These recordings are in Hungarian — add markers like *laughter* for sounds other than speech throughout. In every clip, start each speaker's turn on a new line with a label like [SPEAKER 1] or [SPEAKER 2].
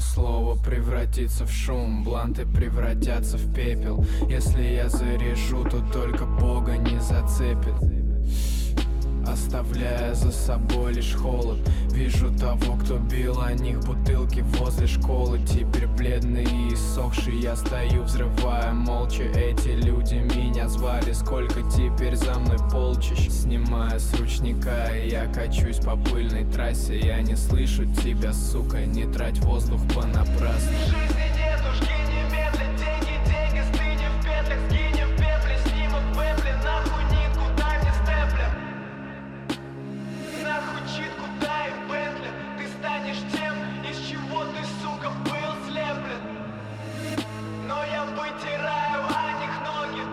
[SPEAKER 1] слово превратится в шум Бланты превратятся в пепел Если я заряжу, то только Бога не зацепит Оставляя за собой лишь холод Вижу того, кто бил о них бутылки возле школы Теперь бледный и иссохший я стою, взрывая молча Эти люди меня звали, сколько теперь за мной полчищ Снимая с ручника, и я качусь по пыльной трассе Я не слышу тебя, сука, не трать воздух понапрасну
[SPEAKER 2] Жизни нет, ушки немедленно, деньги, деньги, стыни в петлях, скинем в пепли, снимут пепли, нахуй нитку, дай мне степлер Нахуй читку, дай в Бентли, ты станешь тем, из чего ты, сука, был слеплен Но я вытираю о них ноги,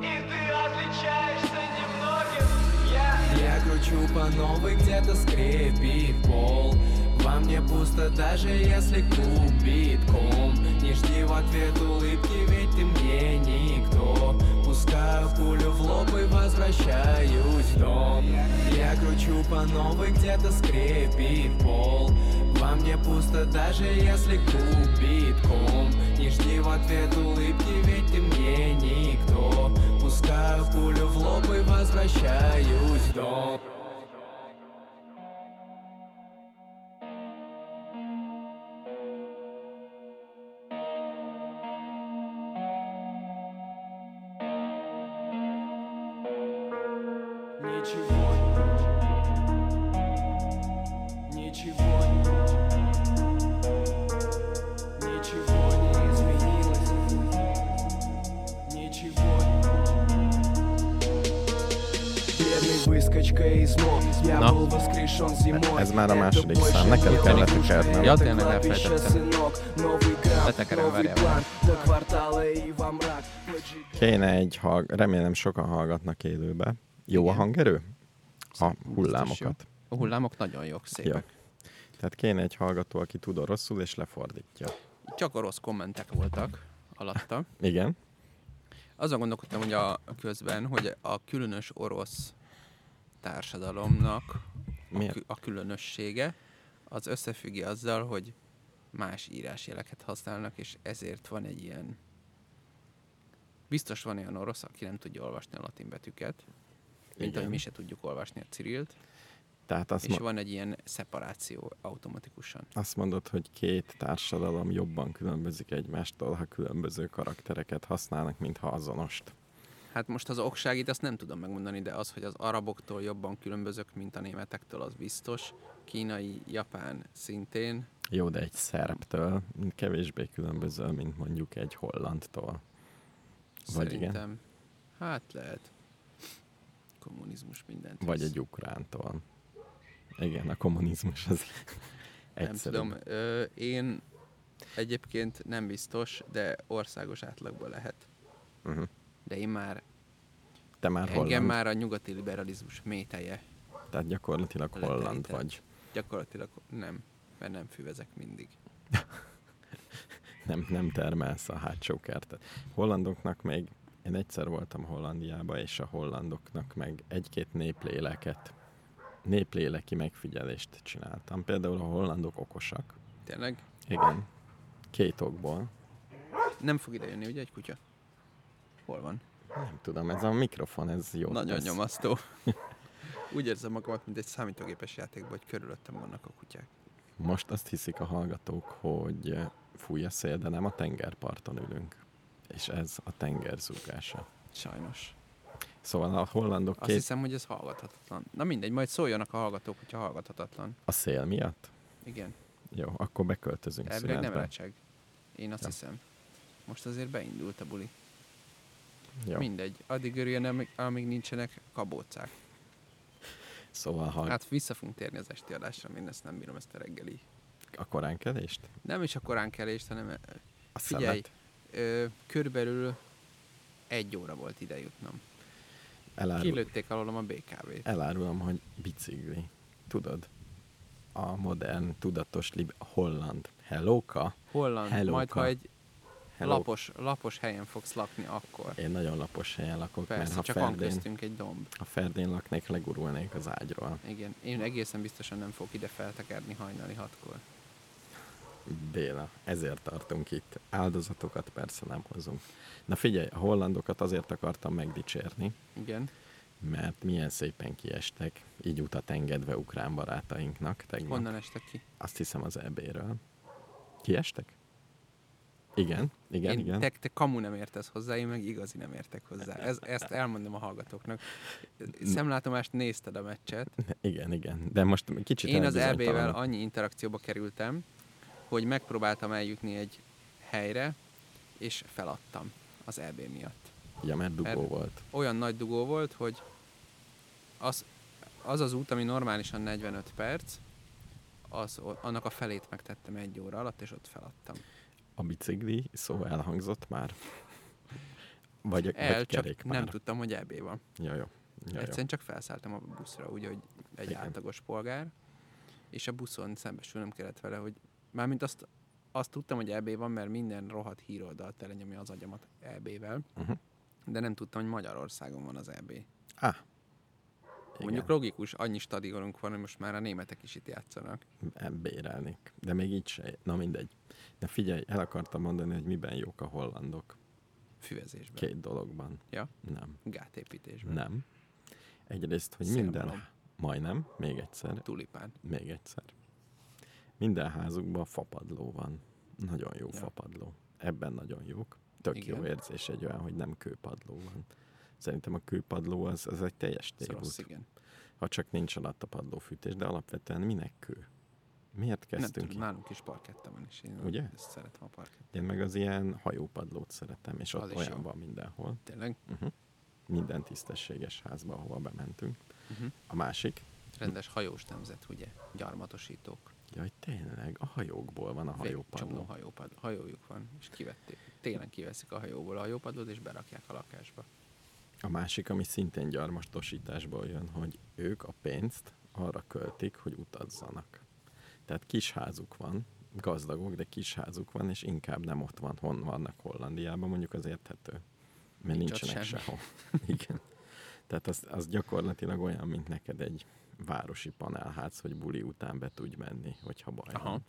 [SPEAKER 2] и ты отличаешься немногим Я
[SPEAKER 1] Я кручу по новой, где-то скрипит пол Во мне пусто, даже если клуб битком Не жди в ответ улыбки, ведь ты мне никто Пускаю пулю в лоб и возвращаюсь в дом Я кручу по новой, где-то скрипит пол Во мне пусто, даже если клуб битком Не жди в ответ улыбки, ведь ты мне никто Пускаю пулю в лоб и возвращаюсь в дом
[SPEAKER 2] Ничего Ничего Ничего не изменилось Ничего Бедный выскочка из мод Я
[SPEAKER 3] Na.
[SPEAKER 2] был воскрешен зимой
[SPEAKER 4] Ez már a
[SPEAKER 2] Это
[SPEAKER 4] második
[SPEAKER 2] больше
[SPEAKER 4] szám. Neked
[SPEAKER 2] не
[SPEAKER 4] kellett
[SPEAKER 2] только
[SPEAKER 4] tekernem.
[SPEAKER 2] шкаф,
[SPEAKER 3] Ja,
[SPEAKER 2] это
[SPEAKER 3] tényleg
[SPEAKER 2] кладбище,
[SPEAKER 3] elfelejtettem.
[SPEAKER 2] сынок. Новый грамм,
[SPEAKER 3] Letekerem,
[SPEAKER 2] новый
[SPEAKER 3] várjál.
[SPEAKER 2] план До квартала и во мрак Поджигай.
[SPEAKER 4] Kéne egy hang, remélem sokan hallgatnak élőbe. Jó a
[SPEAKER 3] Igen.
[SPEAKER 4] hangerő? A
[SPEAKER 3] Biztos jó.
[SPEAKER 4] hullámokat.
[SPEAKER 3] A hullámok nagyon jók,
[SPEAKER 4] Jó.
[SPEAKER 3] szépek.
[SPEAKER 4] Tehát kéne egy hallgató, aki tud oroszul, és lefordítja.
[SPEAKER 3] Csak orosz kommentek voltak alatta.
[SPEAKER 4] Igen.
[SPEAKER 3] Azon gondolkodtam, hogy a közben, hogy a különös orosz társadalomnak a,
[SPEAKER 4] Miért?
[SPEAKER 3] kü- a különössége az összefüggi azzal, hogy más írásjeleket használnak, és ezért van egy ilyen... Biztos van olyan orosz, aki nem tudja olvasni a latin betűket, mint ahogy
[SPEAKER 4] Igen.
[SPEAKER 3] mi se tudjuk olvasni a cirilt,
[SPEAKER 4] Tehát azt,
[SPEAKER 3] és
[SPEAKER 4] ma-
[SPEAKER 3] van egy ilyen szeparáció automatikusan.
[SPEAKER 4] azt mondod, hogy két társadalom jobban különbözik egymástól, ha különböző karaktereket használnak, mint ha azonost.
[SPEAKER 3] Hát most az okságit azt nem tudom megmondani, de az, hogy az araboktól jobban különbözök, mint a németektől, az biztos. Kínai, japán szintén.
[SPEAKER 4] Jó, de egy szerbtől kevésbé különböző, mint mondjuk egy hollandtól. Vagy igen.
[SPEAKER 3] szerintem. Hát lehet. Kommunizmus mindent.
[SPEAKER 4] Vagy
[SPEAKER 3] visz.
[SPEAKER 4] egy ukrántól. Igen, a kommunizmus az
[SPEAKER 3] Nem
[SPEAKER 4] egyszerű.
[SPEAKER 3] tudom. Ö, én egyébként nem biztos, de országos átlagban lehet.
[SPEAKER 4] Uh-huh.
[SPEAKER 3] De én már,
[SPEAKER 4] Te már
[SPEAKER 3] engem
[SPEAKER 4] holland, már...
[SPEAKER 3] már a nyugati liberalizmus méteje.
[SPEAKER 4] tehát gyakorlatilag holland
[SPEAKER 3] Leterített.
[SPEAKER 4] vagy.
[SPEAKER 3] Gyakorlatilag nem, mert nem füvezek mindig.
[SPEAKER 4] Nem, nem termelsz a hátsó kertet. Hollandoknak még, én egyszer voltam Hollandiába, és a hollandoknak meg egy-két népléleket, népléleki megfigyelést csináltam. Például a hollandok okosak.
[SPEAKER 3] Tényleg?
[SPEAKER 4] Igen. Két okból.
[SPEAKER 3] Nem fog ide jönni, ugye, egy kutya? Hol van?
[SPEAKER 4] Nem tudom, ez a mikrofon, ez jó.
[SPEAKER 3] Nagyon
[SPEAKER 4] *laughs*
[SPEAKER 3] nyomasztó. Úgy érzem magamat, mint egy számítógépes játékban, hogy körülöttem vannak a kutyák.
[SPEAKER 4] Most azt hiszik a hallgatók, hogy fúj a szél, de nem a tengerparton ülünk. És ez a tenger zúgása.
[SPEAKER 3] Sajnos.
[SPEAKER 4] Szóval a hollandok
[SPEAKER 3] Azt
[SPEAKER 4] két
[SPEAKER 3] hiszem, hogy ez hallgathatatlan. Na mindegy, majd szóljanak a hallgatók, hogyha hallgathatatlan.
[SPEAKER 4] a szél miatt?
[SPEAKER 3] Igen,
[SPEAKER 4] Jó, akkor beköltözünk
[SPEAKER 3] elvileg nem
[SPEAKER 4] szünetbe.
[SPEAKER 3] recseg. Én azt
[SPEAKER 4] Ja.
[SPEAKER 3] hiszem. Most azért beindult a buli.
[SPEAKER 4] Jó.
[SPEAKER 3] Mindegy, addig örüljön, amíg, amíg nincsenek kabócák.
[SPEAKER 4] Szóval ha hát,
[SPEAKER 3] Hát vissza fogunk térni az esti adásra, én ezt nem bírom, ezt a reggeli.
[SPEAKER 4] a koránkelést?
[SPEAKER 3] Nem is a koránkelést, hanem
[SPEAKER 4] A
[SPEAKER 3] figyelj,
[SPEAKER 4] szemet
[SPEAKER 3] ö, körülbelül egy óra volt ide jutnom.
[SPEAKER 4] elárul,
[SPEAKER 3] Kilőtték alólam a BKV-t.
[SPEAKER 4] elárulom, hogy bicikli. Tudod? A modern, tudatos, lib- holland. Hellóka?
[SPEAKER 3] Holland,
[SPEAKER 4] Hellóka.
[SPEAKER 3] majd ha egy
[SPEAKER 4] Hello.
[SPEAKER 3] lapos, lapos helyen fogsz lakni, akkor.
[SPEAKER 4] Én nagyon lapos helyen lakok,
[SPEAKER 3] Persze,
[SPEAKER 4] mert ha
[SPEAKER 3] csak van
[SPEAKER 4] Ferdén,
[SPEAKER 3] köztünk egy domb.
[SPEAKER 4] ha Ferdén laknék, legurulnék az ágyról.
[SPEAKER 3] Igen, én egészen biztosan nem fogok ide feltekerni hajnali hatkor.
[SPEAKER 4] Béla, ezért tartunk itt. Áldozatokat persze nem hozunk. Na figyelj, a hollandokat azért akartam megdicsérni,
[SPEAKER 3] Igen.
[SPEAKER 4] mert milyen szépen kiestek, így utat engedve ukrán barátainknak tegnap.
[SPEAKER 3] Honnan estek ki?
[SPEAKER 4] Azt hiszem az EB-ről. Kiestek? Igen, igen,
[SPEAKER 3] én,
[SPEAKER 4] igen.
[SPEAKER 3] Te, te kamu nem értesz hozzá, én meg igazi nem értek hozzá. Ez, ezt elmondom a hallgatóknak. Szemlátomást nézted a meccset.
[SPEAKER 4] Igen, igen. De most kicsit
[SPEAKER 3] Én az E EB-vel
[SPEAKER 4] elbizonytalanok.
[SPEAKER 3] annyi interakcióba kerültem, hogy megpróbáltam eljutni egy helyre, és feladtam az EB miatt.
[SPEAKER 4] Ja, mert dugó
[SPEAKER 3] Mert-
[SPEAKER 4] volt.
[SPEAKER 3] Olyan nagy dugó volt, hogy az az, az út, ami normálisan 45 perc, az, o- annak a felét megtettem egy óra alatt, és ott feladtam.
[SPEAKER 4] A bicikli szó
[SPEAKER 3] *laughs*
[SPEAKER 4] elhangzott már? Vagy,
[SPEAKER 3] El,
[SPEAKER 4] vagy
[SPEAKER 3] csak
[SPEAKER 4] kerékpár?
[SPEAKER 3] nem tudtam, hogy EB van.
[SPEAKER 4] Ja, jó. Ja, jó.
[SPEAKER 3] Egyszerűen csak felszálltam a buszra, úgy, hogy egy
[SPEAKER 4] Igen.
[SPEAKER 3] átlagos polgár, és a buszon szembesülnöm kellett vele, hogy mármint azt, azt tudtam, hogy EB van, mert minden rohadt híroldal telenyomja az agyamat EB-vel,
[SPEAKER 4] Uh-huh.
[SPEAKER 3] de nem tudtam, hogy Magyarországon van az EB.
[SPEAKER 4] Ah.
[SPEAKER 3] Mondjuk logikus, annyi stadionunk van, hogy most már a németek is itt játszanak.
[SPEAKER 4] bérelnék. De még így se. Na mindegy. De figyelj, el akartam mondani, hogy miben jók a hollandok.
[SPEAKER 3] Füvezésben, Két.
[SPEAKER 4] Két dologban.
[SPEAKER 3] Ja.
[SPEAKER 4] Nem.
[SPEAKER 3] gátépítésben,
[SPEAKER 4] Nem. Egyrészt, hogy
[SPEAKER 3] Szélmalom.
[SPEAKER 4] minden... Majdnem. Még egyszer.
[SPEAKER 3] tulipán.
[SPEAKER 4] Még egyszer. Minden házukban fapadló van. Nagyon jó
[SPEAKER 3] Ja.
[SPEAKER 4] ja. fapadló. Ebben nagyon jók. Tök Igen. jó
[SPEAKER 3] Igen.
[SPEAKER 4] érzés egy olyan, hogy nem kőpadló van. Szerintem a kőpadló az, az egy teljes
[SPEAKER 3] Ez rossz,
[SPEAKER 4] tévút.
[SPEAKER 3] szóval igen.
[SPEAKER 4] Ha csak nincs alatt a padlófűtés, de alapvetően minek kő? Miért
[SPEAKER 3] Nem
[SPEAKER 4] kezdtünk
[SPEAKER 3] tudom,
[SPEAKER 4] így?
[SPEAKER 3] nálunk is parketta van, és én
[SPEAKER 4] Ugye?
[SPEAKER 3] ezt szeretem a parkett.
[SPEAKER 4] Én meg az ilyen hajópadlót szeretem, és
[SPEAKER 3] Az
[SPEAKER 4] ott
[SPEAKER 3] is
[SPEAKER 4] olyan
[SPEAKER 3] jó.
[SPEAKER 4] van mindenhol.
[SPEAKER 3] Tényleg?
[SPEAKER 4] Minden tisztességes házba, ahova bementünk.
[SPEAKER 3] Uh-huh.
[SPEAKER 4] A másik,
[SPEAKER 3] Rendes hajós nemzet, ugye? Gyarmatosítók.
[SPEAKER 4] jaj tényleg, a hajókból van a
[SPEAKER 3] Vég- Csomó
[SPEAKER 4] hajópadló.
[SPEAKER 3] hajópad, hajójuk van, és kivették. Télen kiveszik a hajóból a hajópadlót, és berakják a lakásba.
[SPEAKER 4] A másik, ami szintén gyarmatosításból jön, hogy ők a pénzt arra költik, hogy utazzanak. Tehát kis házuk van, gazdagok, de kis házuk van, és inkább nem ott van, hon vannak Hollandiában, mondjuk az érthető.
[SPEAKER 3] Nincs
[SPEAKER 4] Mert Nincs
[SPEAKER 3] ott
[SPEAKER 4] nincsenek
[SPEAKER 3] semmi.
[SPEAKER 4] sehol. *laughs* Igen. Tehát az, az gyakorlatilag olyan, mint neked egy városi panelház, hogy buli után be tudj menni, hogyha baj
[SPEAKER 3] Aha.
[SPEAKER 4] van.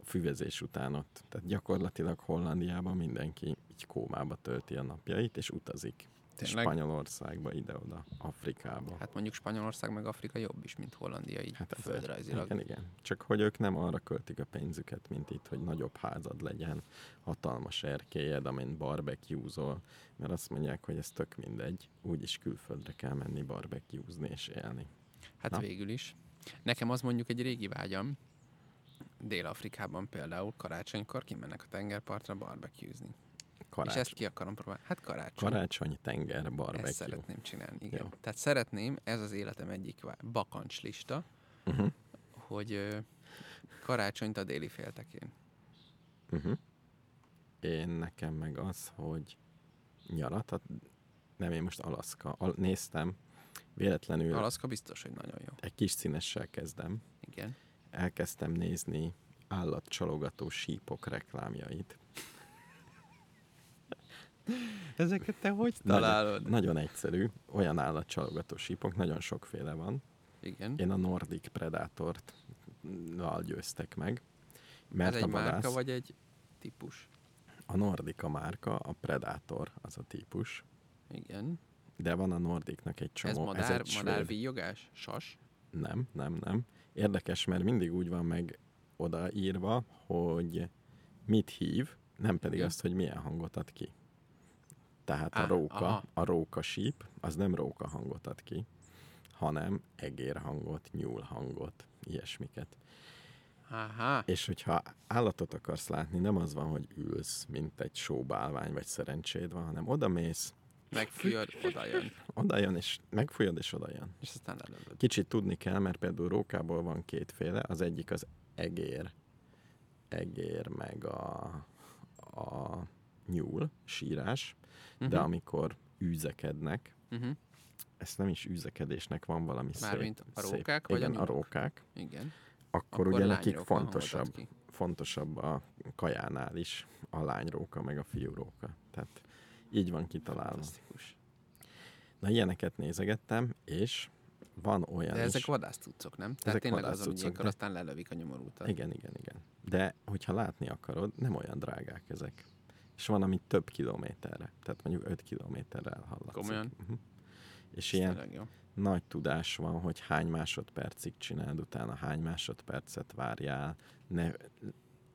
[SPEAKER 4] A füvezés után ott. Tehát gyakorlatilag Hollandiában mindenki így kómába tölti a napjait, és utazik.
[SPEAKER 3] Tényleg?
[SPEAKER 4] Spanyolországba, ide-oda, Afrikába. Hát,
[SPEAKER 3] Hát mondjuk Spanyolország meg Afrika jobb is, mint Hollandia így hát
[SPEAKER 4] ezért.
[SPEAKER 3] földrajzilag.
[SPEAKER 4] Igen, igen. Csak hogy ők nem arra költik a pénzüket, mint itt, hogy nagyobb házad legyen, hatalmas erkélyed, amin barbecue-zol, mert azt mondják, hogy ez tök mindegy, úgyis külföldre kell menni barbecue-zni és élni.
[SPEAKER 3] Hát
[SPEAKER 4] Na.
[SPEAKER 3] végül is. Nekem az mondjuk egy régi vágyam, Dél-Afrikában például karácsonykor kimennek a tengerpartra barbecue-zni. És
[SPEAKER 4] Karács...
[SPEAKER 3] ezt ki akarom próbálni. Hát karácsony.
[SPEAKER 4] Karácsony, tenger,
[SPEAKER 3] Ezt
[SPEAKER 4] barbecue.
[SPEAKER 3] szeretném csinálni, igen.
[SPEAKER 4] Jó.
[SPEAKER 3] Tehát szeretném, ez az életem egyik vá- bakancslista,
[SPEAKER 4] Uh-huh.
[SPEAKER 3] hogy ö, karácsonyt a déli féltekén.
[SPEAKER 4] Uh-huh. Én nekem meg az, hogy nyarat, a- nem, én most Alaszka. Al- néztem, véletlenül
[SPEAKER 3] Alaszka biztos, hogy nagyon jó.
[SPEAKER 4] egy kis színessel kezdem.
[SPEAKER 3] Igen.
[SPEAKER 4] Elkezdtem nézni állatcsalogató sípok reklámjait.
[SPEAKER 3] Ezeket te hogy
[SPEAKER 4] Nagyon, nagyon egyszerű, olyan állatcsalogató sípok, nagyon sokféle van.
[SPEAKER 3] Igen.
[SPEAKER 4] Én a Nordic Predatort nal győztek meg. Mert
[SPEAKER 3] Ez egy
[SPEAKER 4] a
[SPEAKER 3] márka,
[SPEAKER 4] vadász,
[SPEAKER 3] vagy egy típus?
[SPEAKER 4] a Nordic a márka, a Predator az a típus,
[SPEAKER 3] Igen.
[SPEAKER 4] de van a Nordicnak egy csomó,
[SPEAKER 3] ez madár,
[SPEAKER 4] egy svéd.
[SPEAKER 3] madárvíjogás? Sas?
[SPEAKER 4] Nem, nem, nem. Érdekes, mert mindig úgy van meg odaírva, hogy mit hív, nem pedig
[SPEAKER 3] Igen.
[SPEAKER 4] azt, hogy milyen hangot ad ki. Tehát
[SPEAKER 3] Á,
[SPEAKER 4] a róka,
[SPEAKER 3] aha.
[SPEAKER 4] a róka síp, az nem róka hangot ad ki, hanem egér hangot, nyúl hangot, ilyesmiket.
[SPEAKER 3] Aha.
[SPEAKER 4] És hogyha állatot akarsz látni, nem az van, hogy ülsz, mint egy sóbálvány, vagy szerencséd van, hanem odamész,
[SPEAKER 3] Megfújod, oda jön.
[SPEAKER 4] odajön, és megfújod, és odajön.
[SPEAKER 3] És aztán lelövöd.
[SPEAKER 4] Kicsit tudni kell, mert például rókából van kétféle, az egyik az egér, egér meg a, a nyúl, sírás, uh-huh. de
[SPEAKER 3] Mhm.
[SPEAKER 4] amikor űzekednek,
[SPEAKER 3] Uh-huh.
[SPEAKER 4] ezt nem is űzekedésnek van valami
[SPEAKER 3] Mármint
[SPEAKER 4] szép.
[SPEAKER 3] a
[SPEAKER 4] szép-
[SPEAKER 3] rókák vagy a
[SPEAKER 4] igen, a,
[SPEAKER 3] nyúlok?
[SPEAKER 4] rókák,
[SPEAKER 3] Igen.
[SPEAKER 4] akkor, akkor ugye
[SPEAKER 3] lány
[SPEAKER 4] nekik
[SPEAKER 3] róka hangot ad
[SPEAKER 4] fontosabb,
[SPEAKER 3] ki.
[SPEAKER 4] fontosabb a kajánál is a lányróka meg a fiúróka. Tehát így van kitalálva.
[SPEAKER 3] Fantasztikus.
[SPEAKER 4] Na ilyeneket nézegettem, és van olyan
[SPEAKER 3] De
[SPEAKER 4] is.
[SPEAKER 3] ezek vadászcuccok, nem? Tehát
[SPEAKER 4] Ezek
[SPEAKER 3] tényleg azon, hogy
[SPEAKER 4] vadászcuccok,
[SPEAKER 3] ilyenkor
[SPEAKER 4] de-
[SPEAKER 3] aztán lelövik a nyomorultat.
[SPEAKER 4] Igen, igen, igen. De hogyha látni akarod, nem olyan drágák ezek. És van, ami több kilométerre. Tehát mondjuk 5 kilométerre elhallatszik.
[SPEAKER 3] Komolyan?
[SPEAKER 4] Uh-huh. És
[SPEAKER 3] Ez
[SPEAKER 4] ilyen
[SPEAKER 3] tényleg jó.
[SPEAKER 4] nagy tudás van, hogy hány másodpercig csináld, utána hány másodpercet várjál. Ne,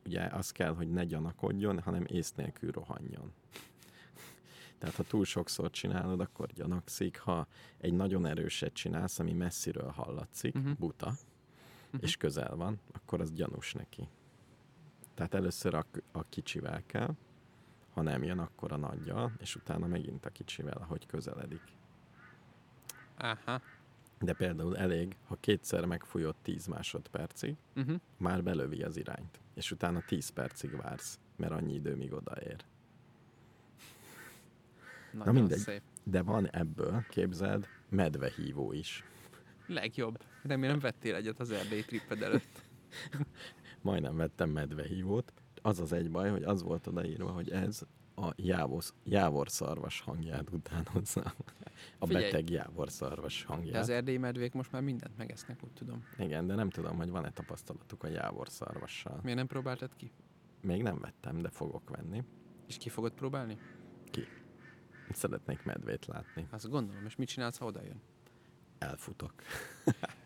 [SPEAKER 4] ugye az kell, hogy ne gyanakodjon, hanem ész nélkül rohanjon. *laughs* Tehát ha túl sokszor csinálod, akkor gyanakszik. Ha egy nagyon erőset csinálsz, ami messziről hallatszik,
[SPEAKER 3] Mhm.
[SPEAKER 4] uh-huh. buta, uh-huh. és közel van, akkor az gyanús neki. Tehát először a, a kicsivel kell, ha nem jön, akkor a nagyjal, és utána megint a kicsivel, ahogy közeledik.
[SPEAKER 3] Aha.
[SPEAKER 4] De például elég, ha kétszer megfújod 10 másodpercig,
[SPEAKER 3] Uh-huh.
[SPEAKER 4] már belövi az irányt, és utána 10 percig vársz, mert annyi idő, míg odaér.
[SPEAKER 3] Nagyon
[SPEAKER 4] mindegy.
[SPEAKER 3] Szép.
[SPEAKER 4] De van ebből, képzeld, medvehívó is.
[SPEAKER 3] Legjobb. Remélem vettél egyet az erdélyi tripped előtt.
[SPEAKER 4] Majdnem vettem medvehívót. Az az egy baj, hogy az volt odaírva, hogy ez a jávosz, jávorszarvas hangját utánozza. A
[SPEAKER 3] Figyelj.
[SPEAKER 4] beteg jávorszarvas
[SPEAKER 3] De
[SPEAKER 4] hangját.
[SPEAKER 3] az erdélyi medvék most már mindent megesznek, úgy tudom.
[SPEAKER 4] Igen, de nem tudom, hogy van-e tapasztalatuk a jávorszarvassal.
[SPEAKER 3] Miért nem próbáltad ki?
[SPEAKER 4] Még nem vettem, de fogok venni.
[SPEAKER 3] És ki fogod próbálni?
[SPEAKER 4] Szeretnék medvét látni.
[SPEAKER 3] Azt gondolom, és mit csinálsz, ha odajön?
[SPEAKER 4] elfutok. *laughs*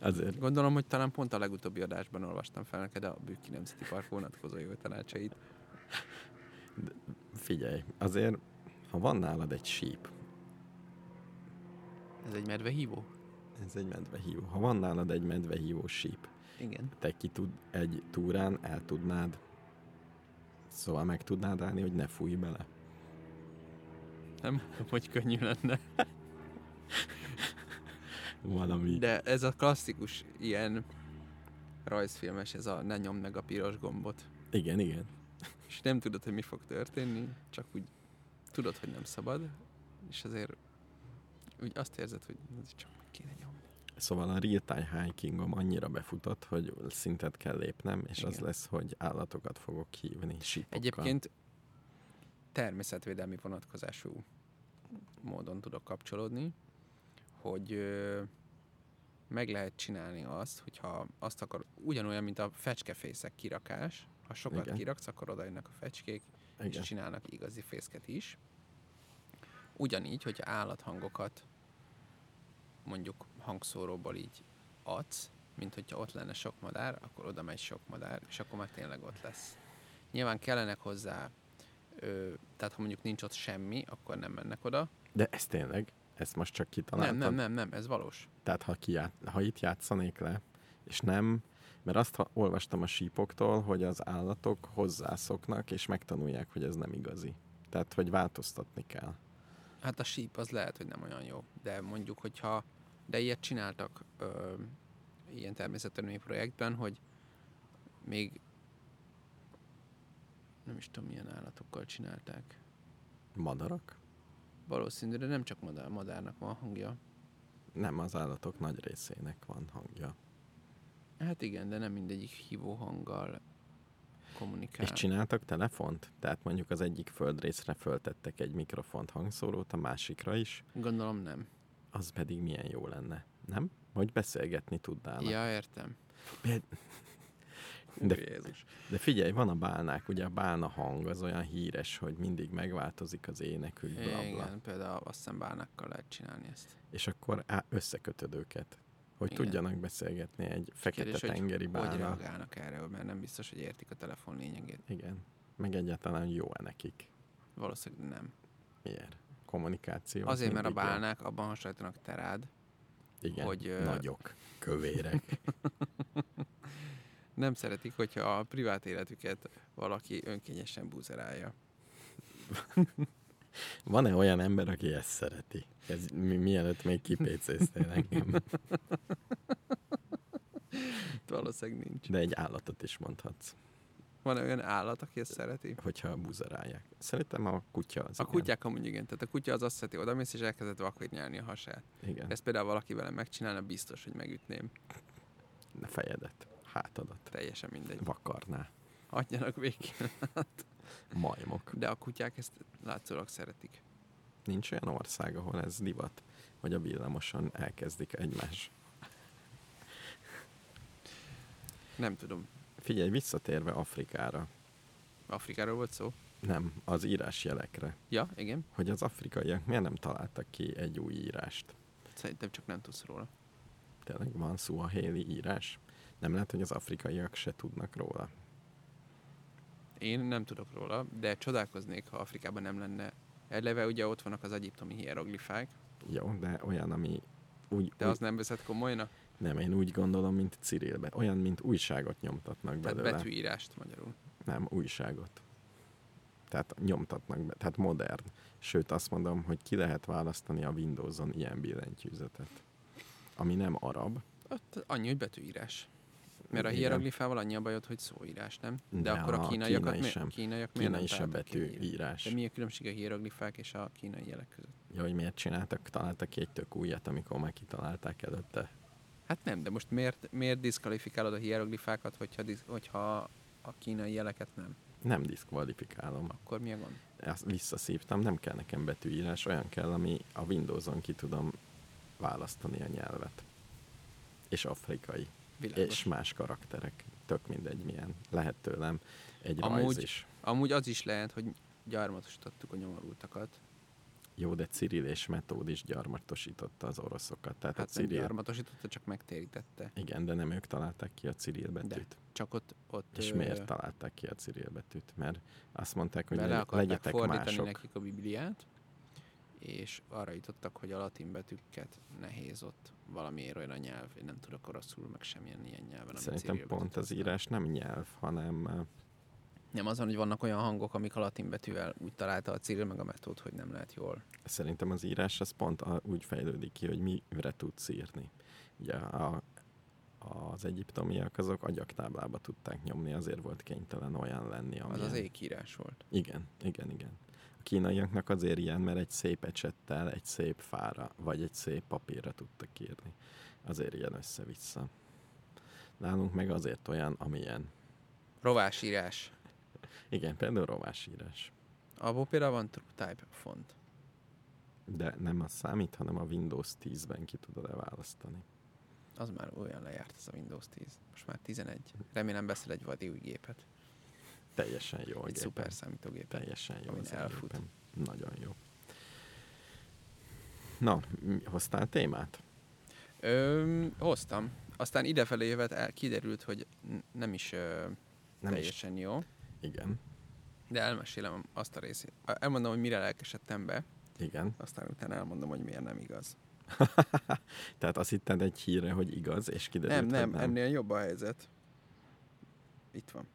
[SPEAKER 4] Azért
[SPEAKER 3] Gondolom, hogy talán pont a legutóbbi adásban olvastam fel neked a Bükki Nemzeti Park vonatkozó jó tanácsait.
[SPEAKER 4] figyelj, azért ha van nálad egy síp,
[SPEAKER 3] Ez egy medvehívó?
[SPEAKER 4] ez egy medvehívó, ha van nálad egy medvehívó síp,
[SPEAKER 3] Igen.
[SPEAKER 4] te ki tud egy túrán el tudnád, szóval meg tudnád állni, hogy ne fújj bele.
[SPEAKER 3] Nem, hogy könnyű lenne.
[SPEAKER 4] Valami. De.
[SPEAKER 3] De ez a klasszikus ilyen rajzfilmes, ez a ne nyomd meg a piros gombot.
[SPEAKER 4] Igen, igen.
[SPEAKER 3] És nem tudod, hogy mi fog történni, csak úgy tudod, hogy nem szabad, és azért úgy azt érzed, hogy ez csak kéne nyomni.
[SPEAKER 4] Szóval a real-time hikingom annyira befutott, hogy szintet kell lépnem, és igen. az
[SPEAKER 3] Igen.
[SPEAKER 4] lesz, hogy állatokat fogok hívni sípokkal.
[SPEAKER 3] Egyébként természetvédelmi vonatkozású módon tudok kapcsolódni, hogy ö, meg lehet csinálni azt, hogyha azt akar, ugyanolyan, mint a fecskefészek kirakás, ha sokat
[SPEAKER 4] Igen.
[SPEAKER 3] Igen. kiraksz, akkor odajönnek a fecskék, és
[SPEAKER 4] Igen.
[SPEAKER 3] csinálnak igazi fészket is. Ugyanígy, hogy állathangokat mondjuk hangszóróból így adsz, mint hogyha ott lenne sok madár, akkor oda megy sok madár, és akkor már tényleg ott lesz. Nyilván kellenek hozzá, ö, tehát ha mondjuk nincs ott semmi, akkor nem mennek oda.
[SPEAKER 4] De ez tényleg, ezt most csak
[SPEAKER 3] Nem,
[SPEAKER 4] kitaláltam.
[SPEAKER 3] nem, nem, nem, ez valós.
[SPEAKER 4] Tehát ha, ki ha itt játszanék le, és nem, mert azt ha olvastam a sípoktól, hogy az állatok hozzászoknak, és megtanulják, hogy ez nem igazi. Tehát, hogy változtatni kell.
[SPEAKER 3] Hát a síp az lehet, hogy nem olyan jó, de mondjuk, hogyha, de ilyet csináltak ö, ilyen természetörvényi projektben, hogy még nem is tudom, milyen állatokkal csinálták.
[SPEAKER 4] Madarak?
[SPEAKER 3] Valószínű, de nem csak madár, madárnak van hangja.
[SPEAKER 4] Nem, az állatok nagy részének van hangja.
[SPEAKER 3] Hát igen, de nem mindegyik hívó hanggal kommunikál.
[SPEAKER 4] És csináltak telefont? Tehát mondjuk az egyik földrészre föltettek egy mikrofont hangszórót, a másikra is,
[SPEAKER 3] Gondolom nem.
[SPEAKER 4] az pedig milyen jó lenne, nem? Hogy beszélgetni tudnának.
[SPEAKER 3] Ja, értem.
[SPEAKER 4] De-
[SPEAKER 3] Hú, Jézus.
[SPEAKER 4] De figyelj, van a bálnák, ugye a bálna hang az olyan híres, hogy mindig megváltozik az énekük, bla, bla.
[SPEAKER 3] Igen, például azt hiszem bálnákkal lehet csinálni ezt.
[SPEAKER 4] és akkor á, összekötöd őket, hogy
[SPEAKER 3] Igen.
[SPEAKER 4] Igen. tudjanak beszélgetni egy fekete
[SPEAKER 3] Kérdés, hogy
[SPEAKER 4] tengeri
[SPEAKER 3] Hogy
[SPEAKER 4] bálna.
[SPEAKER 3] reagálnak erre, mert nem biztos, hogy értik a telefon lényegét.
[SPEAKER 4] Igen. Meg egyáltalán jó-e nekik?
[SPEAKER 3] Valószínűleg nem.
[SPEAKER 4] Miért? Kommunikáció.
[SPEAKER 3] Azért, mert a
[SPEAKER 4] mindig jó.
[SPEAKER 3] bálnák abban hasonlítanak te rád.
[SPEAKER 4] Igen.
[SPEAKER 3] hogy, ö,
[SPEAKER 4] Nagyok, kövérek.
[SPEAKER 3] Nem szeretik, hogyha a privát életüket valaki önkényesen búzerálja.
[SPEAKER 4] Van-e olyan ember, aki ezt szereti? Ez mi, mielőtt még kipécéztél engem.
[SPEAKER 3] Itt valószínűleg nincs.
[SPEAKER 4] De egy állatot is mondhatsz,
[SPEAKER 3] Van olyan állat, aki ezt szereti?
[SPEAKER 4] hogyha buzerálják. Szerintem a kutya az.
[SPEAKER 3] A
[SPEAKER 4] igen.
[SPEAKER 3] kutyák amúgy igen, tehát a kutya az azt szereti, oda mész és elkezdett vakvirnyálni a hasát.
[SPEAKER 4] Igen.
[SPEAKER 3] Ezt például valaki velem megcsinálna, biztos, hogy megütném.
[SPEAKER 4] Ne fejedet, hátadat.
[SPEAKER 3] Teljesen mindegy.
[SPEAKER 4] Vakarná.
[SPEAKER 3] Adjanak végén.
[SPEAKER 4] Majmok.
[SPEAKER 3] De a kutyák ezt látszólag szeretik.
[SPEAKER 4] Nincs olyan ország, ahol ez divat. hogy a villamoson elkezdik egymás.
[SPEAKER 3] Nem tudom.
[SPEAKER 4] Figyelj, visszatérve Afrikára,
[SPEAKER 3] Afrikáról volt szó?
[SPEAKER 4] nem, az írásjelekre,
[SPEAKER 3] Ja, igen.
[SPEAKER 4] hogy az afrikaiak miért nem találtak ki egy új írást.
[SPEAKER 3] Szerintem csak nem tudsz róla.
[SPEAKER 4] Tényleg van szó a héli írás? Nem lehet, hogy az afrikaiak se tudnak róla.
[SPEAKER 3] Én nem tudok róla, de csodálkoznék, ha Afrikában nem lenne. Eleve ugye ott vannak az egyiptomi hieroglifák,
[SPEAKER 4] Jó, de olyan, ami úgy,
[SPEAKER 3] de az nem veszed komolyan,
[SPEAKER 4] nem, én úgy gondolom, mint Cirilbe. Olyan, mint újságot nyomtatnak
[SPEAKER 3] tehát
[SPEAKER 4] belőle.
[SPEAKER 3] betűírást magyarul.
[SPEAKER 4] Nem, újságot. Tehát nyomtatnak be, tehát modern. Sőt, azt mondom, hogy ki lehet választani a Windowson ilyen billentyűzetet. Ami nem arab,
[SPEAKER 3] Ott annyi, hogy betűírás. Mert a
[SPEAKER 4] Igen.
[SPEAKER 3] hieroglifával annyi a bajod, hogy szóírás, nem? De
[SPEAKER 4] Ne,
[SPEAKER 3] akkor a
[SPEAKER 4] a
[SPEAKER 3] kínaiakat
[SPEAKER 4] kínai
[SPEAKER 3] mi-
[SPEAKER 4] sem.
[SPEAKER 3] kínaiak miért nem
[SPEAKER 4] kínai se
[SPEAKER 3] találtak ki
[SPEAKER 4] betű
[SPEAKER 3] hír-
[SPEAKER 4] írás.
[SPEAKER 3] De mi a különbség a hieroglifák és a kínai jelek között?
[SPEAKER 4] Ja, hogy miért csináltak, találtak ki egy tök újat, amikor már kitalálták előtte.
[SPEAKER 3] Hát nem, de most miért, miért diszkvalifikálod a hieroglifákat, hogyha, disz, hogyha a kínai jeleket nem?
[SPEAKER 4] Nem diszkvalifikálom.
[SPEAKER 3] Akkor mi a gond?
[SPEAKER 4] Ezt visszaszívtam, nem kell nekem betűírás, olyan kell, ami a Windowson ki tudom választani a nyelvet. És afrikai.
[SPEAKER 3] Világos.
[SPEAKER 4] És más karakterek. Tök mindegy milyen. Lehet tőlem egy Amúgy... rajz
[SPEAKER 3] Amúgy-
[SPEAKER 4] is.
[SPEAKER 3] Amúgy az is lehet, hogy gyarmatosítottuk a nyomorultakat.
[SPEAKER 4] Jó, de Cyril és Metód is gyarmatosította az oroszokat. Tehát hát a
[SPEAKER 3] Hát nem
[SPEAKER 4] Cyril...
[SPEAKER 3] gyarmatosította, csak megtérítette.
[SPEAKER 4] Igen, de nem ők találták ki a Cyril betűt. De.
[SPEAKER 3] Csak ott... ott
[SPEAKER 4] És
[SPEAKER 3] ö,
[SPEAKER 4] miért találták ki a Cyril betűt? Mert azt mondták, hogy
[SPEAKER 3] bele
[SPEAKER 4] legy-
[SPEAKER 3] akarták
[SPEAKER 4] legyetek
[SPEAKER 3] fordítani
[SPEAKER 4] mások.
[SPEAKER 3] nekik a Bibliát, és arra jutottak, hogy a latin betűket nehéz ott valamiért olyan a nyelv. Én nem tudok oroszul, meg semmilyen ilyen nyelven. amit
[SPEAKER 4] Szerintem
[SPEAKER 3] Cirilbe
[SPEAKER 4] pont az
[SPEAKER 3] tudtam.
[SPEAKER 4] írás nem nyelv, hanem eh,
[SPEAKER 3] Nem azon, hogy vannak olyan hangok, amik a latin betűvel úgy találta a Cyril meg a metód, hogy nem lehet jól.
[SPEAKER 4] szerintem az írás az pont a, úgy fejlődik ki, hogy mire tudsz írni. Ugye a, az egyiptomiak azok agyaktáblába tudták nyomni, azért volt kénytelen olyan lenni,
[SPEAKER 3] Az
[SPEAKER 4] amilyen.
[SPEAKER 3] az ékírás volt.
[SPEAKER 4] Igen, igen, igen. A kínaiaknak azért ilyen, mert egy szép ecsettel, egy szép fára, vagy egy szép papírra tudtak írni. Azért ilyen össze-vissza. Nálunk meg azért olyan, amilyen.
[SPEAKER 3] Rovásírás.
[SPEAKER 4] Igen, például rovásírás.
[SPEAKER 3] Abból például van TrueType font.
[SPEAKER 4] De nem az számít, hanem a Windows 10-ben ki tudod-e választani.
[SPEAKER 3] Az már olyan lejárt ez a Windows 10. Most már 11. Remélem beszél egy vadi új gépet.
[SPEAKER 4] Teljesen jó a
[SPEAKER 3] Egy
[SPEAKER 4] gépen.
[SPEAKER 3] szuper számítógépet.
[SPEAKER 4] Teljesen jó
[SPEAKER 3] amin
[SPEAKER 4] az
[SPEAKER 3] elfut.
[SPEAKER 4] elfut. Nagyon jó. Na, mi- hoztál témát?
[SPEAKER 3] Ö, hoztam. Aztán idefelé jövet el, kiderült, hogy n- nem is ö,
[SPEAKER 4] Nem is.
[SPEAKER 3] teljesen jó.
[SPEAKER 4] Igen.
[SPEAKER 3] De elmesélem azt a részét. Elmondom, hogy mire lelkesedtem be,
[SPEAKER 4] Igen.
[SPEAKER 3] aztán utána elmondom, hogy miért nem igaz.
[SPEAKER 4] Tehát azt hitted egy híre, hogy igaz, és kiderült,
[SPEAKER 3] nem, nem,
[SPEAKER 4] hogy nem.
[SPEAKER 3] ennél jobb a helyzet. Itt van.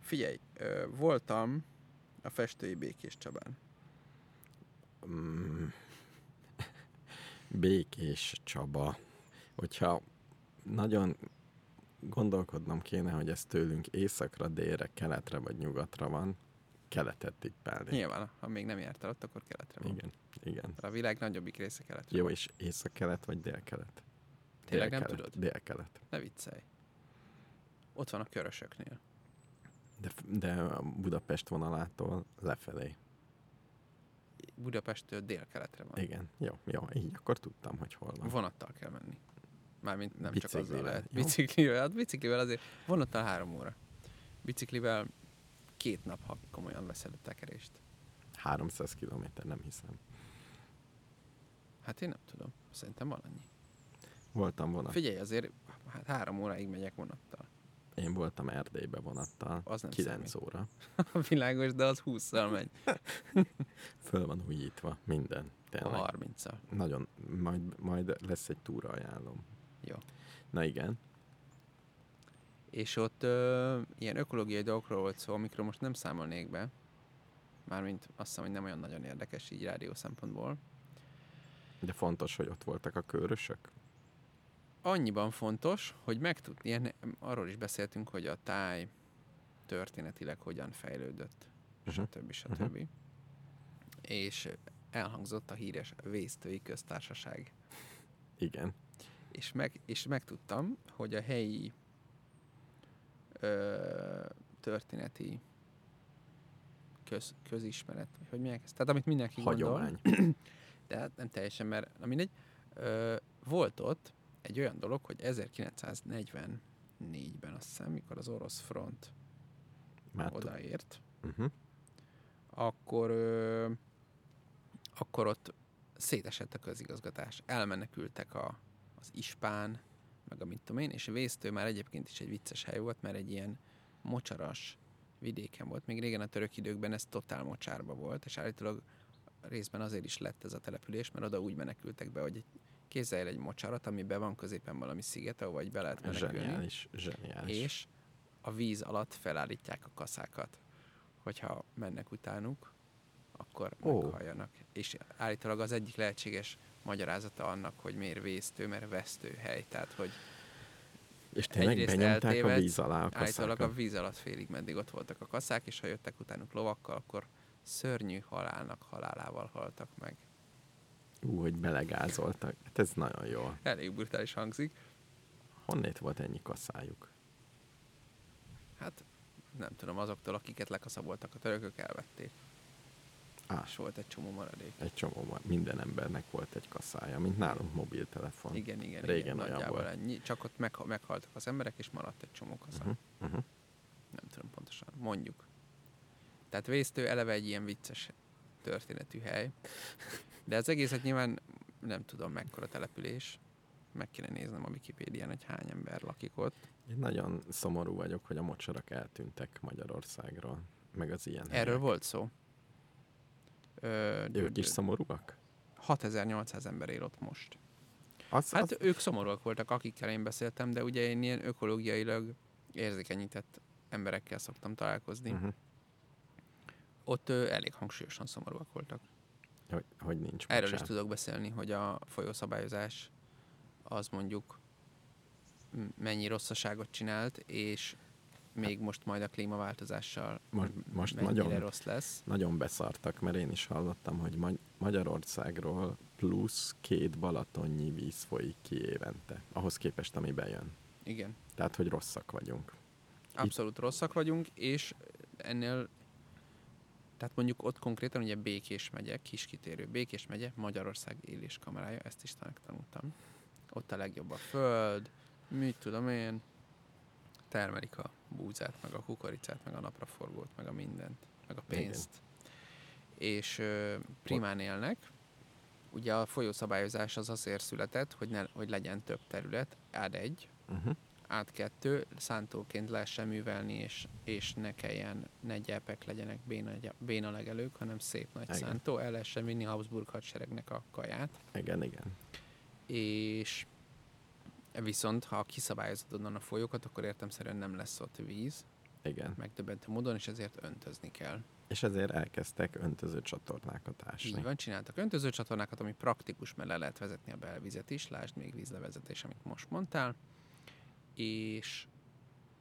[SPEAKER 3] Figyelj, ö, voltam a festői Békés Csabán.
[SPEAKER 4] Mm. *laughs* Békés Csaba. Hogyha nagyon gondolkodnom kéne, hogy ez tőlünk északra, délre, keletre vagy nyugatra van, keletet tippelni.
[SPEAKER 3] Nyilván, ha még nem jártál ott, akkor keletre van.
[SPEAKER 4] Igen, igen.
[SPEAKER 3] A világ nagyobbik része keletre
[SPEAKER 4] Jó,
[SPEAKER 3] van.
[SPEAKER 4] és észak-kelet vagy dél-kelet?
[SPEAKER 3] Tényleg nem
[SPEAKER 4] Délkelet,
[SPEAKER 3] tudod?
[SPEAKER 4] Dél-kelet.
[SPEAKER 3] Ne viccelj. Ott van a körösöknél.
[SPEAKER 4] De, de a Budapest vonalától lefelé.
[SPEAKER 3] Budapesttől délkeletre van.
[SPEAKER 4] Igen, jó, jó, így akkor tudtam, hogy hol van.
[SPEAKER 3] Vonattal kell menni. Mármint nem csak azzal
[SPEAKER 4] Biciklivel,
[SPEAKER 3] lehet.
[SPEAKER 4] jó?
[SPEAKER 3] Biciklivel, hát biciklivel azért vonattal három óra. Biciklivel két nap, ha komolyan veszed a tekerést.
[SPEAKER 4] 300 kilométer, nem hiszem.
[SPEAKER 3] Hát én nem tudom. Szerintem van annyi.
[SPEAKER 4] Voltam vonat.
[SPEAKER 3] Figyelj, azért hát három óráig megyek vonattal. *laughs*
[SPEAKER 4] Én voltam Erdélybe vonattal.
[SPEAKER 3] Az nem
[SPEAKER 4] 9 óra.
[SPEAKER 3] Világos, de az 20-szal megy.
[SPEAKER 4] Föl van újítva minden. Tényleg.
[SPEAKER 3] 30-szal.
[SPEAKER 4] Nagyon. Majd, majd lesz egy túra ajánlom.
[SPEAKER 3] Jó.
[SPEAKER 4] Na igen.
[SPEAKER 3] És ott ö, ilyen ökológiai dolgokról volt szó, amikről most nem számolnék be. Mármint azt hiszem, hogy nem olyan nagyon érdekes így rádió szempontból.
[SPEAKER 4] De fontos, hogy ott voltak a körösök.
[SPEAKER 3] annyiban fontos, hogy megtudni, ilyen, arról is beszéltünk, hogy a táj történetileg hogyan fejlődött,
[SPEAKER 4] Mhm.
[SPEAKER 3] stb. stb. És elhangzott a híres vésztői köztársaság.
[SPEAKER 4] Igen.
[SPEAKER 3] És, meg, és megtudtam, hogy a helyi ö, történeti köz, közismeret, vagy hogy milyen ez? Tehát amit mindenki gondol,
[SPEAKER 4] Hagyomány.
[SPEAKER 3] de de hát nem teljesen, mert na mindegy, ö, volt ott egy olyan dolog, hogy 1944-ben azt hiszem, mikor az orosz front
[SPEAKER 4] Már tud-
[SPEAKER 3] odaért,
[SPEAKER 4] uh-huh.
[SPEAKER 3] akkor, ö, akkor ott szétesett a közigazgatás. Elmenekültek a, az ispán, meg a mit tudom én, és Vésztő már egyébként is egy vicces hely volt, mert egy ilyen mocsaras vidéken volt. Még régen a török időkben ez totál mocsárba volt, és állítólag részben azért is lett ez a település, mert oda úgy menekültek be, hogy egy- képzelj el egy mocsarat, amiben van középen valami sziget, ahova így be lehet menekülni
[SPEAKER 4] Zseniális, zseniális.
[SPEAKER 3] és a víz alatt felállítják a kaszákat. Hogyha mennek utánuk, akkor
[SPEAKER 4] Ó.
[SPEAKER 3] oh. meghalljanak. És állítólag az egyik lehetséges magyarázata annak, hogy miért vésztő, mert vesztőhely. Tehát, hogy
[SPEAKER 4] és tényleg
[SPEAKER 3] egyrészt
[SPEAKER 4] benyomták a
[SPEAKER 3] eltévedsz,
[SPEAKER 4] víz alá a
[SPEAKER 3] állítólag
[SPEAKER 4] kaszákat.
[SPEAKER 3] a víz alatt félig meddig ott voltak a kaszák, és ha jöttek utánuk lovakkal, akkor szörnyű halálnak halálával haltak meg.
[SPEAKER 4] Ú, hogy belegázoltak. Hát ez nagyon jó.
[SPEAKER 3] Elég brutális hangzik.
[SPEAKER 4] Honnét volt ennyi kaszájuk?
[SPEAKER 3] Hát nem tudom, azoktól, akiket lekaszaboltak a törökök, elvették.
[SPEAKER 4] Á,
[SPEAKER 3] És volt egy csomó maradék.
[SPEAKER 4] egy csomó, van. minden embernek volt egy kaszája, mint nálunk mobiltelefon.
[SPEAKER 3] Igen, igen,
[SPEAKER 4] Régen
[SPEAKER 3] igen,
[SPEAKER 4] olyan
[SPEAKER 3] nagyjából
[SPEAKER 4] volt.
[SPEAKER 3] ennyi. Csak ott megha- meghaltak az emberek, és maradt egy csomó kasza.
[SPEAKER 4] Uh-huh, uh-huh.
[SPEAKER 3] Nem tudom pontosan, mondjuk. Tehát Vésztő eleve egy ilyen vicces történetű hely. De az egészet nyilván nem tudom mekkora település. Meg kéne néznem a Wikipédián, hogy hány ember lakik ott.
[SPEAKER 4] Én nagyon szomorú vagyok, hogy a mocsarak eltűntek Magyarországról, meg az ilyen
[SPEAKER 3] Erről
[SPEAKER 4] helyek.
[SPEAKER 3] volt szó. Ö,
[SPEAKER 4] Ők is szomorúak?
[SPEAKER 3] 6800 ember él ott most.
[SPEAKER 4] Az,
[SPEAKER 3] Hát
[SPEAKER 4] az,
[SPEAKER 3] ők szomorúak voltak, akikkel én beszéltem, de ugye én ilyen ökológiailag érzékenyített emberekkel szoktam találkozni. Uh-huh.
[SPEAKER 4] uh-huh.
[SPEAKER 3] Ott ö, elég hangsúlyosan szomorúak voltak.
[SPEAKER 4] hogy, hogy nincs
[SPEAKER 3] Erről is
[SPEAKER 4] mocsár.
[SPEAKER 3] tudok beszélni, hogy a folyószabályozás az mondjuk m- mennyi rosszaságot csinált, és még most majd a klímaváltozással
[SPEAKER 4] Most, Hát- most
[SPEAKER 3] mennyire
[SPEAKER 4] nagyon
[SPEAKER 3] rossz lesz.
[SPEAKER 4] nagyon beszartak, mert én is hallottam, hogy Magy- Magyarországról plusz két balatonnyi víz folyik ki évente, ahhoz képest, ami bejön.
[SPEAKER 3] Igen,
[SPEAKER 4] Tehát, hogy rosszak vagyunk.
[SPEAKER 3] abszolút rosszak vagyunk, és ennél tehát mondjuk ott konkrétan ugye Békés megye, kiskitérő Békés megye, Magyarország éléskamerája, ezt is tanultam. Ott a legjobb a föld, mit tudom én, termelik a búzát, meg a kukoricát, meg a napraforgót, meg a mindent, meg a
[SPEAKER 4] Igen.
[SPEAKER 3] pénzt. És ö, primán élnek. Ugye a folyószabályozás az azért született, hogy, ne, hogy legyen több terület, ad egy,
[SPEAKER 4] Uh-huh.
[SPEAKER 3] át kettő, szántóként lehessen művelni, és, és ne kelljen, ne gyepek legyenek béna, gy- béna legelők, hanem szép nagy
[SPEAKER 4] Igen.
[SPEAKER 3] Igen. szántó, el lehessen vinni Habsburg hadseregnek a kaját,
[SPEAKER 4] Igen, igen.
[SPEAKER 3] és viszont ha kiszabályozod onnan a folyókat, akkor értemszerűen nem lesz ott víz,
[SPEAKER 4] Igen.
[SPEAKER 3] megdöbbentő módon, és ezért öntözni kell.
[SPEAKER 4] És ezért elkezdtek öntöző csatornákat
[SPEAKER 3] Így
[SPEAKER 4] ásni.
[SPEAKER 3] van, csináltak öntöző csatornákat, ami praktikus, mert le lehet vezetni a belvizet is, lásd még vízlevezetés, amit most mondtál, és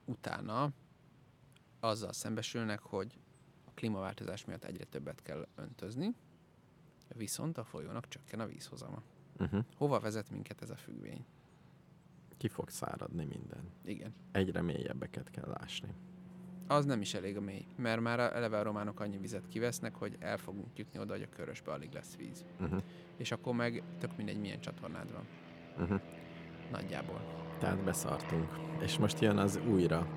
[SPEAKER 3] utána azzal szembesülnek, hogy a klímaváltozás miatt egyre többet kell öntözni, viszont a folyónak csökken a vízhozama.
[SPEAKER 4] Uh-huh.
[SPEAKER 3] Hova vezet minket ez a függvény?
[SPEAKER 4] Ki fog száradni minden.
[SPEAKER 3] Igen.
[SPEAKER 4] Egyre mélyebbeket kell ásni.
[SPEAKER 3] Az nem is elég a mély, mert már eleve a románok annyi vizet kivesznek, hogy el fogunk jutni oda, hogy a körösbe alig lesz víz.
[SPEAKER 4] Uh-huh.
[SPEAKER 3] És akkor meg tök mindegy, milyen csatornád van. Mhm.
[SPEAKER 4] Uh-huh.
[SPEAKER 3] Nagyjából.
[SPEAKER 4] Tehát beszartunk. És most jön az újra.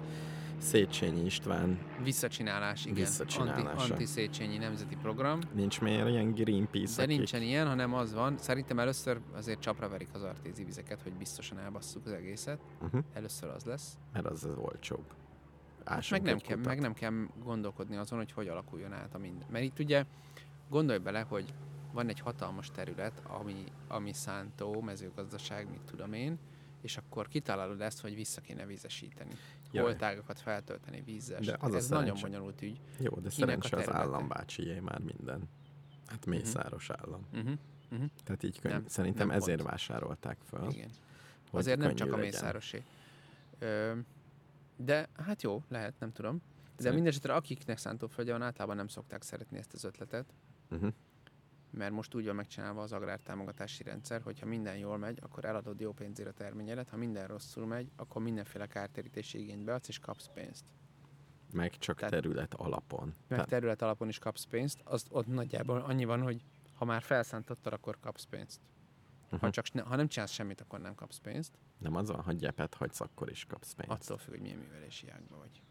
[SPEAKER 4] Széchenyi István,
[SPEAKER 3] Visszacsinálás, igen.
[SPEAKER 4] Visszacsinálása.
[SPEAKER 3] Anti, antiszéchenyi nemzeti program.
[SPEAKER 4] nincs miért ilyen
[SPEAKER 3] De
[SPEAKER 4] Greenpeace, akik-
[SPEAKER 3] nincsen ilyen, hanem az van. Szerintem először azért csapra verik az artézi vizeket, hogy biztosan elbasszuk az egészet.
[SPEAKER 4] Uh-huh.
[SPEAKER 3] Először az lesz.
[SPEAKER 4] mert az az olcsóbb.
[SPEAKER 3] Meg
[SPEAKER 4] Ásunk
[SPEAKER 3] nem,
[SPEAKER 4] egy
[SPEAKER 3] kell,
[SPEAKER 4] kutat.
[SPEAKER 3] meg nem kell gondolkodni azon, hogy hogy alakuljon át a minden. Mert itt ugye gondolj bele, hogy van egy hatalmas terület, ami, ami szántó, mezőgazdaság, mit tudom én, és akkor kitalálod ezt, hogy vissza kéne vízesíteni.
[SPEAKER 4] Jaj.
[SPEAKER 3] Holtágakat feltölteni vízzel.
[SPEAKER 4] De az
[SPEAKER 3] stb.
[SPEAKER 4] a
[SPEAKER 3] Ez nagyon
[SPEAKER 4] szerencse.
[SPEAKER 3] bonyolult ügy.
[SPEAKER 4] Jó, de
[SPEAKER 3] a
[SPEAKER 4] szerencsé az
[SPEAKER 3] területe?
[SPEAKER 4] állambácsié már minden. Hát Mészáros állam.
[SPEAKER 3] Uh-huh. Uh-huh.
[SPEAKER 4] Tehát így könny-
[SPEAKER 3] Nem,
[SPEAKER 4] szerintem
[SPEAKER 3] nem
[SPEAKER 4] ezért
[SPEAKER 3] pont.
[SPEAKER 4] vásárolták föl.
[SPEAKER 3] Igen.
[SPEAKER 4] hogy
[SPEAKER 3] Azért nem
[SPEAKER 4] könnyű
[SPEAKER 3] csak a
[SPEAKER 4] legyen.
[SPEAKER 3] mészárosé. Ö, de hát jó, lehet, nem tudom. De
[SPEAKER 4] Szerint-
[SPEAKER 3] mindesetre akiknek szántóföldje van, általában nem szokták szeretni ezt az ötletet,
[SPEAKER 4] Uh-huh.
[SPEAKER 3] mert most úgy van megcsinálva az agrártámogatási rendszer, hogy ha minden jól megy, akkor eladod jó pénzért a terményedet, ha minden rosszul megy, akkor mindenféle kártérítési igénybe adsz és kapsz pénzt.
[SPEAKER 4] Meg csak
[SPEAKER 3] Tehát-
[SPEAKER 4] terület alapon.
[SPEAKER 3] Meg
[SPEAKER 4] Tehát
[SPEAKER 3] terület alapon is kapsz pénzt, az ott nagyjából annyi van, hogy ha ha már felszántottad, akkor kapsz pénzt. Uh-huh. Ha, csak, ne- ha nem csinálsz semmit, akkor nem kapsz pénzt.
[SPEAKER 4] Nem az, van, ha gyepet hagysz, akkor is kapsz pénzt.
[SPEAKER 3] Attól függ, hogy milyen művelési ágban vagy.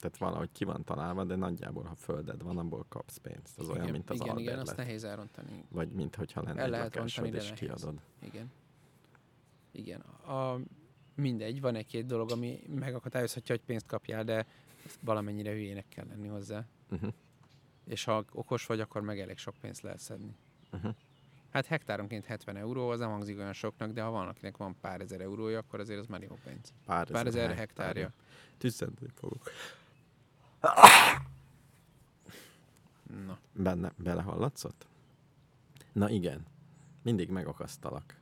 [SPEAKER 4] Tehát valahogy ki van találva, de nagyjából, ha földed van, abból kapsz pénzt. Az olyan,
[SPEAKER 3] igen,
[SPEAKER 4] mint az
[SPEAKER 3] igen, igen,
[SPEAKER 4] albérlet.
[SPEAKER 3] azt nehéz elrontani.
[SPEAKER 4] Vagy mint hogyha lenne
[SPEAKER 3] El
[SPEAKER 4] egy
[SPEAKER 3] lehet
[SPEAKER 4] lakásod,
[SPEAKER 3] rontani, de
[SPEAKER 4] és
[SPEAKER 3] nehéz.
[SPEAKER 4] kiadod.
[SPEAKER 3] Igen. Igen. A, mindegy, van egy-két dolog, ami megakadályozhatja, hogy pénzt kapjál, de ezt valamennyire hülyének kell lenni hozzá.
[SPEAKER 4] Uh-huh.
[SPEAKER 3] És ha okos vagy, akkor meg elég sok pénzt lehet szedni.
[SPEAKER 4] Mhm.
[SPEAKER 3] Hát hektáronként 70 euró, az nem hangzik olyan soknak, de ha van, akinek van pár ezer eurója, akkor azért az már jó pénz.
[SPEAKER 4] Pár,
[SPEAKER 3] Pár ezer hektárja.
[SPEAKER 4] Tüsszenteni fogok.
[SPEAKER 3] Na,
[SPEAKER 4] Benne, belehallatszott? Na igen. Mindig megakasztalak.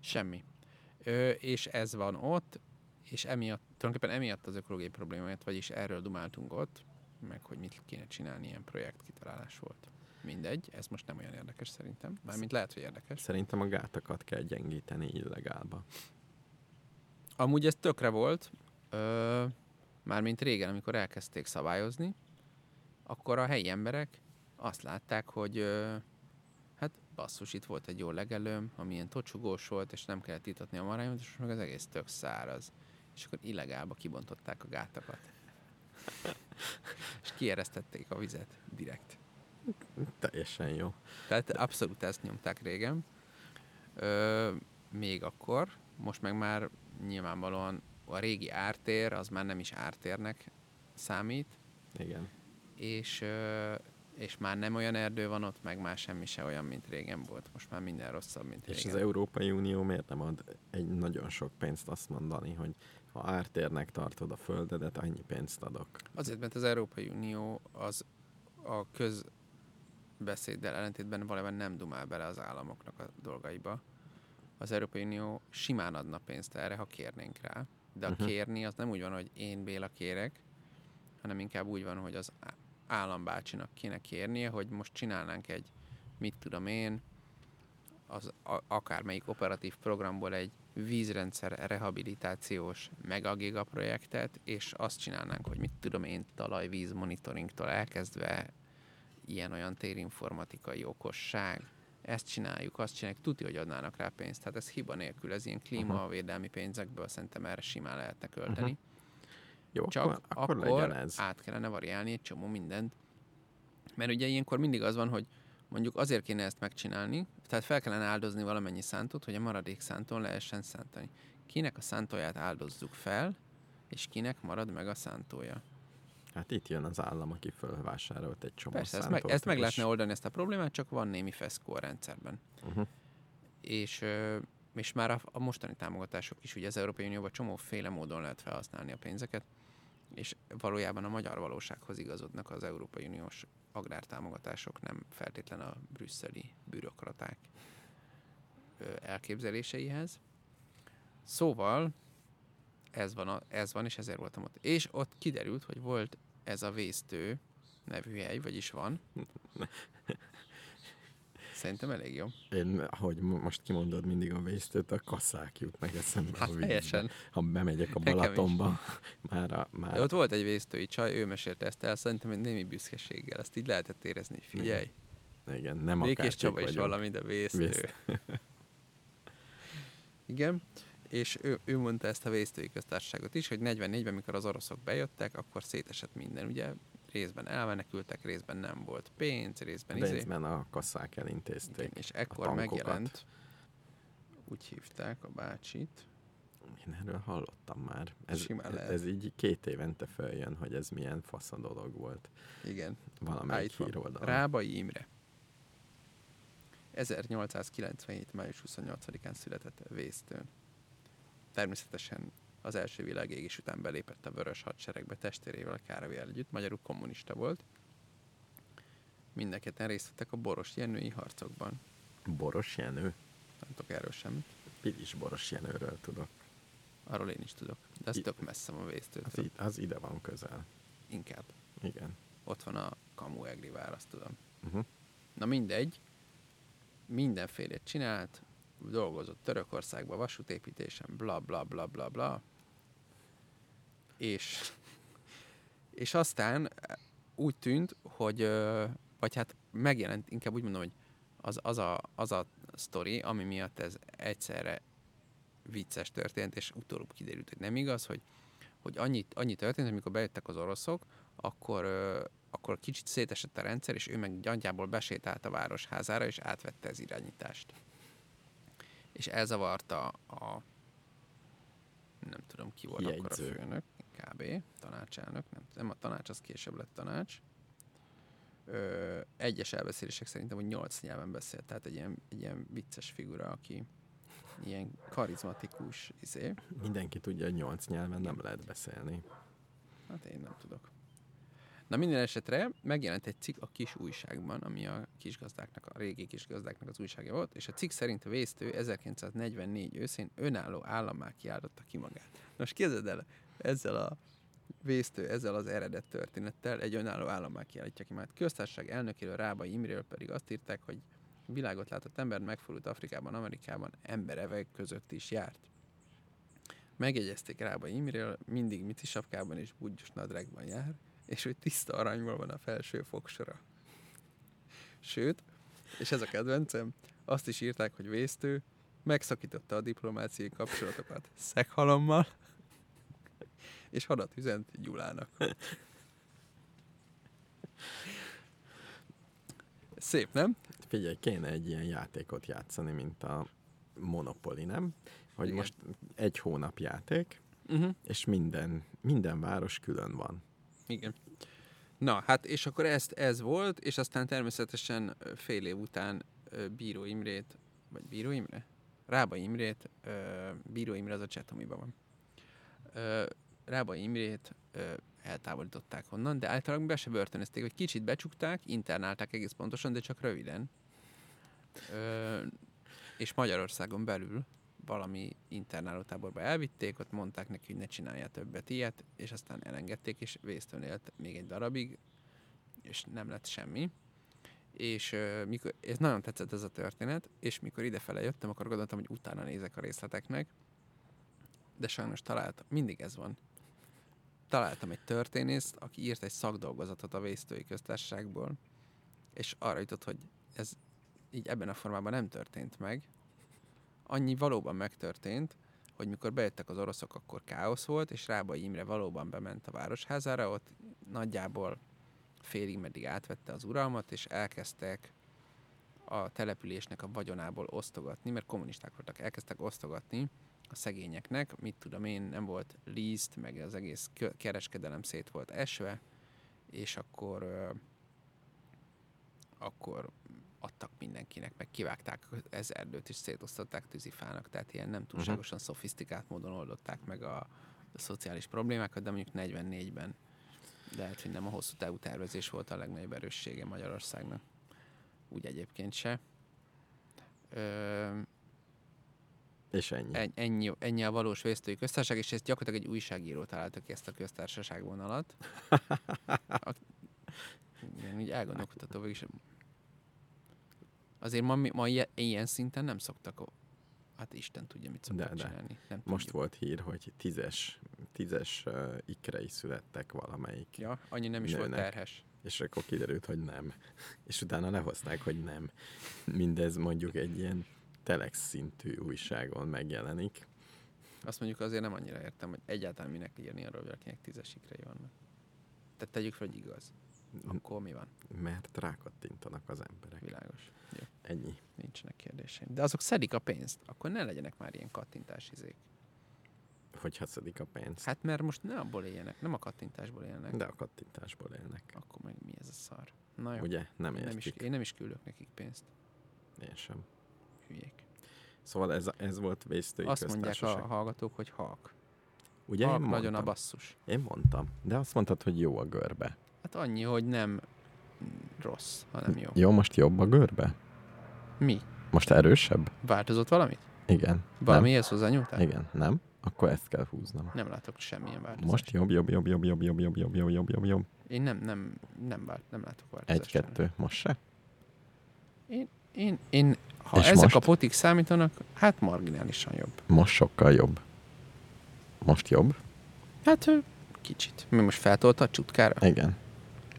[SPEAKER 3] semmi. Ö, és ez van ott, és emiatt, tulajdonképpen emiatt az ökológiai problémáját, vagyis erről dumáltunk ott, meg hogy mit kéne csinálni, ilyen projekt kitalálás volt. Mindegy, ez most nem olyan érdekes szerintem. Mármint lehet, hogy érdekes.
[SPEAKER 4] Szerintem a gátakat kell gyengíteni illegálba.
[SPEAKER 3] Amúgy ez tökre volt, ö, mármint régen, amikor elkezdték szabályozni, akkor a helyi emberek azt látták, hogy ö, hát basszus, itt volt egy jó legelőm, ami ilyen tocsugós volt, és nem kellett itatni a marányomat, és most meg az egész tök száraz. És akkor illegálba kibontották a gátakat. és kieresztették a vizet direkt.
[SPEAKER 4] Teljesen jó.
[SPEAKER 3] Tehát abszolút ezt nyomták régen. Ö, még akkor, most meg már nyilvánvalóan a régi ártér az már nem is ártérnek számít,
[SPEAKER 4] Igen.
[SPEAKER 3] és, ö, és már nem olyan erdő van ott, meg már semmi se olyan, mint régen volt. Most már minden rosszabb, mint
[SPEAKER 4] És
[SPEAKER 3] régen.
[SPEAKER 4] az Európai Unió miért nem ad egy nagyon sok pénzt azt mondani, hogy ha ártérnek tartod a földedet, annyi pénzt adok.
[SPEAKER 3] Azért, mert az Európai Unió az a közbeszéddel ellentétben valójában nem dumál bele az államoknak a dolgaiba. Az Európai Unió simán adna pénzt erre, ha kérnénk rá. De a kérni az nem úgy van, hogy én Béla kérek, hanem inkább úgy van, hogy az á- állambácsinak kéne kérnie, hogy most csinálnánk egy, mit tudom én, az a, akármelyik operatív programból egy vízrendszer rehabilitációs megagiga projektet, és azt csinálnánk, hogy mit tudom én, talajvíz monitoringtól elkezdve ilyen-olyan térinformatikai okosság, ezt csináljuk, azt csináljuk, tudja, hogy adnának rá pénzt. Tehát ez hiba nélkül, ez ilyen klímavédelmi pénzekből szerintem erre simán lehetne költeni.
[SPEAKER 4] Jó,
[SPEAKER 3] Csak akkor,
[SPEAKER 4] legyen ez.
[SPEAKER 3] át kellene variálni egy csomó mindent. Mert ugye ilyenkor mindig az van, hogy mondjuk azért kéne ezt megcsinálni, tehát fel kellene áldozni valamennyi szántót, hogy a maradék szántón lehessen szántani. Kinek a szántóját áldozzuk fel, és kinek marad meg a szántója.
[SPEAKER 4] Hát itt jön az állam, aki fölvásárolt egy csomó
[SPEAKER 3] Persze, ezt meg,
[SPEAKER 4] szántót,
[SPEAKER 3] ezt meg
[SPEAKER 4] és
[SPEAKER 3] lehetne oldani ezt a problémát, csak van némi feszkó a rendszerben.
[SPEAKER 4] Mhm.
[SPEAKER 3] És, ö, és már a, a mostani támogatások is, ugye az Európai Unióban csomóféle módon lehet felhasználni a pénzeket, és valójában a magyar valósághoz igazodnak az Európai Uniós agrártámogatások, nem feltétlen a brüsszeli bürokraták ö, elképzeléseihez. Szóval ez van, a, ez van, és ezért voltam ott. És ott kiderült, hogy volt ez a vésztő nevű hely, vagyis van. Szerintem elég jó.
[SPEAKER 4] Én, ahogy mo- most kimondod mindig a vésztőt, a kaszák jutnak eszembe
[SPEAKER 3] Hát
[SPEAKER 4] a vízbe.
[SPEAKER 3] helyesen.
[SPEAKER 4] Ha bemegyek a
[SPEAKER 3] Nekem is.
[SPEAKER 4] Balatonba, *laughs* már, a, már
[SPEAKER 3] De ott volt egy vésztői csaj, ő mesélte ezt el, szerintem egy némi büszkeséggel. Ezt így lehetett érezni, hogy figyelj,
[SPEAKER 4] igen, nem
[SPEAKER 3] Békés
[SPEAKER 4] akárkik
[SPEAKER 3] Csaba is
[SPEAKER 4] vagyunk.
[SPEAKER 3] valami, de vésztő.
[SPEAKER 4] Vésztő.
[SPEAKER 3] *laughs* Igen, és ő, ő mondta ezt a vésztői köztársaságot is, hogy 44-ben, mikor az oroszok bejöttek, akkor szétesett minden, ugye részben elmenekültek, részben nem volt pénz, részben izé.
[SPEAKER 4] Részben a kasszák elintézték.
[SPEAKER 3] Igen, és
[SPEAKER 4] a
[SPEAKER 3] ekkor
[SPEAKER 4] tankokat.
[SPEAKER 3] megjelent, úgy hívták a bácsit,
[SPEAKER 4] Én erről hallottam már. Ez,
[SPEAKER 3] Simán lehet.
[SPEAKER 4] ez így két évente följön, hogy ez milyen fasz a dolog volt.
[SPEAKER 3] igen, Á,
[SPEAKER 4] Valamelyik
[SPEAKER 3] itt van.
[SPEAKER 4] híroldalon.
[SPEAKER 3] Rábai Imre. 1897. május 28-án született Vésztőn. Természetesen az első világégés után belépett a Vörös Hadseregbe testvérével Károly együtt, magyarul kommunista volt. Mindeket részt vettek a boros jenői harcokban.
[SPEAKER 4] Boros Jenő.
[SPEAKER 3] Nem tudok erről semmit.
[SPEAKER 4] Pilis Boros Jenőről tudok.
[SPEAKER 3] Arról én is tudok. De ez
[SPEAKER 4] Itt-
[SPEAKER 3] tök messze van a
[SPEAKER 4] Az,
[SPEAKER 3] Vésztőtől.
[SPEAKER 4] i- az ide van közel.
[SPEAKER 3] Inkább.
[SPEAKER 4] Igen.
[SPEAKER 3] Ott van a Kamu Egri választ, tudom.
[SPEAKER 4] Uh-huh.
[SPEAKER 3] Na mindegy, mindenfélét csinált, dolgozott Törökországban vasútépítésen, bla bla bla bla bla. És, és aztán úgy tűnt, hogy, ö, vagy hát megjelent, inkább úgy mondom, hogy az, az, a, az a sztori, ami miatt ez egyszerre vicces történt, és utóbb kiderült, hogy nem igaz, hogy, hogy annyi, annyi történt, amikor bejöttek az oroszok, akkor, ö, akkor kicsit szétesett a rendszer, és ő meg gyantjából besétált a városházára, és átvette az irányítást. És elzavarta a nem tudom ki volt akkor a
[SPEAKER 4] Jegyző.
[SPEAKER 3] főnök, kb. tanácselnök, nem, nem a tanács, az később lett tanács. Ö, egyes elbeszélések szerintem, hogy nyolc nyelven beszélt, tehát egy ilyen, egy ilyen vicces figura, aki ilyen karizmatikus, izé.
[SPEAKER 4] Mindenki tudja, hogy nyolc nyelven nem lehet beszélni.
[SPEAKER 3] Hát én nem tudok. Na minden esetre megjelent egy cikk a kis újságban, ami a kisgazdáknak, a régi kisgazdáknak az újságja volt, és a cikk szerint a vésztő 1944 őszén önálló állammá kiáltotta ki magát. Nos, képzeld el, ezzel a vésztő, ezzel az eredet történettel egy önálló állammá kiállítja ki magát. Köztársaság elnökéről, Rábai Imréről pedig azt írták, hogy világot látott ember megfordult Afrikában, Amerikában, emberevek között is járt. Megjegyezték Rába Imréről, mindig mici sapkában és budgyos nadrágban jár, és hogy tiszta aranyból van a felső fogsora. Sőt, és ez a kedvencem, azt is írták, hogy vésztő, megszakította a diplomáciai kapcsolatokat szekhalommal, és hadat üzent Gyulának. Szép, nem?
[SPEAKER 4] Figyelj, kéne egy ilyen játékot játszani, mint a Monopoly, nem? Hogy
[SPEAKER 3] Igen.
[SPEAKER 4] most egy hónap játék,
[SPEAKER 3] Uh-huh.
[SPEAKER 4] és minden, minden város külön van.
[SPEAKER 3] Igen. Na, hát és akkor ezt, ez volt, és aztán természetesen ö, fél év után ö, Bíró Imrét, vagy Bíró Imre? Rába Imrét, ö, Bíró Imre az a csetomiban van. Ö, Rába Imrét ö, eltávolították onnan, de általában be se börtönözték, vagy kicsit becsukták, internálták egész pontosan, de csak röviden. Ö, és Magyarországon belül valami internálótáborba elvitték, ott mondták neki, hogy ne csinálja többet ilyet, és aztán elengedték, és vésztől élt még egy darabig, és nem lett semmi. És ö, mikor, ez nagyon tetszett ez a történet, és mikor idefele jöttem, akkor gondoltam, hogy utána nézek a részleteknek, de sajnos találtam, mindig ez van. Találtam egy történészt, aki írt egy szakdolgozatot a vésztői köztársaságból, és arra jutott, hogy ez így ebben a formában nem történt meg, annyi valóban megtörtént, hogy mikor bejöttek az oroszok, akkor káosz volt, és Rábai Imre valóban bement a városházára, ott nagyjából félig meddig átvette az uralmat, és elkezdtek a településnek a vagyonából osztogatni, mert kommunisták voltak, elkezdtek osztogatni a szegényeknek, mit tudom én, nem volt liszt, meg az egész kö- kereskedelem szét volt esve, és akkor ö, akkor adtak mindenkinek, meg kivágták az erdőt, és szétosztották tűzifának, tehát ilyen nem túlságosan szofisztikált módon oldották meg a, a szociális problémákat, de mondjuk 44-ben lehet, hogy nem a hosszú távú tervezés volt a legnagyobb erőssége Magyarországnak. Úgy egyébként se. Ö,
[SPEAKER 4] És ennyi.
[SPEAKER 3] en- ennyi, ennyi a valós vésztői köztársaság, és ezt gyakorlatilag egy újságíró találta ki ezt a köztársaság vonalat. A, igen, így elgondolkodható végig is. Azért ma, mi- ma ilyen, ilyen szinten nem szoktak, o- hát Isten tudja, mit szoktak
[SPEAKER 4] De,
[SPEAKER 3] de,
[SPEAKER 4] de.
[SPEAKER 3] csinálni. Nem
[SPEAKER 4] Most
[SPEAKER 3] tudjuk.
[SPEAKER 4] volt hír, hogy tízes, tízes uh, ikrei születtek valamelyik,
[SPEAKER 3] Ja, annyi nem is volt
[SPEAKER 4] nőnek.
[SPEAKER 3] terhes.
[SPEAKER 4] és akkor kiderült, hogy nem. És utána lehozták, hogy nem. Mindez mondjuk egy ilyen telex szintű újságon megjelenik.
[SPEAKER 3] Azt mondjuk azért nem annyira értem, hogy egyáltalán minek írni arról, hogy akinek tízesikre vannak. Tehát tegyük fel, hogy igaz. Akkor mi van?
[SPEAKER 4] Mert rákattintanak az emberek.
[SPEAKER 3] Világos. Jó.
[SPEAKER 4] Ennyi.
[SPEAKER 3] Nincsenek kérdéseim. De azok szedik a pénzt, akkor ne legyenek már ilyen kattintás izék.
[SPEAKER 4] Hogyha szedik a pénzt,
[SPEAKER 3] Hát mert most ne abból éljenek, nem a kattintásból élnek.
[SPEAKER 4] de a kattintásból élnek.
[SPEAKER 3] Akkor meg mi ez a szar? Na jó,
[SPEAKER 4] Ugye? Nem
[SPEAKER 3] nem is,
[SPEAKER 4] értik.
[SPEAKER 3] én nem is küldök nekik pénzt.
[SPEAKER 4] Én sem.
[SPEAKER 3] Hülyék.
[SPEAKER 4] Szóval ez, ez volt vésztői
[SPEAKER 3] Azt mondják a
[SPEAKER 4] köztársaság.
[SPEAKER 3] hallgatók, hogy halk.
[SPEAKER 4] Ugye?
[SPEAKER 3] Ugye,
[SPEAKER 4] Én
[SPEAKER 3] halk
[SPEAKER 4] mondtam,
[SPEAKER 3] nagyon a basszus.
[SPEAKER 4] én mondtam. De azt mondtad, hogy jó a görbe.
[SPEAKER 3] Hát annyi, hogy nem rossz, hanem jó.
[SPEAKER 4] Jó, most jobb a görbe?
[SPEAKER 3] Mi?
[SPEAKER 4] Most erősebb?
[SPEAKER 3] Változott valamit?
[SPEAKER 4] Igen.
[SPEAKER 3] Valamihez hozzányúltál?
[SPEAKER 4] Nem? Igen, nem? Akkor ezt kell húznom.
[SPEAKER 3] Nem látok semmilyen változást.
[SPEAKER 4] Most jobb, jobb, jobb, jobb, jobb, jobb, jobb, jobb, jobb, jobb, jobb, jobb.
[SPEAKER 3] Én nem, nem, nem, vált, nem látok változást.
[SPEAKER 4] Egy, kettő. Most se?
[SPEAKER 3] Én, én, ha
[SPEAKER 4] És
[SPEAKER 3] ezek
[SPEAKER 4] most?
[SPEAKER 3] a potik számítanak, hát marginálisan jobb.
[SPEAKER 4] Most sokkal jobb. Most jobb?
[SPEAKER 3] Hát ö, kicsit. Mi most feltolta a csutkára?
[SPEAKER 4] Igen.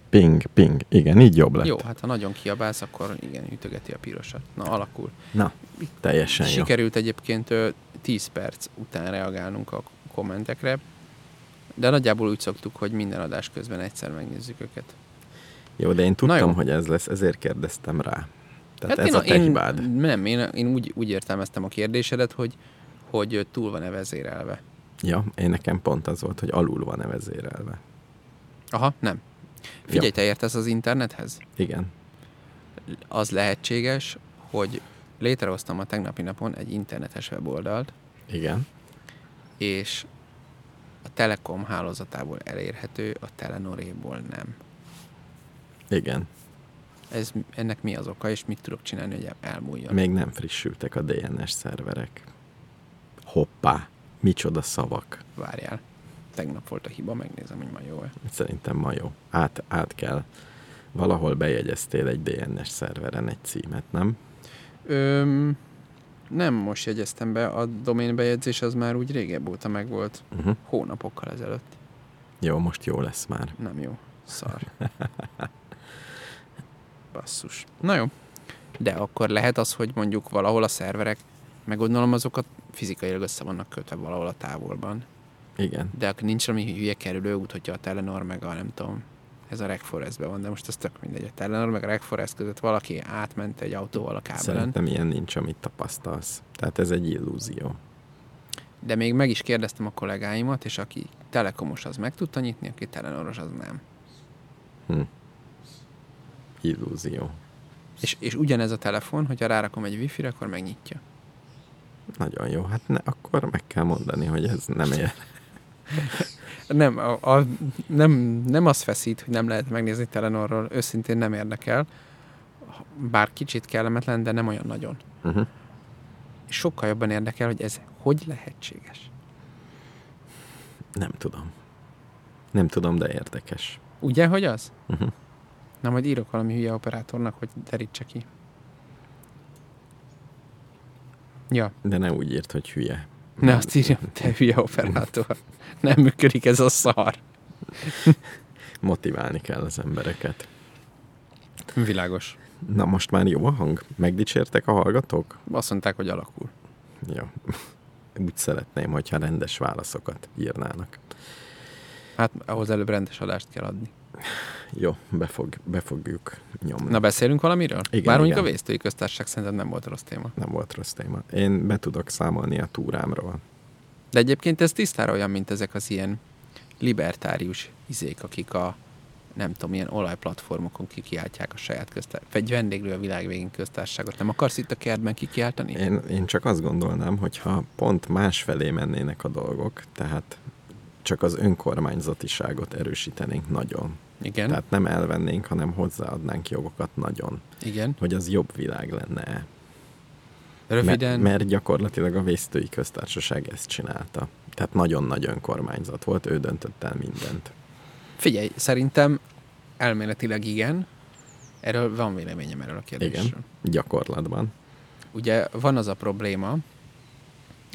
[SPEAKER 4] Ping, ping. Igen, így jobb lett.
[SPEAKER 3] Jó, hát ha nagyon kiabálsz, akkor igen, ütögeti a pirosat. Na, alakul.
[SPEAKER 4] Na, teljesen jó.
[SPEAKER 3] Sikerült egyébként ö, 10 perc után reagálnunk a kommentekre, de nagyjából úgy szoktuk, hogy minden adás közben egyszer megnézzük őket.
[SPEAKER 4] Jó, de én
[SPEAKER 3] Na
[SPEAKER 4] tudtam,
[SPEAKER 3] jó.
[SPEAKER 4] hogy ez lesz, ezért kérdeztem rá. Tehát
[SPEAKER 3] Hát
[SPEAKER 4] ez a
[SPEAKER 3] én,
[SPEAKER 4] techbád.
[SPEAKER 3] én, Nem, én, én úgy, úgy értelmeztem a kérdésedet, hogy, hogy ö, túl van-e vezérelve.
[SPEAKER 4] Ja, én nekem pont az volt, hogy alul van-e vezérelve.
[SPEAKER 3] Aha, nem. Figyelj, te értesz az internethez?
[SPEAKER 4] Igen.
[SPEAKER 3] Az lehetséges, hogy létrehoztam a tegnapi napon egy internetes weboldalt,
[SPEAKER 4] Igen.
[SPEAKER 3] és a Telekom hálózatából elérhető, a Telenoréból nem.
[SPEAKER 4] Igen.
[SPEAKER 3] Ez, ennek mi az oka, és mit tudok csinálni, hogy elmúljon?
[SPEAKER 4] Még nem frissültek a DNS szerverek. Hoppá. Micsoda szavak.
[SPEAKER 3] Várjál. Tegnap volt a hiba, megnézem, hogy ma jó-e.
[SPEAKER 4] Szerintem ma jó. Át, át kell. Valahol bejegyeztél egy DNS szerveren egy címet, nem?
[SPEAKER 3] Öm, nem most jegyeztem be, a domain bejegyzés az már úgy régebb óta megvolt,
[SPEAKER 4] Uh-huh.
[SPEAKER 3] hónapokkal ezelőtt.
[SPEAKER 4] Jó, most jó lesz már.
[SPEAKER 3] Nem jó. Szar. Basszus. Na jó. De akkor lehet az, hogy mondjuk valahol a szerverek, meg gondolom azokat fizikailag össze vannak kötve valahol a távolban.
[SPEAKER 4] Igen.
[SPEAKER 3] De akkor nincs valami hülye kerülő út, hogyha a Telenor meg a nem tudom, ez a Reg Forestben van, de most ez tök mindegy. A Telenor meg a Reg Forest között valaki átment egy autóval a kábelen.
[SPEAKER 4] Szerintem ilyen nincs, amit tapasztalsz. Tehát ez egy illúzió.
[SPEAKER 3] De még meg is kérdeztem a kollégáimat, és aki telekomos, az meg tudta nyitni, aki telenoros, az nem.
[SPEAKER 4] Illúzió.
[SPEAKER 3] És, és ugyanez a telefon, hogyha rárakom egy wifi-re, akkor megnyitja.
[SPEAKER 4] Nagyon jó. Hát ne, akkor meg kell mondani, hogy ez nem ér.
[SPEAKER 3] Nem, a, a, nem, nem az feszít, hogy nem lehet megnézni telenorról, őszintén nem érdekel. Bár kicsit kellemetlen, de nem olyan nagyon.
[SPEAKER 4] Uh-huh.
[SPEAKER 3] És sokkal jobban érdekel, hogy ez hogy lehetséges.
[SPEAKER 4] Nem tudom. Nem tudom, de érdekes.
[SPEAKER 3] Ugye, hogy az?
[SPEAKER 4] Uh-huh.
[SPEAKER 3] Na, majd írok valami hülye operátornak, hogy derítse ki. Ja,
[SPEAKER 4] De ne úgy írt, hogy hülye.
[SPEAKER 3] Ne azt írjam, te hülye operátor. Nem működik ez a szar.
[SPEAKER 4] Motiválni kell az embereket.
[SPEAKER 3] Világos.
[SPEAKER 4] Na most már jó a hang? Megdicsértek a hallgatók?
[SPEAKER 3] Azt mondták, hogy alakul.
[SPEAKER 4] Jó. *laughs* Úgy szeretném, hogyha rendes válaszokat írnának.
[SPEAKER 3] Hát ahhoz előbb rendes adást kell adni.
[SPEAKER 4] Jó, befog, befogjuk nyomni.
[SPEAKER 3] Na beszélünk valamiről?
[SPEAKER 4] Igen,
[SPEAKER 3] Bár mondjuk a
[SPEAKER 4] igen.
[SPEAKER 3] vésztői köztársaság szerintem nem volt rossz téma.
[SPEAKER 4] Nem volt rossz téma. Én be tudok számolni a túrámról.
[SPEAKER 3] De egyébként ez tisztára olyan, mint ezek az ilyen libertárius izék, akik a nem tudom, ilyen olajplatformokon kikiáltják a saját köztársaságot. Vagy vendéglő a világ végén köztársaságot. Nem akarsz itt a kertben kikiáltani?
[SPEAKER 4] Én, én csak azt gondolnám, hogyha pont másfelé mennének a dolgok, tehát csak az önkormányzatiságot erősítenénk nagyon.
[SPEAKER 3] Igen,
[SPEAKER 4] Tehát nem elvennénk, hanem hozzáadnánk jogokat nagyon.
[SPEAKER 3] igen.
[SPEAKER 4] Hogy az jobb világ lenne.
[SPEAKER 3] Röviden.
[SPEAKER 4] Mert, mert gyakorlatilag a vésztői köztársaság ezt csinálta. Tehát nagyon nagy önkormányzat volt, ő döntött el mindent.
[SPEAKER 3] Figyelj, szerintem elméletileg igen. Erről van véleményem erről a kérdésről. Igen.
[SPEAKER 4] Igen. Gyakorlatban.
[SPEAKER 3] Ugye van az a probléma,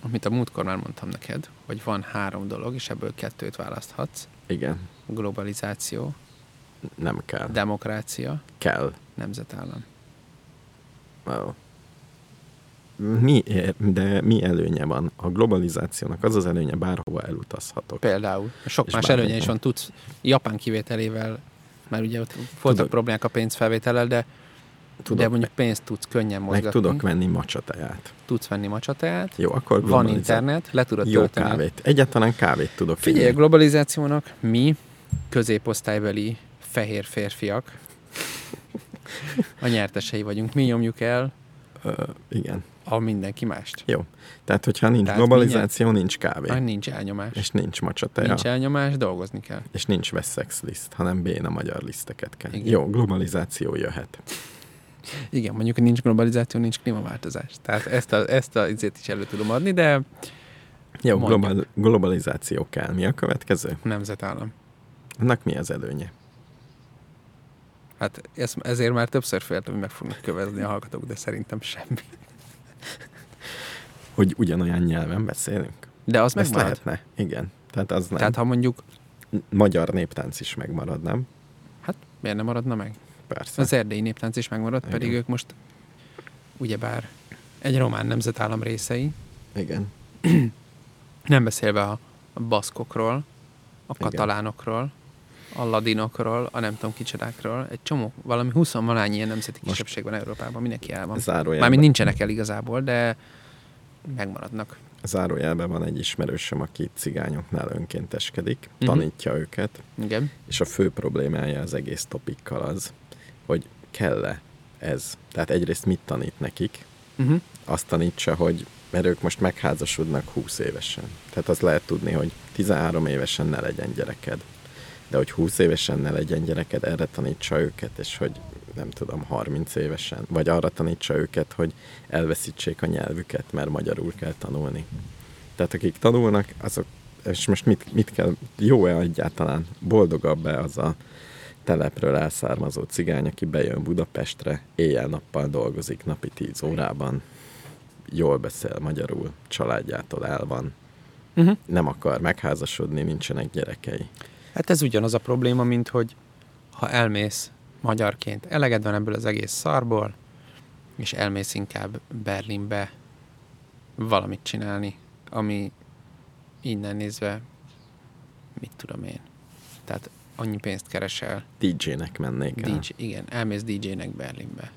[SPEAKER 3] amit a múltkor már mondtam neked, hogy van három dolog, és ebből kettőt választhatsz.
[SPEAKER 4] Igen,
[SPEAKER 3] Globalizáció,
[SPEAKER 4] nem kell. De...
[SPEAKER 3] demokrácia,
[SPEAKER 4] Kell.
[SPEAKER 3] nemzetállam.
[SPEAKER 4] Ó. Mi, ér- de mi előnye van? A globalizációnak az az előnye, bárhova elutazhatok.
[SPEAKER 3] Például. Sok
[SPEAKER 4] És
[SPEAKER 3] más
[SPEAKER 4] bármi
[SPEAKER 3] előnye is
[SPEAKER 4] van.
[SPEAKER 3] van, tudsz Japán kivételével, mert ugye ott voltak
[SPEAKER 4] Tudok.
[SPEAKER 3] problémák a pénzfelvétellel, de,
[SPEAKER 4] Tudok,
[SPEAKER 3] de mondjuk pénzt tudsz könnyen
[SPEAKER 4] meg
[SPEAKER 3] mozgatni.
[SPEAKER 4] tudok venni macsataját.
[SPEAKER 3] Tudsz venni macsateát,
[SPEAKER 4] Jó, akkor
[SPEAKER 3] van
[SPEAKER 4] globalizá-
[SPEAKER 3] internet, le tudod
[SPEAKER 4] Jó
[SPEAKER 3] tölteni a
[SPEAKER 4] kávét. Egyáltalán kávét tudok
[SPEAKER 3] Figyelj, a
[SPEAKER 4] inni.
[SPEAKER 3] globalizációnak mi, középosztálybeli fehér férfiak, a nyertesei vagyunk. Mi nyomjuk el
[SPEAKER 4] Ö, igen.
[SPEAKER 3] a mindenki mást.
[SPEAKER 4] Tehát, hogyha nincs
[SPEAKER 3] Tehát
[SPEAKER 4] globalizáció, nincs kávé.
[SPEAKER 3] Ah, nincs elnyomás.
[SPEAKER 4] És nincs macsateja.
[SPEAKER 3] Nincs elnyomás, dolgozni kell.
[SPEAKER 4] És nincs Wessex liszt, hanem béna magyar liszteket kell.
[SPEAKER 3] Igen.
[SPEAKER 4] Igen. Jó, globalizáció jöhet.
[SPEAKER 3] Igen, mondjuk nincs globalizáció, nincs klímaváltozás. Tehát ezt a, ezt a izét is elő tudom adni, de
[SPEAKER 4] Jó,
[SPEAKER 3] Mondjuk.
[SPEAKER 4] global, globalizáció kell. Mi a következő?
[SPEAKER 3] nemzetállam.
[SPEAKER 4] Annak mi az előnye?
[SPEAKER 3] Hát ez, ezért már többször féltem, hogy meg fognak kövezni a hallgatók, de szerintem semmi.
[SPEAKER 4] Hogy ugyanolyan nyelven beszélünk?
[SPEAKER 3] De az
[SPEAKER 4] Ezt
[SPEAKER 3] megmarad.
[SPEAKER 4] lehetne. Igen. Tehát az nem.
[SPEAKER 3] Tehát
[SPEAKER 4] Tehát,
[SPEAKER 3] ha mondjuk
[SPEAKER 4] Magyar néptánc is megmarad, nem?
[SPEAKER 3] Hát miért nem maradna meg?
[SPEAKER 4] Persze.
[SPEAKER 3] Az erdélyi néptánc is megmaradt,
[SPEAKER 4] Igen.
[SPEAKER 3] pedig ők most ugyebár egy román nemzetállam részei,
[SPEAKER 4] Igen.
[SPEAKER 3] nem beszélve a a baszkokról, a
[SPEAKER 4] Igen.
[SPEAKER 3] katalánokról, a ladinokról, a nem tudom kicsodákról, egy csomó, valami 20 valány ilyen nemzeti kisebbség van Európában, mindenki el van.
[SPEAKER 4] Zárójelben,
[SPEAKER 3] Mármint nincsenek el igazából, de megmaradnak.
[SPEAKER 4] zárójelben van egy ismerősöm, aki cigányoknál önkénteskedik,
[SPEAKER 3] Mhm.
[SPEAKER 4] tanítja őket,
[SPEAKER 3] Igen.
[SPEAKER 4] és a fő problémája az egész topikkal az, hogy kell-e ez. Tehát egyrészt mit tanít nekik,
[SPEAKER 3] Uh-huh.
[SPEAKER 4] azt tanítsa, hogy mert ők most megházasodnak 20 évesen. Tehát azt lehet tudni, hogy 13 évesen ne legyen gyereked. De hogy 20 évesen ne legyen gyereked, erre tanítsa őket, és hogy nem tudom, 30 évesen. Vagy arra tanítsa őket, hogy elveszítsék a nyelvüket, mert magyarul kell tanulni. Tehát akik tanulnak, azok, és most mit, mit kell, jó-e egyáltalán, boldogabb-e az a telepről elszármazó cigány, aki bejön Budapestre, éjjel-nappal dolgozik napi 10 órában, jól beszél magyarul, családjától el van,
[SPEAKER 3] Uh-huh.
[SPEAKER 4] nem akar megházasodni, nincsenek gyerekei.
[SPEAKER 3] Hát ez ugyanaz a probléma, mint hogy ha elmész magyarként, eleged van ebből az egész szarból, és elmész inkább Berlinbe valamit csinálni, ami innen nézve, mit tudom én. Tehát annyi pénzt keresel,
[SPEAKER 4] DJ-nek mennék el.
[SPEAKER 3] DJ, igen, elmész DJ-nek Berlinbe.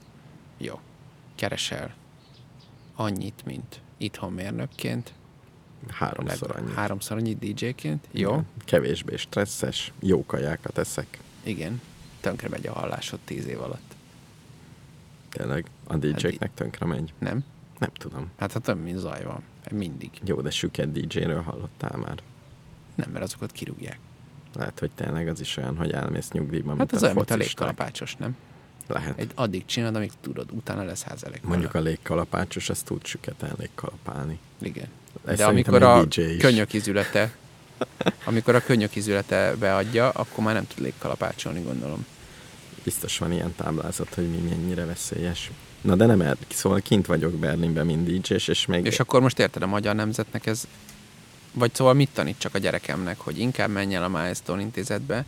[SPEAKER 3] Jó. Keresel annyit, mint itthon mérnökként,
[SPEAKER 4] Háromszor
[SPEAKER 3] leg-
[SPEAKER 4] annyi.
[SPEAKER 3] háromszor annyit DJ-ként. Jó,
[SPEAKER 4] Igen. Kevésbé stresszes, jó kajákat eszek.
[SPEAKER 3] igen. Tönkre megy a hallásod tíz év alatt.
[SPEAKER 4] Tényleg a
[SPEAKER 3] Hát
[SPEAKER 4] DJ-knek tönkre megy.
[SPEAKER 3] Nem?
[SPEAKER 4] Nem tudom.
[SPEAKER 3] Hát ha több, mint zaj van. Hát Mindig.
[SPEAKER 4] Jó, de süket DJ-ről hallottál már.
[SPEAKER 3] Nem, mert azokat kirúgják.
[SPEAKER 4] Lehet, hogy tényleg az is olyan, hogy elmész nyugdíjba,
[SPEAKER 3] Hát az olyan, mint a
[SPEAKER 4] focisták.
[SPEAKER 3] légkalapácsos, nem?
[SPEAKER 4] Lehet.
[SPEAKER 3] Egy addig csinálod, amíg tudod, utána lesz házelek.
[SPEAKER 4] Mondjuk a légkalapácsos, ezt tud süketen légkalapálni.
[SPEAKER 3] Igen.
[SPEAKER 4] Ez
[SPEAKER 3] De
[SPEAKER 4] szerintem
[SPEAKER 3] amikor a
[SPEAKER 4] egy DJ is.
[SPEAKER 3] könyök izülete, amikor a könyök izülete beadja, akkor már nem tud légkalapácsolni, gondolom.
[SPEAKER 4] Biztos van ilyen táblázat, hogy mi mennyire veszélyes. Na de nem, el- szóval kint vagyok Berlinben, mind dj és még...
[SPEAKER 3] És akkor most érted a magyar nemzetnek ez, vagy szóval mit tanít csak a gyerekemnek, hogy inkább menj el a Milestone intézetbe,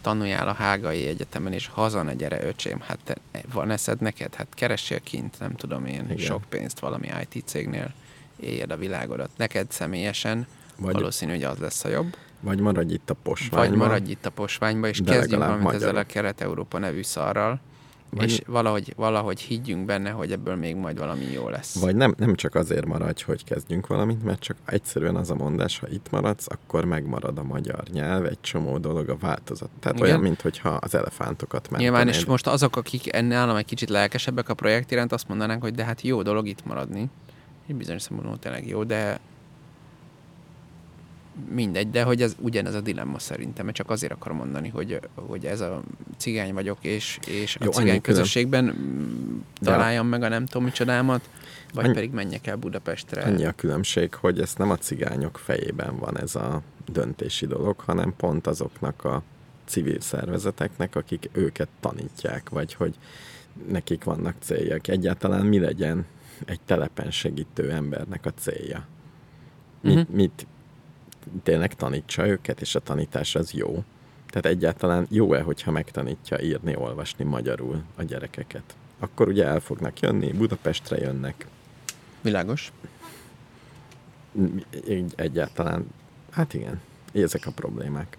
[SPEAKER 3] tanuljál a Hágai Egyetemen, és haza ne gyere, öcsém, hát te, van eszed neked? Hát keressél kint, nem tudom én,
[SPEAKER 4] Igen.
[SPEAKER 3] Igen. sok pénzt valami IT cégnél, éljed a világodat. Neked személyesen
[SPEAKER 4] Vagy-
[SPEAKER 3] Vagy... valószínű, hogy az lesz a jobb.
[SPEAKER 4] Vagy maradj itt a
[SPEAKER 3] Vagy
[SPEAKER 4] posványban.
[SPEAKER 3] maradj itt a posványba, és
[SPEAKER 4] de
[SPEAKER 3] kezdjünk
[SPEAKER 4] legalább
[SPEAKER 3] valamit
[SPEAKER 4] magyarul.
[SPEAKER 3] ezzel a Kelet-Európa nevű szarral,
[SPEAKER 4] Vagy-
[SPEAKER 3] vagy... és valahogy, valahogy higgyünk benne, hogy ebből még majd valami jó lesz.
[SPEAKER 4] Vagy nem, nem csak azért maradj, hogy kezdjünk valamit, mert csak egyszerűen az a mondás, ha itt maradsz, akkor megmarad a magyar nyelv, egy csomó dolog a változat. Tehát Igen.
[SPEAKER 3] Igen.
[SPEAKER 4] olyan, mintha az elefántokat mentenéd.
[SPEAKER 3] Nyilván, és most azok, akik en- nálam egy kicsit lelkesebbek a projekt iránt, azt mondanánk, hogy de hát jó dolog itt maradni. Egy bizonyos szempontból tényleg jó, de mindegy, de hogy ez ugyanez a dilemma szerintem, mert csak azért akarom mondani, hogy, hogy ez a cigány vagyok, és, és a
[SPEAKER 4] Jó,
[SPEAKER 3] jó,
[SPEAKER 4] annyi
[SPEAKER 3] cigány
[SPEAKER 4] külön-
[SPEAKER 3] közösségben mm,
[SPEAKER 4] De-
[SPEAKER 3] találjam meg a nem tudom micsodámat, vagy
[SPEAKER 4] Annyi-
[SPEAKER 3] pedig menjek el Budapestre.
[SPEAKER 4] Annyi a különbség, hogy ez nem a cigányok fejében van ez a döntési dolog, hanem pont azoknak a civil szervezeteknek, akik őket tanítják, vagy hogy nekik vannak céljak. Egyáltalán mi legyen egy telepen segítő embernek a célja? Mit,
[SPEAKER 3] Mhm.
[SPEAKER 4] mit tényleg tanítsa őket, és a tanítás az jó. Tehát egyáltalán jó-e, hogyha megtanítja írni, olvasni magyarul a gyerekeket? Akkor ugye el fognak jönni, Budapestre jönnek,
[SPEAKER 3] Világos?
[SPEAKER 4] így egyáltalán, hát igen, ezek a problémák.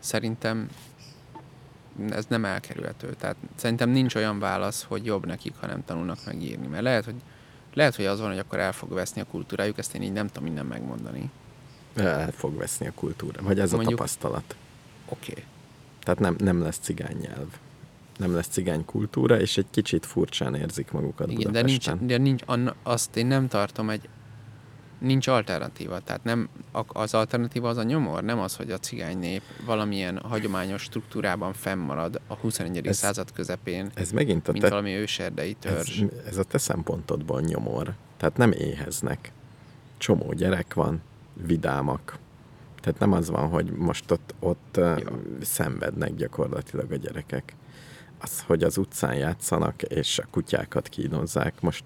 [SPEAKER 3] szerintem ez nem elkerülhető. Tehát szerintem nincs olyan válasz, hogy jobb nekik, ha nem tanulnak megírni. Mert lehet, hogy, lehet, hogy az van, hogy akkor el fog veszni a kultúrájuk, ezt én így nem tudom innen megmondani.
[SPEAKER 4] El fog veszni a kultúra, vagy ez Mondjuk... a
[SPEAKER 3] Mondjuk-
[SPEAKER 4] tapasztalat.
[SPEAKER 3] Oké. Okay.
[SPEAKER 4] Tehát nem, nem lesz cigány nyelv, nem lesz cigány kultúra, és egy kicsit furcsán érzik magukat
[SPEAKER 3] Igen, de nincs,
[SPEAKER 4] Budapesten.
[SPEAKER 3] de nincs anna, azt én nem tartom egy, nincs alternatíva, tehát nem, a- az alternatíva az a nyomor, nem az, hogy a cigány nép valamilyen hagyományos struktúrában fennmarad a 21.
[SPEAKER 4] Ez-
[SPEAKER 3] Ez, század közepén,
[SPEAKER 4] Ez megint a
[SPEAKER 3] mint
[SPEAKER 4] te,
[SPEAKER 3] valami őserdei
[SPEAKER 4] ez,
[SPEAKER 3] törzs.
[SPEAKER 4] ez a te szempontodból nyomor. Tehát nem éheznek. Csomó gyerek van, vidámak. Tehát nem az van, hogy most ott, ott ö,
[SPEAKER 3] Ja.
[SPEAKER 4] szenvednek gyakorlatilag a gyerekek. Az, hogy az utcán játszanak, és a kutyákat kínozzák, most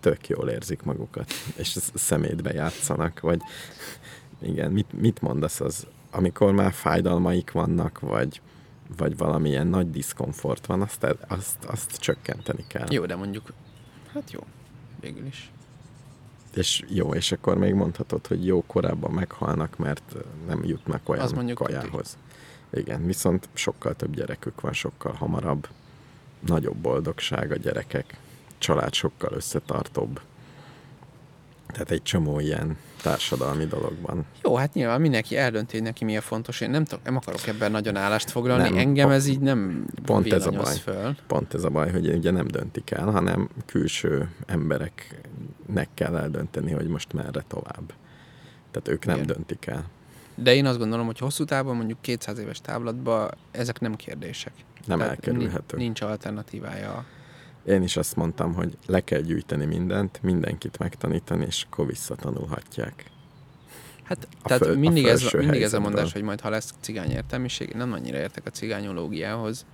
[SPEAKER 4] tök jól érzik magukat, és sz- szemétbe játszanak, vagy *laughs* igen, mit, mit mondasz az, amikor már fájdalmaik vannak, vagy vagy valamilyen nagy diszkomfort van, azt, el- azt, azt csökkenteni kell.
[SPEAKER 3] Jó, de mondjuk, hát jó, végül is.
[SPEAKER 4] És jó, és akkor még mondhatod, hogy jó, korábban meghalnak, mert nem jutnak olyan
[SPEAKER 3] Az mondjuk
[SPEAKER 4] kajához. Igen, viszont sokkal több gyerekük van, sokkal hamarabb, nagyobb boldogság a gyerekek, család sokkal összetartóbb. Tehát egy csomó ilyen társadalmi dologban.
[SPEAKER 3] Jó, hát nyilván mindenki eldönti, hogy neki mi a fontos. Én nem, tudok, nem akarok ebben nagyon állást foglalni.
[SPEAKER 4] Nem,
[SPEAKER 3] Nem, Engem
[SPEAKER 4] pont-
[SPEAKER 3] ez így nem
[SPEAKER 4] pont ez a
[SPEAKER 3] villanyoz
[SPEAKER 4] baj.
[SPEAKER 3] föl.
[SPEAKER 4] Pont ez a baj, hogy ugye nem döntik el, hanem külső embereknek kell eldönteni, hogy most merre tovább. Tehát ők nem
[SPEAKER 3] Igen.
[SPEAKER 4] döntik el.
[SPEAKER 3] De én azt gondolom, hogy hosszú távon, mondjuk 200 éves távlatban ezek nem kérdések.
[SPEAKER 4] Nem
[SPEAKER 3] Tehát ni-
[SPEAKER 4] elkerülhető.
[SPEAKER 3] Nincs alternatívája.
[SPEAKER 4] Én is azt mondtam, hogy le kell gyűjteni mindent, mindenkit megtanítani, és akkor visszatanulhatják.
[SPEAKER 3] Hát,
[SPEAKER 4] A
[SPEAKER 3] tehát
[SPEAKER 4] föl- a
[SPEAKER 3] mindig, ez,
[SPEAKER 4] felső
[SPEAKER 3] mindig ez a
[SPEAKER 4] helyzetből.
[SPEAKER 3] mondás, hogy majd ha lesz cigány értelmiség, én nem annyira értek a cigányológiához.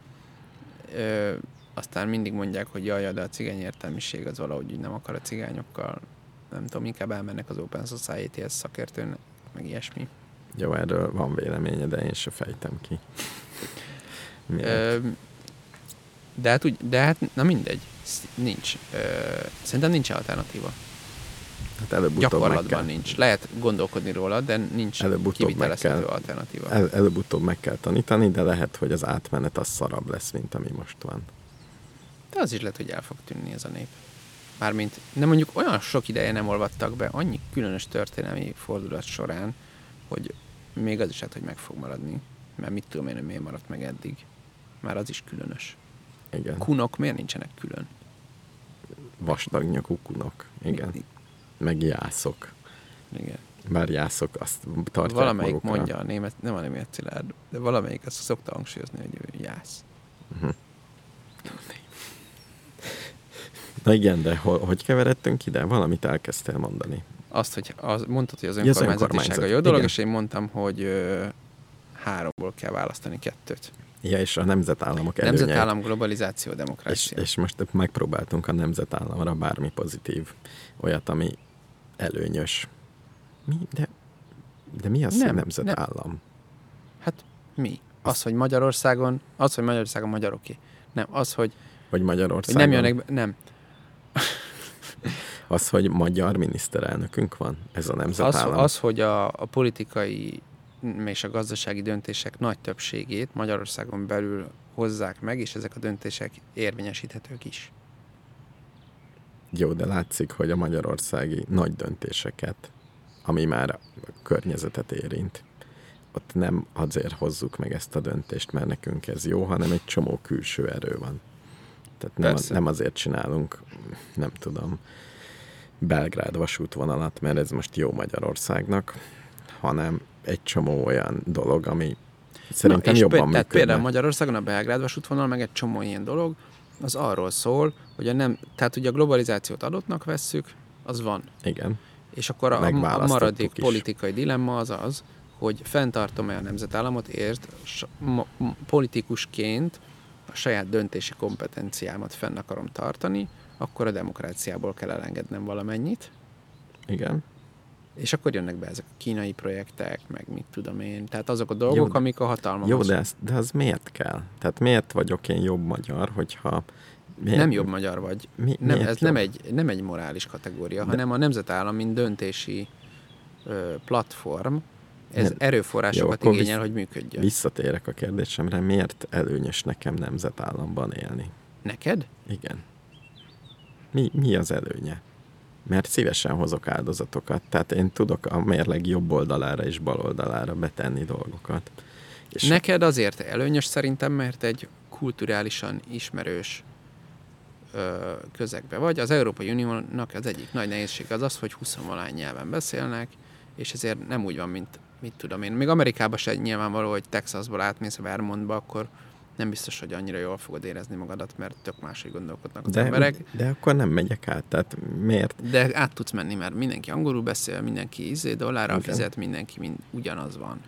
[SPEAKER 3] Ö, aztán mindig mondják, hogy jaj, jaj, de a cigány értelmiség az valahogy így nem akar a cigányokkal. Nem tudom, inkább elmennek az Open Society-hez szakértőnek, meg ilyesmi.
[SPEAKER 4] Jó, erről van véleménye, de én se fejtem ki. Miért?
[SPEAKER 3] Ö, de hát úgy, de hát, na mindegy, Sz- nincs. Ö, szerintem nincs alternatíva.
[SPEAKER 4] Hát előbb-utóbb meg kell,
[SPEAKER 3] Gyakorlatban nincs. Lehet gondolkodni róla, de nincs
[SPEAKER 4] Előbb-utóbb meg
[SPEAKER 3] kivitelezhető
[SPEAKER 4] kell.
[SPEAKER 3] alternatíva.
[SPEAKER 4] el, előbb-utóbb meg kell tanítani, de lehet, hogy az átmenet az szarabb lesz, mint ami most van.
[SPEAKER 3] De az is lehet, hogy el fog tűnni ez a nép. Mármint, nem mondjuk olyan sok ideje nem olvadtak be, annyi különös történelmi fordulat során, hogy még az is lehet, hogy meg fog maradni. Mert mit tudom én, hogy miért maradt meg eddig. Már az is különös.
[SPEAKER 4] Igen,
[SPEAKER 3] Kunok miért nincsenek külön?
[SPEAKER 4] vastag nyakú kunok. Igen, meg jászok.
[SPEAKER 3] Igen.
[SPEAKER 4] Bár jászok, azt tartják
[SPEAKER 3] valamelyik
[SPEAKER 4] magukra.
[SPEAKER 3] mondja a német, nem a német Szilárd, de valamelyik azt szokta hangsúlyozni, hogy ő jász.
[SPEAKER 4] Na igen, de hol, hogy keveredtünk ide? Valamit elkezdtél mondani.
[SPEAKER 3] Azt, hogy az, mondtad, hogy az
[SPEAKER 4] Ja, az
[SPEAKER 3] önkormányzatiság a jó
[SPEAKER 4] önkormányzat.
[SPEAKER 3] dolog,
[SPEAKER 4] Igen.
[SPEAKER 3] és én mondtam, hogy ö, háromból kell választani kettőt.
[SPEAKER 4] Ja, és a nemzetállamok előnyeit.
[SPEAKER 3] Nemzetállam, globalizáció,
[SPEAKER 4] És,
[SPEAKER 3] demokrácia.
[SPEAKER 4] és most megpróbáltunk a nemzetállamra bármi pozitív, olyat, ami előnyös. Mi? De, de mi az, nem,
[SPEAKER 3] Nem,
[SPEAKER 4] hogy nemzetállam?
[SPEAKER 3] Hát mi? Az, hogy Magyarországon, az, hogy Magyarországon magyaroké. Nem, az, hogy,
[SPEAKER 4] Vagy
[SPEAKER 3] hogy
[SPEAKER 4] Magyarországon?
[SPEAKER 3] nem jönnek be, nem.
[SPEAKER 4] Az, hogy magyar miniszterelnökünk van? Ez a
[SPEAKER 3] Az,
[SPEAKER 4] nemzetállam?
[SPEAKER 3] az, hogy a, a politikai m- és a gazdasági döntések nagy többségét Magyarországon belül hozzák meg, és ezek a döntések érvényesíthetők is.
[SPEAKER 4] Jó, de látszik, hogy a magyarországi nagy döntéseket, ami már a környezetet érint, ott nem azért hozzuk meg ezt a döntést, mert nekünk ez jó, hanem egy csomó külső erő van. Tehát nem,
[SPEAKER 3] Persze.
[SPEAKER 4] nem azért csinálunk, nem tudom, Belgrád vasútvonalat, mert ez most jó Magyarországnak, hanem egy csomó olyan dolog, ami szerintem
[SPEAKER 3] és
[SPEAKER 4] jobban
[SPEAKER 3] pé- Tehát
[SPEAKER 4] működne.
[SPEAKER 3] például Magyarországon a Belgrád vasútvonal, meg egy csomó ilyen dolog, az arról szól, hogy a nem, tehát ugye a globalizációt adottnak vesszük, az van.
[SPEAKER 4] Igen.
[SPEAKER 3] És akkor a, a
[SPEAKER 4] Megválasztottuk
[SPEAKER 3] maradék
[SPEAKER 4] is.
[SPEAKER 3] politikai dilemma az az, hogy fenntartom-e a nemzetállamot, ért s- ma- m- politikusként a saját döntési kompetenciámat fenn akarom tartani, akkor a demokráciából kell elengednem valamennyit,
[SPEAKER 4] Igen.
[SPEAKER 3] és akkor jönnek be ezek a kínai projektek, meg mit tudom én, tehát azok a dolgok,
[SPEAKER 4] de-
[SPEAKER 3] amik a hatalmam.
[SPEAKER 4] Jó, de, ez, de az miért kell? Tehát miért vagyok én jobb magyar, hogyha... Miért,
[SPEAKER 3] Nem jobb magyar vagy.
[SPEAKER 4] Mi,
[SPEAKER 3] Nem,
[SPEAKER 4] miért
[SPEAKER 3] ez nem
[SPEAKER 4] jobb?
[SPEAKER 3] egy, nem egy morális kategória,
[SPEAKER 4] De-
[SPEAKER 3] hanem a nemzetállam, mint döntési ö, platform, ez
[SPEAKER 4] Nem.
[SPEAKER 3] erőforrásokat
[SPEAKER 4] Jó, akkor
[SPEAKER 3] igényel,
[SPEAKER 4] visz-
[SPEAKER 3] hogy működjön.
[SPEAKER 4] Visszatérek a kérdésemre, miért előnyös nekem nemzetállamban élni?
[SPEAKER 3] Neked?
[SPEAKER 4] Igen. Mi, mi az előnye? Mert szívesen hozok áldozatokat, tehát én tudok a mérleg jobb oldalára és bal oldalára betenni dolgokat. És
[SPEAKER 3] Neked azért előnyös szerintem, mert egy kulturálisan ismerős ö, közegbe vagy. Az Európai Uniónak az egyik nagy nehézség az az, hogy 20 valány nyelven beszélnek, és ezért nem úgy van, mint mit tudom én. Még Amerikában se nyilvánvaló, hogy Texasból átmész Vermontba, akkor nem biztos, hogy annyira jól fogod érezni magadat, mert tök máshogy gondolkodnak az
[SPEAKER 4] de,
[SPEAKER 3] emberek.
[SPEAKER 4] de akkor nem megyek át, tehát miért?
[SPEAKER 3] De át tudsz menni, mert mindenki angolul beszél, mindenki izé, dollárral
[SPEAKER 4] Igen.
[SPEAKER 3] fizet, mindenki mind, ugyanaz van.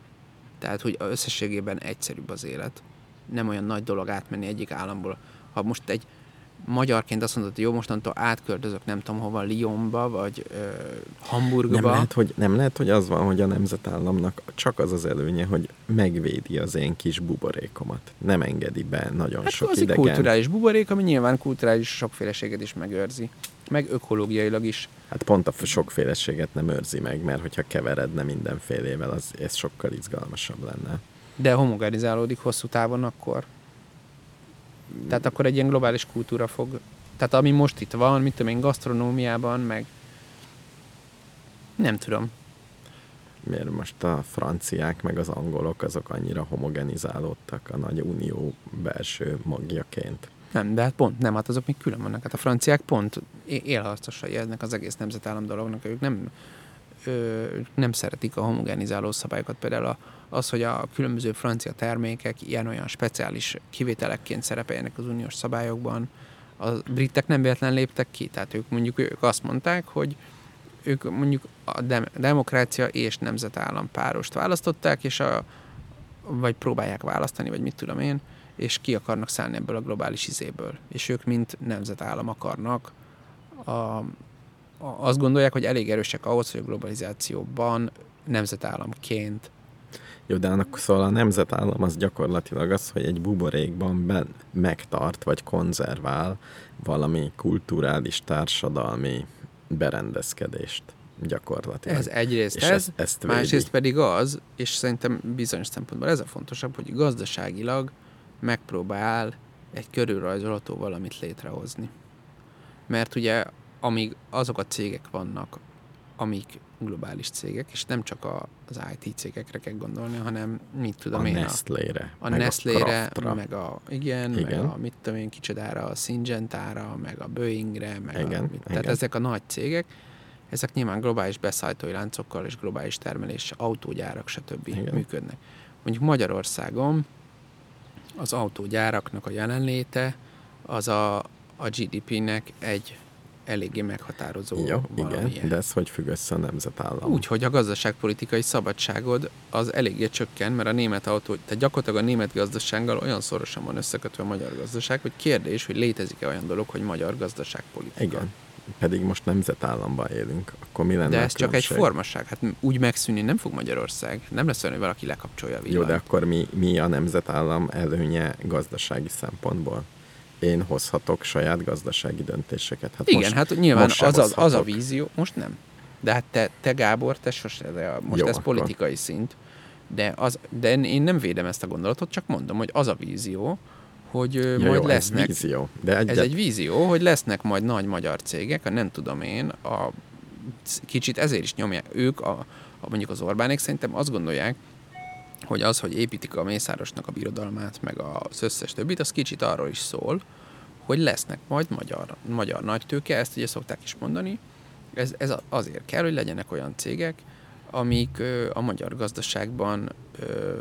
[SPEAKER 3] Tehát, hogy a összességében egyszerűbb az élet. Nem olyan nagy dolog átmenni egyik államból. Ha most egy magyarként azt mondod, hogy jó, mostantól átköltözök nem tudom hova, Lyonba, vagy ö, Hamburgba.
[SPEAKER 4] Nem lehet, hogy, nem lehet, hogy az van, hogy a nemzetállamnak csak az az előnye, hogy megvédi az én kis buborékomat. Nem engedi be nagyon
[SPEAKER 3] hát
[SPEAKER 4] sok
[SPEAKER 3] az egy
[SPEAKER 4] idegen.
[SPEAKER 3] kulturális buborék, ami nyilván kulturális sokféleséget is megőrzi. Meg ökológiailag is.
[SPEAKER 4] Hát pont a f- sokféleséget nem őrzi meg, mert hogyha keveredne mindenfélével, az, ez sokkal izgalmasabb lenne.
[SPEAKER 3] De homogenizálódik hosszú távon akkor. Tehát akkor egy ilyen globális kultúra fog... Tehát ami most itt van, mit tudom én, gasztronómiában, meg... Nem tudom.
[SPEAKER 4] Miért most a franciák meg az angolok azok annyira homogenizálódtak a nagy unió belső magjaként?
[SPEAKER 3] Nem, de hát pont nem, hát azok még külön vannak. Hát a franciák pont é- élharcosai ennek az egész nemzetállam dolognak. Ők nem, ö, ők nem szeretik a homogenizáló szabályokat. Például a, az, hogy a különböző francia termékek ilyen-olyan speciális kivételekként szerepeljenek az uniós szabályokban. A britek nem véletlen léptek ki, tehát ők mondjuk ők azt mondták, hogy ők mondjuk a dem- demokrácia és nemzetállam párost választották, és a, vagy próbálják választani, vagy mit tudom én, és ki akarnak szállni ebből a globális izéből. És ők, mint nemzetállam akarnak, a, a, azt gondolják, hogy elég erősek ahhoz, hogy a globalizációban nemzetállamként.
[SPEAKER 4] Jó, de annak szóval a nemzetállam az gyakorlatilag az, hogy egy buborékban ben megtart vagy konzervál valami kulturális, társadalmi berendezkedést gyakorlatilag.
[SPEAKER 3] Ez egyrészt
[SPEAKER 4] és
[SPEAKER 3] ez,
[SPEAKER 4] ezt, ezt védi.
[SPEAKER 3] Másrészt pedig az, és szerintem bizonyos szempontból ez a fontosabb, hogy gazdaságilag megpróbál egy körülrajzolható valamit létrehozni. Mert ugye amíg azok a cégek vannak, amik globális cégek, és nem csak a, az IT cégekre kell gondolni, hanem mit
[SPEAKER 4] a
[SPEAKER 3] tudom én, a,
[SPEAKER 4] Nestlé-re,
[SPEAKER 3] a
[SPEAKER 4] meg
[SPEAKER 3] Nestlé-re,
[SPEAKER 4] Kraftra.
[SPEAKER 3] meg a, igen, igen,
[SPEAKER 4] Igen.
[SPEAKER 3] meg a mit tudom én, kicsodára, a Syngentára, meg a Boeingre, meg
[SPEAKER 4] Igen,
[SPEAKER 3] a, mit, tehát
[SPEAKER 4] igen.
[SPEAKER 3] ezek a nagy cégek, ezek nyilván globális beszállítói láncokkal és globális termelés, autógyárak, stb.
[SPEAKER 4] Igen.
[SPEAKER 3] Igen. működnek. Mondjuk Magyarországon az autógyáraknak a jelenléte az a, a GDP-nek egy eléggé meghatározó
[SPEAKER 4] Jó, igen,
[SPEAKER 3] valamilyen.
[SPEAKER 4] de ez hogy függ össze a nemzetállam?
[SPEAKER 3] Úgy, hogy a gazdaságpolitikai szabadságod az eléggé csökken, mert a német autó, tehát gyakorlatilag a német gazdasággal olyan szorosan van összekötve a magyar gazdaság, hogy kérdés, hogy létezik-e olyan dolog, hogy magyar gazdaságpolitika.
[SPEAKER 4] Igen. Pedig most nemzetállamban élünk, akkor mi lenne
[SPEAKER 3] De
[SPEAKER 4] a
[SPEAKER 3] ez csak egy
[SPEAKER 4] különbség?
[SPEAKER 3] formaság, hát úgy megszűnni nem fog Magyarország. Nem lesz olyan, hogy valaki lekapcsolja a
[SPEAKER 4] Jó,
[SPEAKER 3] villanyt.
[SPEAKER 4] de akkor mi, mi a nemzetállam előnye gazdasági szempontból? Én hozhatok saját gazdasági döntéseket. Hát
[SPEAKER 3] Igen,
[SPEAKER 4] most,
[SPEAKER 3] hát nyilván
[SPEAKER 4] most se
[SPEAKER 3] az, az, az a
[SPEAKER 4] hozhatok.
[SPEAKER 3] vízió, most nem. De hát te, te Gábor, te sose, de a- most
[SPEAKER 4] Jó,
[SPEAKER 3] Jó, ez
[SPEAKER 4] akkor.
[SPEAKER 3] politikai szint. De, az, de én- én nem védem ezt a gondolatot, csak mondom, hogy az a vízió, hogy ö,
[SPEAKER 4] Ja,
[SPEAKER 3] majd
[SPEAKER 4] jó,
[SPEAKER 3] lesznek
[SPEAKER 4] Ez vízió. De egyet,
[SPEAKER 3] Ez egy vízió, hogy lesznek majd nagy magyar cégek, a nem tudom én, a kicsit ezért is nyomják ők, a, a mondjuk az Orbánék szerintem azt gondolják, hogy az, hogy építik a Mészárosnak a birodalmát, meg az összes többit, az kicsit arról is szól, hogy lesznek majd magyar, magyar nagytőke, ezt ugye szokták is mondani, ez, ez a- azért kell, hogy legyenek olyan cégek, amik ö, a magyar gazdaságban ö,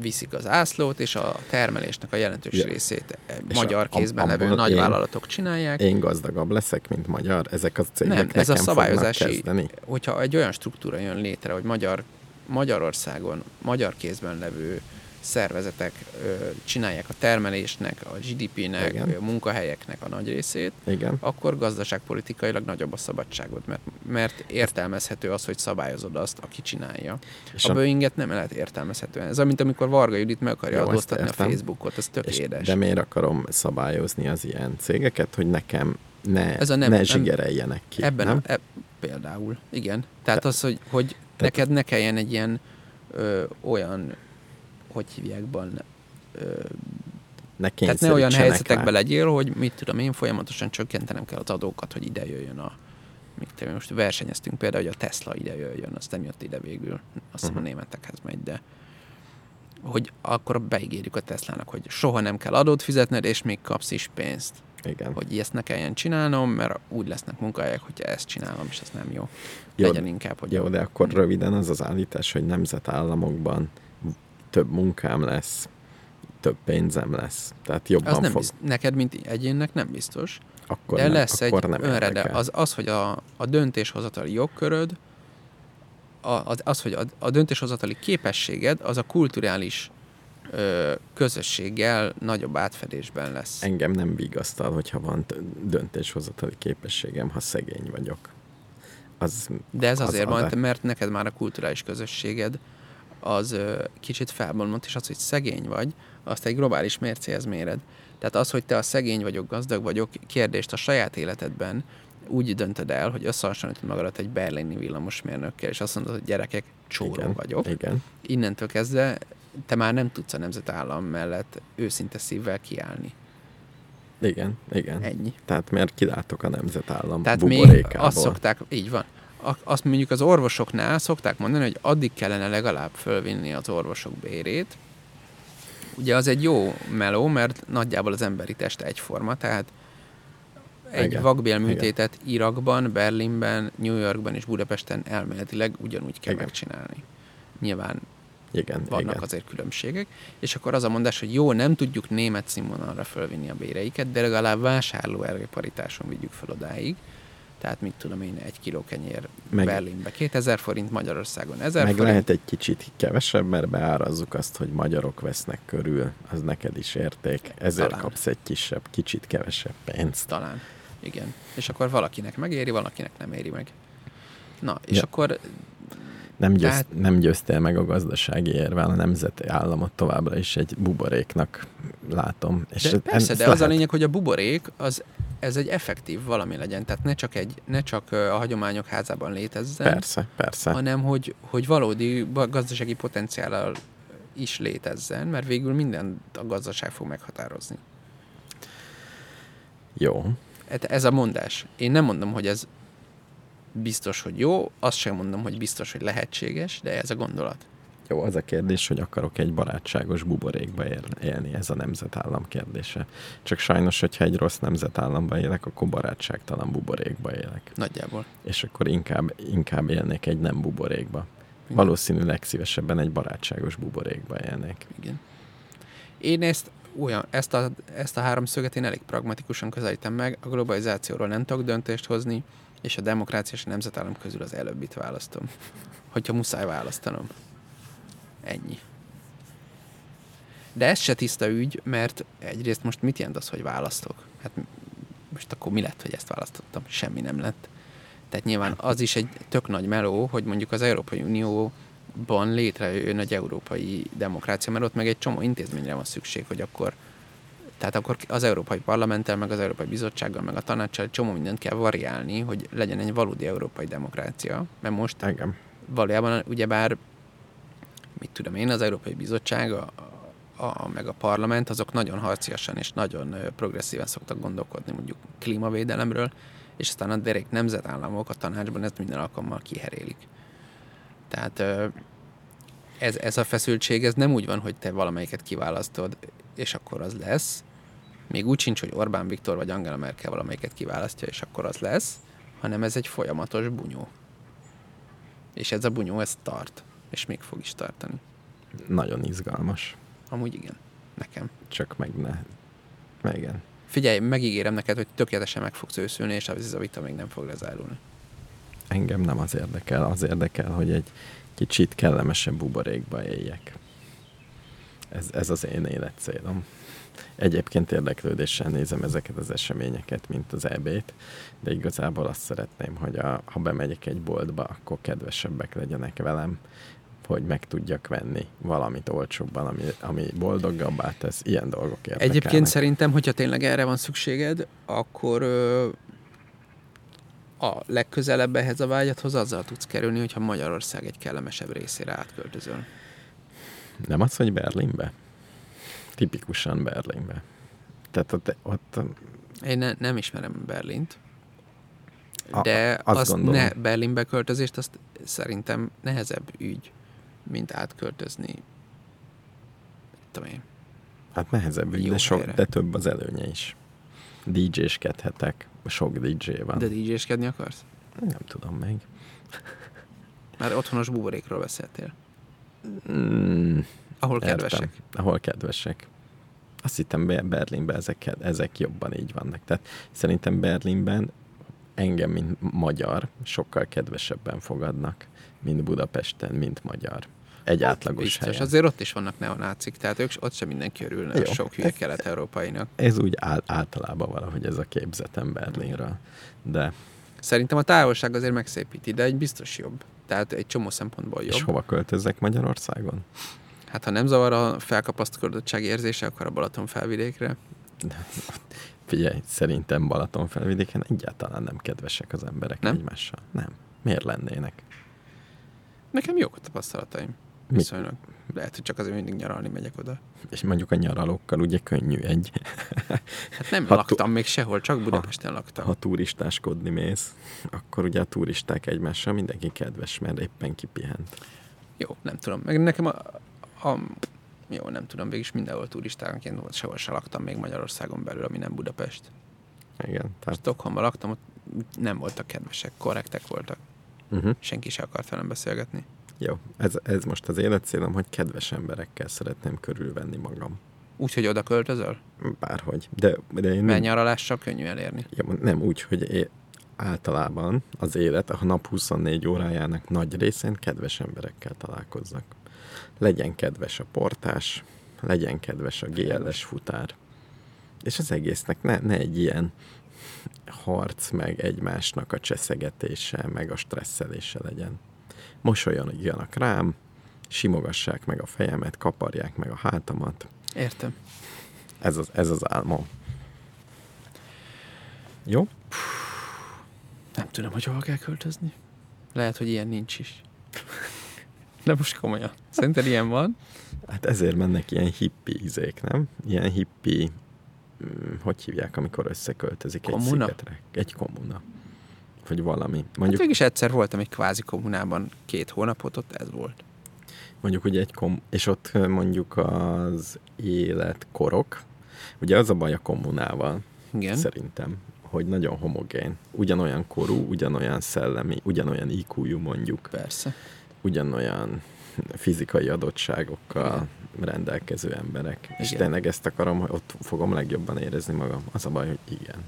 [SPEAKER 3] viszik az ászlót, és a termelésnek a jelentős
[SPEAKER 4] Ja.
[SPEAKER 3] részét e,
[SPEAKER 4] És
[SPEAKER 3] magyar
[SPEAKER 4] a-
[SPEAKER 3] kézben
[SPEAKER 4] abból
[SPEAKER 3] levő
[SPEAKER 4] én-
[SPEAKER 3] nagyvállalatok csinálják.
[SPEAKER 4] Én gazdagabb leszek, mint magyar? Ezek az cégek
[SPEAKER 3] Nem, ez a
[SPEAKER 4] nekem
[SPEAKER 3] szabályozási-
[SPEAKER 4] fognak kezdeni?
[SPEAKER 3] Hogyha egy olyan struktúra jön létre, hogy magyar, Magyarországon magyar kézben levő szervezetek ö, csinálják a termelésnek, a GDP-nek,
[SPEAKER 4] Igen.
[SPEAKER 3] a munkahelyeknek a nagy részét,
[SPEAKER 4] Igen.
[SPEAKER 3] akkor gazdaságpolitikailag nagyobb a szabadságod, mert, mert értelmezhető az, hogy szabályozod azt, aki csinálja.
[SPEAKER 4] És
[SPEAKER 3] a
[SPEAKER 4] a-
[SPEAKER 3] Boeinget nem lehet értelmezhetően. Ez mint amikor Varga Judit meg akarja
[SPEAKER 4] Jó,
[SPEAKER 3] Jó,
[SPEAKER 4] ezt
[SPEAKER 3] adóztatni a
[SPEAKER 4] értem.
[SPEAKER 3] Facebookot, ez tök
[SPEAKER 4] És,
[SPEAKER 3] édes.
[SPEAKER 4] de miért akarom szabályozni az ilyen cégeket, hogy nekem ne,
[SPEAKER 3] Ez
[SPEAKER 4] ez
[SPEAKER 3] a
[SPEAKER 4] a
[SPEAKER 3] nem-
[SPEAKER 4] ne
[SPEAKER 3] nem-
[SPEAKER 4] zsigereljenek ki?
[SPEAKER 3] Ebben
[SPEAKER 4] nem?
[SPEAKER 3] A, e, például, igen. Tehát az, hogy, hogy
[SPEAKER 4] tehát-
[SPEAKER 3] neked ne kelljen egy ilyen ö, olyan, hogy hívják ban, ö,
[SPEAKER 4] ne
[SPEAKER 3] tehát ne olyan
[SPEAKER 4] kényszerítsenek
[SPEAKER 3] helyzetekbe
[SPEAKER 4] rá.
[SPEAKER 3] legyél, hogy mit tudom én, folyamatosan csökkentenem kell az adókat, hogy ide jöjjön a mit tudom, én, most versenyeztünk például, hogy a Tesla ide jöjjön, azt nem jött ide végül, azt
[SPEAKER 4] Mhm.
[SPEAKER 3] hiszem a németekhez megy, de hogy akkor beígérjük a Teslának, hogy soha nem kell adót fizetned, és még kapsz is pénzt
[SPEAKER 4] Igen.
[SPEAKER 3] hogy ezt ne kelljen csinálnom, mert úgy lesznek munkahelyek, hogyha ezt csinálom, és ez nem jó. jó
[SPEAKER 4] Jó,
[SPEAKER 3] Legyen inkább, hogy
[SPEAKER 4] Jó, de akkor röviden az az állítás, hogy nemzetállamokban több munkám lesz, több pénzem lesz. Tehát jobban
[SPEAKER 3] az nem
[SPEAKER 4] fog.
[SPEAKER 3] biz... neked, mint egyénnek nem biztos,
[SPEAKER 4] Akkor
[SPEAKER 3] de
[SPEAKER 4] nem,
[SPEAKER 3] lesz egy
[SPEAKER 4] akkor nem
[SPEAKER 3] önrede.
[SPEAKER 4] érdekel.
[SPEAKER 3] Az, az, hogy a, a döntéshozatali jogköröd, a, az, az, hogy a, a döntéshozatali képességed, az a kulturális ö, közösséggel nagyobb átfedésben lesz.
[SPEAKER 4] Engem nem vigasztal, hogyha van t- döntéshozatali képességem, ha szegény vagyok. Az
[SPEAKER 3] De ez
[SPEAKER 4] az
[SPEAKER 3] azért van,
[SPEAKER 4] adá-
[SPEAKER 3] te- mert neked már a kulturális közösséged az ö, kicsit felbomlott, és az, hogy szegény vagy, azt egy globális mércéhez méred. Tehát az, hogy te a szegény vagyok, gazdag vagyok, kérdést a saját életedben úgy döntöd el, hogy összehasonlítod magadat egy berlini villamosmérnökkel, és azt mondod, hogy gyerekek, csóró
[SPEAKER 4] igen,
[SPEAKER 3] vagyok.
[SPEAKER 4] Igen.
[SPEAKER 3] Innentől kezdve te már nem tudsz a nemzetállam mellett őszinte szívvel kiállni.
[SPEAKER 4] Igen, igen.
[SPEAKER 3] Ennyi.
[SPEAKER 4] Tehát mert kilátok a nemzetállam
[SPEAKER 3] Tehát még
[SPEAKER 4] buborékából.
[SPEAKER 3] azt szokták, így van, A- azt mondjuk az orvosoknál szokták mondani, hogy addig kellene legalább fölvinni az orvosok bérét. Ugye az egy jó meló, mert nagyjából az emberi test egyforma, tehát egy
[SPEAKER 4] Igen.
[SPEAKER 3] vakbélműtétet Irakban, Berlinben, New Yorkban és Budapesten elméletileg ugyanúgy kell
[SPEAKER 4] Igen.
[SPEAKER 3] megcsinálni. Nyilván
[SPEAKER 4] Igen,
[SPEAKER 3] vannak
[SPEAKER 4] igen.
[SPEAKER 3] azért különbségek, és akkor az a mondás, hogy jó, nem tudjuk német színvonalra fölvinni a béreiket, de legalább vásárlóerő paritáson vigyük fel odáig. Tehát mit tudom én, egy kiló kenyér
[SPEAKER 4] Meg-
[SPEAKER 3] meg, Berlinbe 2000 forint, Magyarországon 1000
[SPEAKER 4] Meg
[SPEAKER 3] forint. Lehet.
[SPEAKER 4] lehet egy kicsit kevesebb, mert beárazzuk azt, hogy magyarok vesznek körül, az neked is érték. Ezért
[SPEAKER 3] Talán.
[SPEAKER 4] kapsz egy kisebb, kicsit kevesebb pénzt.
[SPEAKER 3] Talán. Igen. És akkor valakinek megéri, valakinek nem éri meg. Na, és
[SPEAKER 4] Ja.
[SPEAKER 3] akkor
[SPEAKER 4] Nem, győz,
[SPEAKER 3] Tehát-
[SPEAKER 4] nem győztél meg a gazdasági érvel, a nemzeti államot továbbra is egy buboréknak látom. És
[SPEAKER 3] De
[SPEAKER 4] ez-
[SPEAKER 3] persze,
[SPEAKER 4] ez
[SPEAKER 3] de az a
[SPEAKER 4] lehet-
[SPEAKER 3] lényeg, hogy a buborék, az, ez egy effektív valami legyen. Tehát ne csak, egy, ne csak ö, a hagyományok házában létezzen,
[SPEAKER 4] Persze, persze.
[SPEAKER 3] hanem hogy, hogy valódi ba- gazdasági potenciállal is létezzen, mert végül mindent a gazdaság fog meghatározni.
[SPEAKER 4] Jó.
[SPEAKER 3] Hát Ez a mondás. Én nem mondom, hogy ez biztos, hogy jó, azt sem mondom, hogy biztos, hogy lehetséges, de ez a gondolat.
[SPEAKER 4] Jó, az a kérdés, hogy akarok egy barátságos buborékba él- élni, ez a nemzetállam kérdése. Csak sajnos, hogyha egy rossz nemzetállamba élek, akkor barátságtalan buborékba élek.
[SPEAKER 3] Nagyjából.
[SPEAKER 4] És akkor inkább, inkább élnék egy nem buborékba.
[SPEAKER 3] Igen.
[SPEAKER 4] Valószínűleg szívesebben egy barátságos buborékba élnék.
[SPEAKER 3] Igen. Én ezt, olyan, ezt, a, ezt a háromszöget én elég pragmatikusan közelítem meg, a globalizációról nem tudok döntést hozni, és a demokrácia és a nemzetállam közül az előbbit választom. Hogyha muszáj választanom. Ennyi. De ez se tiszta ügy, mert egyrészt most mit jelent az, hogy választok? Hát m- most akkor mi lett, hogy ezt választottam? Semmi nem lett. Tehát nyilván az is egy tök nagy meló, hogy mondjuk az Európai Unióban létrejön egy európai demokrácia, mert ott meg egy csomó intézményre van szükség, hogy akkor tehát akkor az Európai Parlamenttel, meg az Európai Bizottsággal, meg a tanácssal egy csomó mindent kell variálni, hogy legyen egy valódi európai demokrácia. Mert most
[SPEAKER 4] Engem.
[SPEAKER 3] valójában ugyebár, mit tudom én, az Európai Bizottság, a, a, meg a parlament, azok nagyon harciasan és nagyon ö, progresszíven szoktak gondolkodni mondjuk klímavédelemről, és aztán a derék nemzetállamok a tanácsban ezt minden alkalommal kiherélik. Tehát ö, ez, ez a feszültség, ez nem úgy van, hogy te valamelyiket kiválasztod, és akkor az lesz. Még úgy sincs, hogy Orbán Viktor vagy Angela Merkel valamelyiket kiválasztja, és akkor az lesz, hanem ez egy folyamatos bunyó. És ez a bunyó, ez tart. És még fog is tartani.
[SPEAKER 4] Nagyon izgalmas.
[SPEAKER 3] Amúgy igen. Nekem.
[SPEAKER 4] Csak meg ne. Na Igen.
[SPEAKER 3] Figyelj, megígérem neked, hogy tökéletesen meg fogsz őszülni, és ez a vita még nem fog lezárulni.
[SPEAKER 4] Engem nem az érdekel. Az érdekel, hogy egy kicsit kellemesebb buborékba éljek. Ez, ez az én életcélom. Egyébként érdeklődéssel nézem ezeket az eseményeket, mint az EB-t, de igazából azt szeretném, hogy a, ha bemegyek egy boltba, akkor kedvesebbek legyenek velem, hogy meg tudjak venni valamit olcsóbban, ami, ami boldogabbá tesz. Ilyen dolgok érdekelnek.
[SPEAKER 3] Egyébként szerintem, hogyha tényleg erre van szükséged, akkor ö, a legközelebb ehhez a vágyadhoz azzal tudsz kerülni, hogyha Magyarország egy kellemesebb részére átköltözöl.
[SPEAKER 4] Nem az, hogy Berlinbe? Tipikusan Berlinbe. Tehát ott, ott
[SPEAKER 3] Én ne, nem ismerem Berlint,
[SPEAKER 4] A-
[SPEAKER 3] de
[SPEAKER 4] azt
[SPEAKER 3] azt
[SPEAKER 4] gondolom.
[SPEAKER 3] ne, Berlinbe költözést, azt szerintem nehezebb ügy, mint átköltözni. Mit Tudom én.
[SPEAKER 4] Hát nehezebb ügy,
[SPEAKER 3] Jó
[SPEAKER 4] de, sok,
[SPEAKER 3] helyre.
[SPEAKER 4] de több az előnye is. DJ-skedhetek, sok DJ van.
[SPEAKER 3] De
[SPEAKER 4] De...
[SPEAKER 3] DJ-skedni akarsz?
[SPEAKER 4] Nem tudom még.
[SPEAKER 3] Már otthonos buborékról beszéltél.
[SPEAKER 4] Mm,
[SPEAKER 3] Ahol
[SPEAKER 4] értem.
[SPEAKER 3] Hmm, kedvesek.
[SPEAKER 4] Ahol kedvesek. Azt hittem Be- Berlinben ezek, ezek jobban így vannak. Tehát szerintem Berlinben engem, mint magyar, sokkal kedvesebben fogadnak, mint Budapesten, mint magyar. egy átlagos
[SPEAKER 3] Hát, Biztos.
[SPEAKER 4] helyen.
[SPEAKER 3] Azért ott is vannak neonácik, tehát ők s- ott sem mindenki örülne
[SPEAKER 4] Jó,
[SPEAKER 3] Jó, sok hülye
[SPEAKER 4] ez-
[SPEAKER 3] kelet-európainak.
[SPEAKER 4] Ez úgy áll, általában valahogy ez a képzetem Berlinről. De
[SPEAKER 3] Szerintem a távolság azért megszépíti, de egy biztos jobb. Tehát egy csomó szempontból
[SPEAKER 4] Jobb. és
[SPEAKER 3] jobb.
[SPEAKER 4] hova költözzek Magyarországon?
[SPEAKER 3] Hát ha nem zavar a felkapaszkodöttség érzése, akkor a Balaton felvidékre.
[SPEAKER 4] Figyelj, szerintem Balatonfelvidéken egyáltalán nem kedvesek az emberek
[SPEAKER 3] Nem?
[SPEAKER 4] nem? egymással. Nem. Miért lennének?
[SPEAKER 3] Nekem jók a tapasztalataim.
[SPEAKER 4] Mi-
[SPEAKER 3] Viszonylag. Lehet, hogy csak azért mindig nyaralni megyek oda.
[SPEAKER 4] És mondjuk a nyaralókkal ugye könnyű egy, *laughs*
[SPEAKER 3] Hát nem
[SPEAKER 4] Ha tu-
[SPEAKER 3] laktam még sehol, csak Budapesten laktam.
[SPEAKER 4] ha turistáskodni mész, akkor ugye a turisták egymással mindenki kedves, mert éppen kipihent.
[SPEAKER 3] Jó, nem tudom. Meg nekem a, a jó, nem tudom, végig mindenhol turistánként volt, sehol se laktam még Magyarországon belül, ami nem Budapest.
[SPEAKER 4] Igen, tehát...
[SPEAKER 3] Stockholmban laktam, ott nem voltak kedvesek, korrektek voltak.
[SPEAKER 4] Uh-huh.
[SPEAKER 3] Senki se akart velem beszélgetni.
[SPEAKER 4] Jó, ez, ez most az életcélom, hogy kedves emberekkel szeretném körülvenni magam.
[SPEAKER 3] Úgyhogy oda költözöl?
[SPEAKER 4] Bárhogy. De, de én
[SPEAKER 3] Mert
[SPEAKER 4] nem,
[SPEAKER 3] nyaralással könnyű elérni.
[SPEAKER 4] ja, nem úgy, hogy é, általában az élet a nap 24 órájának nagy részén kedves emberekkel találkozzak. Legyen kedves a portás, legyen kedves a GLS futár. És az egésznek ne, ne egy ilyen harc, meg egymásnak a cseszegetése, meg a stresszelése legyen. Mosolyogjanak rám, simogassák meg a fejemet, kaparják meg a hátamat,
[SPEAKER 3] Értem.
[SPEAKER 4] ez az, ez az álmom. Jó?
[SPEAKER 3] Nem tudom, hogy hova kell költözni. Lehet, hogy ilyen nincs is. *laughs* De most komolyan. Szerinted ilyen van?
[SPEAKER 4] Hát ezért mennek ilyen hippi izék, nem? Ilyen hippi, mm, hogy hívják, amikor összeköltözik
[SPEAKER 3] Kommuna?
[SPEAKER 4] egy szigetre? Egy komuna. Vagy valami.
[SPEAKER 3] Mondjuk... Hát
[SPEAKER 4] Mondjuk, hát,
[SPEAKER 3] végig egyszer voltam egy kvázi kommunában két hónapot, ott ez volt.
[SPEAKER 4] mondjuk ugye egy kom... És ott ö, mondjuk az életkorok. Ugye az a baj a kommunával,
[SPEAKER 3] Igen.
[SPEAKER 4] szerintem, hogy nagyon homogén. Ugyanolyan korú, ugyanolyan szellemi, ugyanolyan IQ-jú mondjuk.
[SPEAKER 3] Persze.
[SPEAKER 4] ugyanolyan fizikai adottságokkal rendelkező emberek. Igen. És
[SPEAKER 3] Igen.
[SPEAKER 4] tényleg ezt akarom, hogy ott fogom legjobban érezni magam. Az a baj, hogy igen.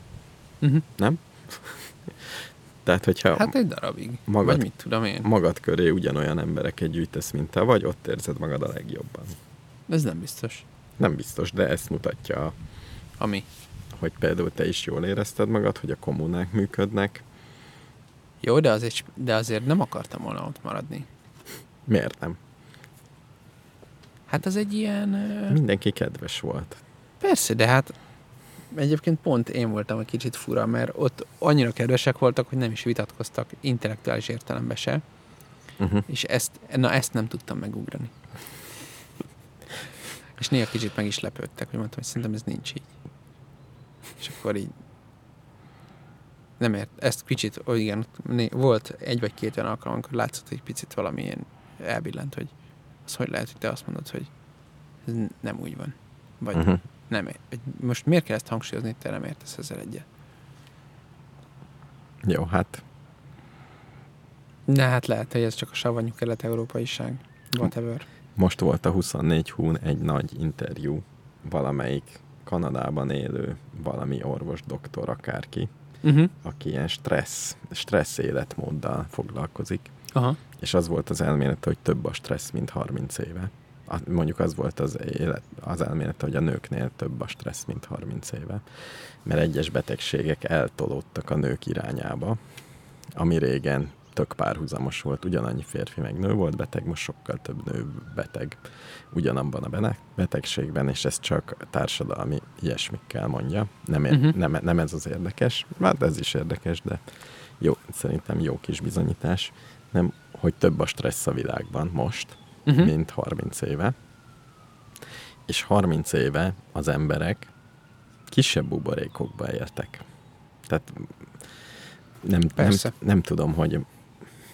[SPEAKER 3] Uh-huh.
[SPEAKER 4] Nem? *laughs* Tehát, hogyha
[SPEAKER 3] Hát
[SPEAKER 4] hát,
[SPEAKER 3] egy darabig. Magad.
[SPEAKER 4] Magad-
[SPEAKER 3] Vagy mit tudom én.
[SPEAKER 4] magad köré ugyanolyan embereket gyűjtesz, mint te vagy, ott érzed magad a legjobban.
[SPEAKER 3] Ez nem biztos.
[SPEAKER 4] Nem biztos, de ezt mutatja,
[SPEAKER 3] Ami.
[SPEAKER 4] hogy például te is jól érezted magad, hogy a kommunák működnek.
[SPEAKER 3] Jó, de azért, de azért nem akartam volna ott maradni.
[SPEAKER 4] Miért nem?
[SPEAKER 3] Hát az egy ilyen... ö,
[SPEAKER 4] Mindenki kedves volt.
[SPEAKER 3] Persze, de hát egyébként pont én voltam egy kicsit fura, mert ott annyira kedvesek voltak, hogy nem is vitatkoztak intellektuális értelemben se,
[SPEAKER 4] Uh-huh.
[SPEAKER 3] és ezt, na ezt nem tudtam megugrani. És néha kicsit meg is lepődtek, hogy mondtam, hogy szerintem ez nincs így. És akkor így nem ért, ezt kicsit, ó, igen, ott né- volt egy vagy két olyan alkalom, amikor látszott, hogy picit valamilyen elbillent, hogy az hogy lehet, hogy te azt mondod, hogy ez n- nem úgy van. Vagy
[SPEAKER 4] Uh-huh.
[SPEAKER 3] nem, ér- hogy most miért kell ezt hangsúlyozni, te nem értesz ezzel egyet?
[SPEAKER 4] Jó, hát
[SPEAKER 3] De hát lehet, hogy ez csak a savanyú kelet-európaiság. Whatever.
[SPEAKER 4] Most volt a 24 hún egy nagy interjú valamelyik Kanadában élő valami orvos, doktor, akárki,
[SPEAKER 3] Uh-huh.
[SPEAKER 4] aki ilyen stressz, stressz életmóddal foglalkozik,
[SPEAKER 3] Aha.
[SPEAKER 4] és az volt az elmélete, hogy több a stressz, mint 30 éve. A- Mondjuk az volt az, élet, az elmélete, hogy a nőknél több a stressz, mint 30 éve, mert egyes betegségek eltolódtak a nők irányába, ami régen tök párhuzamos volt, ugyanannyi férfi meg nő volt beteg, most sokkal több nő beteg ugyanabban a bene- betegségben, és ez csak társadalmi ilyesmikkel mondja. Nem, ér-
[SPEAKER 3] Mhm.
[SPEAKER 4] uh-huh. nem, nem ez az érdekes, hát ez is érdekes, de jó, szerintem jó kis bizonyítás, nem, hogy több a stressz a világban most,
[SPEAKER 3] Mhm.
[SPEAKER 4] uh-huh. mint 30 éve. És 30 éve az emberek kisebb buborékokba éltek. Tehát nem, nem,
[SPEAKER 3] Persze.
[SPEAKER 4] nem tudom, hogy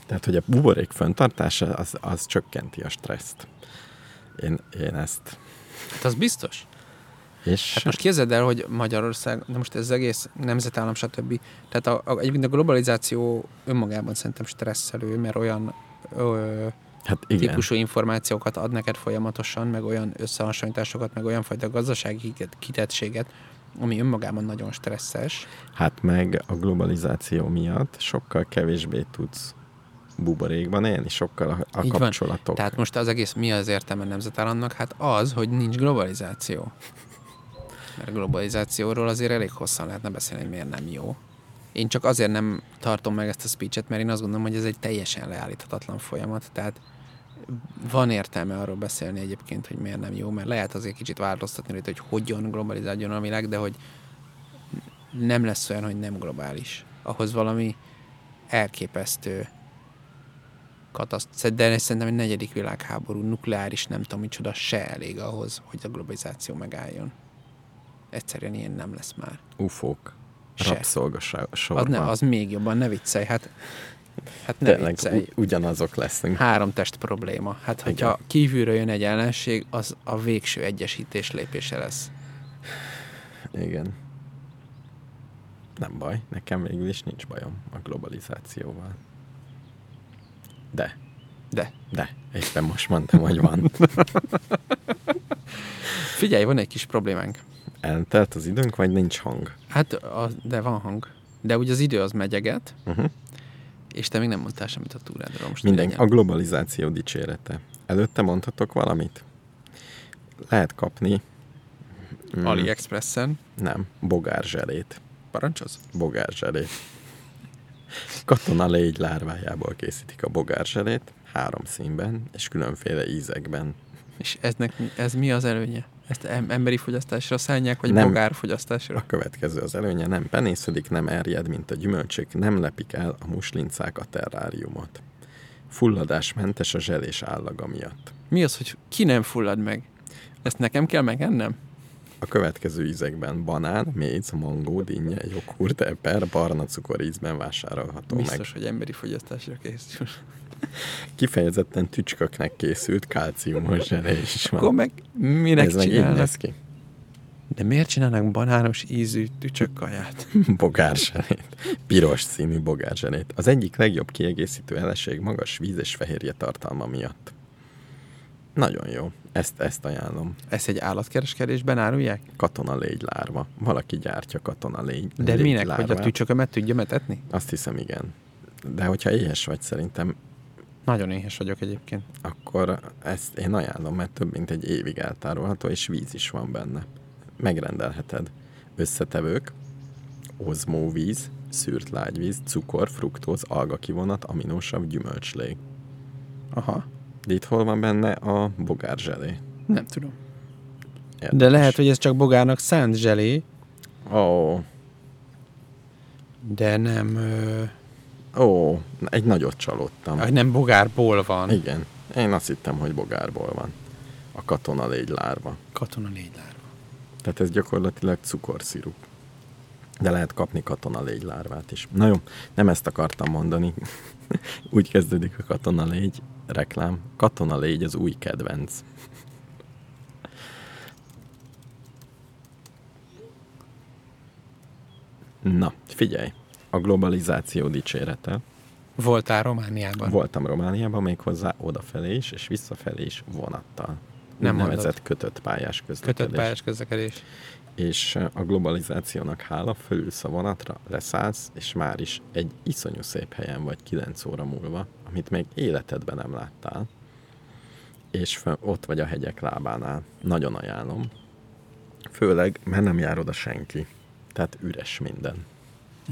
[SPEAKER 4] tehát, hogy a buborék föntartása az, az csökkenti a stresszt. Én, én ezt.
[SPEAKER 3] Hát az biztos.
[SPEAKER 4] És
[SPEAKER 3] Hát most képzeld el, hogy Magyarország, de most ez az egész nemzetállam, stb. Tehát a, a, egyébként a globalizáció önmagában szerintem stresszelő, mert olyan ö,
[SPEAKER 4] hát igen.
[SPEAKER 3] típusú információkat ad neked folyamatosan, meg olyan összehasonlításokat, meg olyan fajta gazdasági kitet- kitettséget, ami önmagában nagyon stresszes.
[SPEAKER 4] Hát meg a globalizáció miatt sokkal kevésbé tudsz buborékban élni sokkal a, a
[SPEAKER 3] Így van.
[SPEAKER 4] kapcsolatok.
[SPEAKER 3] Tehát most az egész mi az értelme nemzetállamnak? Hát az, hogy nincs globalizáció. Mert globalizációról azért elég hosszan lehetne beszélni, hogy miért nem jó. Én csak azért nem tartom meg ezt a speechet, mert én azt gondolom, hogy ez egy teljesen leállíthatatlan folyamat. Tehát van értelme arról beszélni egyébként, hogy miért nem jó, mert lehet azért kicsit változtatni rajta, hogy hogyan globalizáljon a világ, de hogy nem lesz olyan, hogy nem globális. Ahhoz valami elképesztő katasztrófa, de szerintem egy negyedik világháború, nukleáris, nem tudom micsoda, se elég ahhoz, hogy a globalizáció megálljon. Egyszerűen ilyen nem lesz már.
[SPEAKER 4] Ufók.
[SPEAKER 3] Se. Az,
[SPEAKER 4] Rabszolgasorban.
[SPEAKER 3] ne, az még jobban, ne viccelj, hát, hát ne
[SPEAKER 4] Tényleg
[SPEAKER 3] viccelj.
[SPEAKER 4] u- ugyanazok leszünk.
[SPEAKER 3] Három test probléma. Hát, hogyha
[SPEAKER 4] Igen.
[SPEAKER 3] kívülről jön egy ellenség, az a végső egyesítés lépése lesz.
[SPEAKER 4] Igen. Nem baj, nekem végül is nincs bajom a globalizációval. De,
[SPEAKER 3] De
[SPEAKER 4] de, éppen most mondtam, hogy
[SPEAKER 3] *laughs*
[SPEAKER 4] van.
[SPEAKER 3] figyelj, van egy kis problémánk.
[SPEAKER 4] Eltelt az időnk, vagy nincs hang?
[SPEAKER 3] Hát, a, de van hang. De ugye az idő az megyeget,
[SPEAKER 4] Uh-huh.
[SPEAKER 3] és te még nem mondtál semmit a túrádról. Most
[SPEAKER 4] Minden,
[SPEAKER 3] ugye-
[SPEAKER 4] a globalizáció dicsérete. Előtte mondhatok valamit? Lehet kapni... mm,
[SPEAKER 3] AliExpressen.
[SPEAKER 4] Nem, bogárzselét.
[SPEAKER 3] Parancsolsz?
[SPEAKER 4] Bogárzselét. Katona légy lárvájából készítik a bogárzselét, három színben és különféle ízekben.
[SPEAKER 3] És eznek, mi- ez mi az előnye? Ezt em- emberi fogyasztásra szállják, vagy
[SPEAKER 4] Nem.
[SPEAKER 3] bogár fogyasztásra?
[SPEAKER 4] A következő az előnye, nem penészedik, nem erjed, mint a gyümölcsök, nem lepik el a muslincák a terráriumot. Fulladásmentes a zselés állaga miatt.
[SPEAKER 3] Mi az, hogy ki nem fullad meg? Ezt nekem kell megennem?
[SPEAKER 4] A következő ízekben banán, méz, mangó, dinnye, joghurt, eper, barna cukor ízben vásárolható meg.
[SPEAKER 3] Biztos, hogy emberi fogyasztásra készül.
[SPEAKER 4] Kifejezetten tücsköknek készült kálciumos zselé is
[SPEAKER 3] Akkor
[SPEAKER 4] van.
[SPEAKER 3] meg minek
[SPEAKER 4] Ez meg így
[SPEAKER 3] csinálnak?
[SPEAKER 4] néz ki. *laughs*
[SPEAKER 3] De miért csinálnak banános ízű tücsökkaját?
[SPEAKER 4] Bogárzselét. Piros színű bogárzselét. Az egyik legjobb kiegészítő eleség magas víz és fehérje tartalma miatt. Nagyon jó. Ezt, ezt ajánlom.
[SPEAKER 3] Ezt egy állatkereskedésben árulják?
[SPEAKER 4] Katona légy lárva. Valaki gyártja katona légy
[SPEAKER 3] De
[SPEAKER 4] légy
[SPEAKER 3] minek, hogy a
[SPEAKER 4] lárvát.
[SPEAKER 3] tücsökömet tudjam etetni?
[SPEAKER 4] Azt hiszem, igen. De hogyha éhes vagy, szerintem
[SPEAKER 3] Nagyon éhes vagyok egyébként.
[SPEAKER 4] akkor ezt én ajánlom, mert több mint egy évig eltárolható, és víz is van benne. Megrendelheted. Összetevők, ozmóvíz, szűrt lágyvíz, cukor, fruktóz, algakivonat, aminósav, gyümölcslé.
[SPEAKER 3] Aha,
[SPEAKER 4] De itt hol van benne a bogárzselé?
[SPEAKER 3] nem tudom.
[SPEAKER 4] Érdekes.
[SPEAKER 3] De lehet, hogy ez csak bogárnak szánt zselé,
[SPEAKER 4] Ó, oh,
[SPEAKER 3] de nem, ö,
[SPEAKER 4] ó, oh, egy nagyot csalódtam.
[SPEAKER 3] ah, nem bogárból van.
[SPEAKER 4] Igen, én azt hittem, hogy bogárból van. A katona légy lárva.
[SPEAKER 3] Katona négy lárva.
[SPEAKER 4] Tehát ez gyakorlatilag cukorszirup. De lehet kapni katona légy lárvát is. Na jó, nem ezt akartam mondani. *laughs* Úgy kezdődik a katona légy reklám. Katona légy az új kedvenc. Na, figyelj, a globalizáció dicsérete.
[SPEAKER 3] Voltál Romániában?
[SPEAKER 4] Voltam Romániában még hozzá odafelé is, és visszafelé is vonattal.
[SPEAKER 3] Nem
[SPEAKER 4] Nem nevezett kötött pályás közlekedés.
[SPEAKER 3] Kötött pályás közlekedés.
[SPEAKER 4] és a globalizációnak hála fölülsz a vonatra, leszállsz, és már is egy iszonyú szép helyen vagy 9 óra múlva, amit még életedben nem láttál, és fö- ott vagy a hegyek lábánál. Nagyon ajánlom. Főleg, mert nem jár oda senki. Tehát üres minden.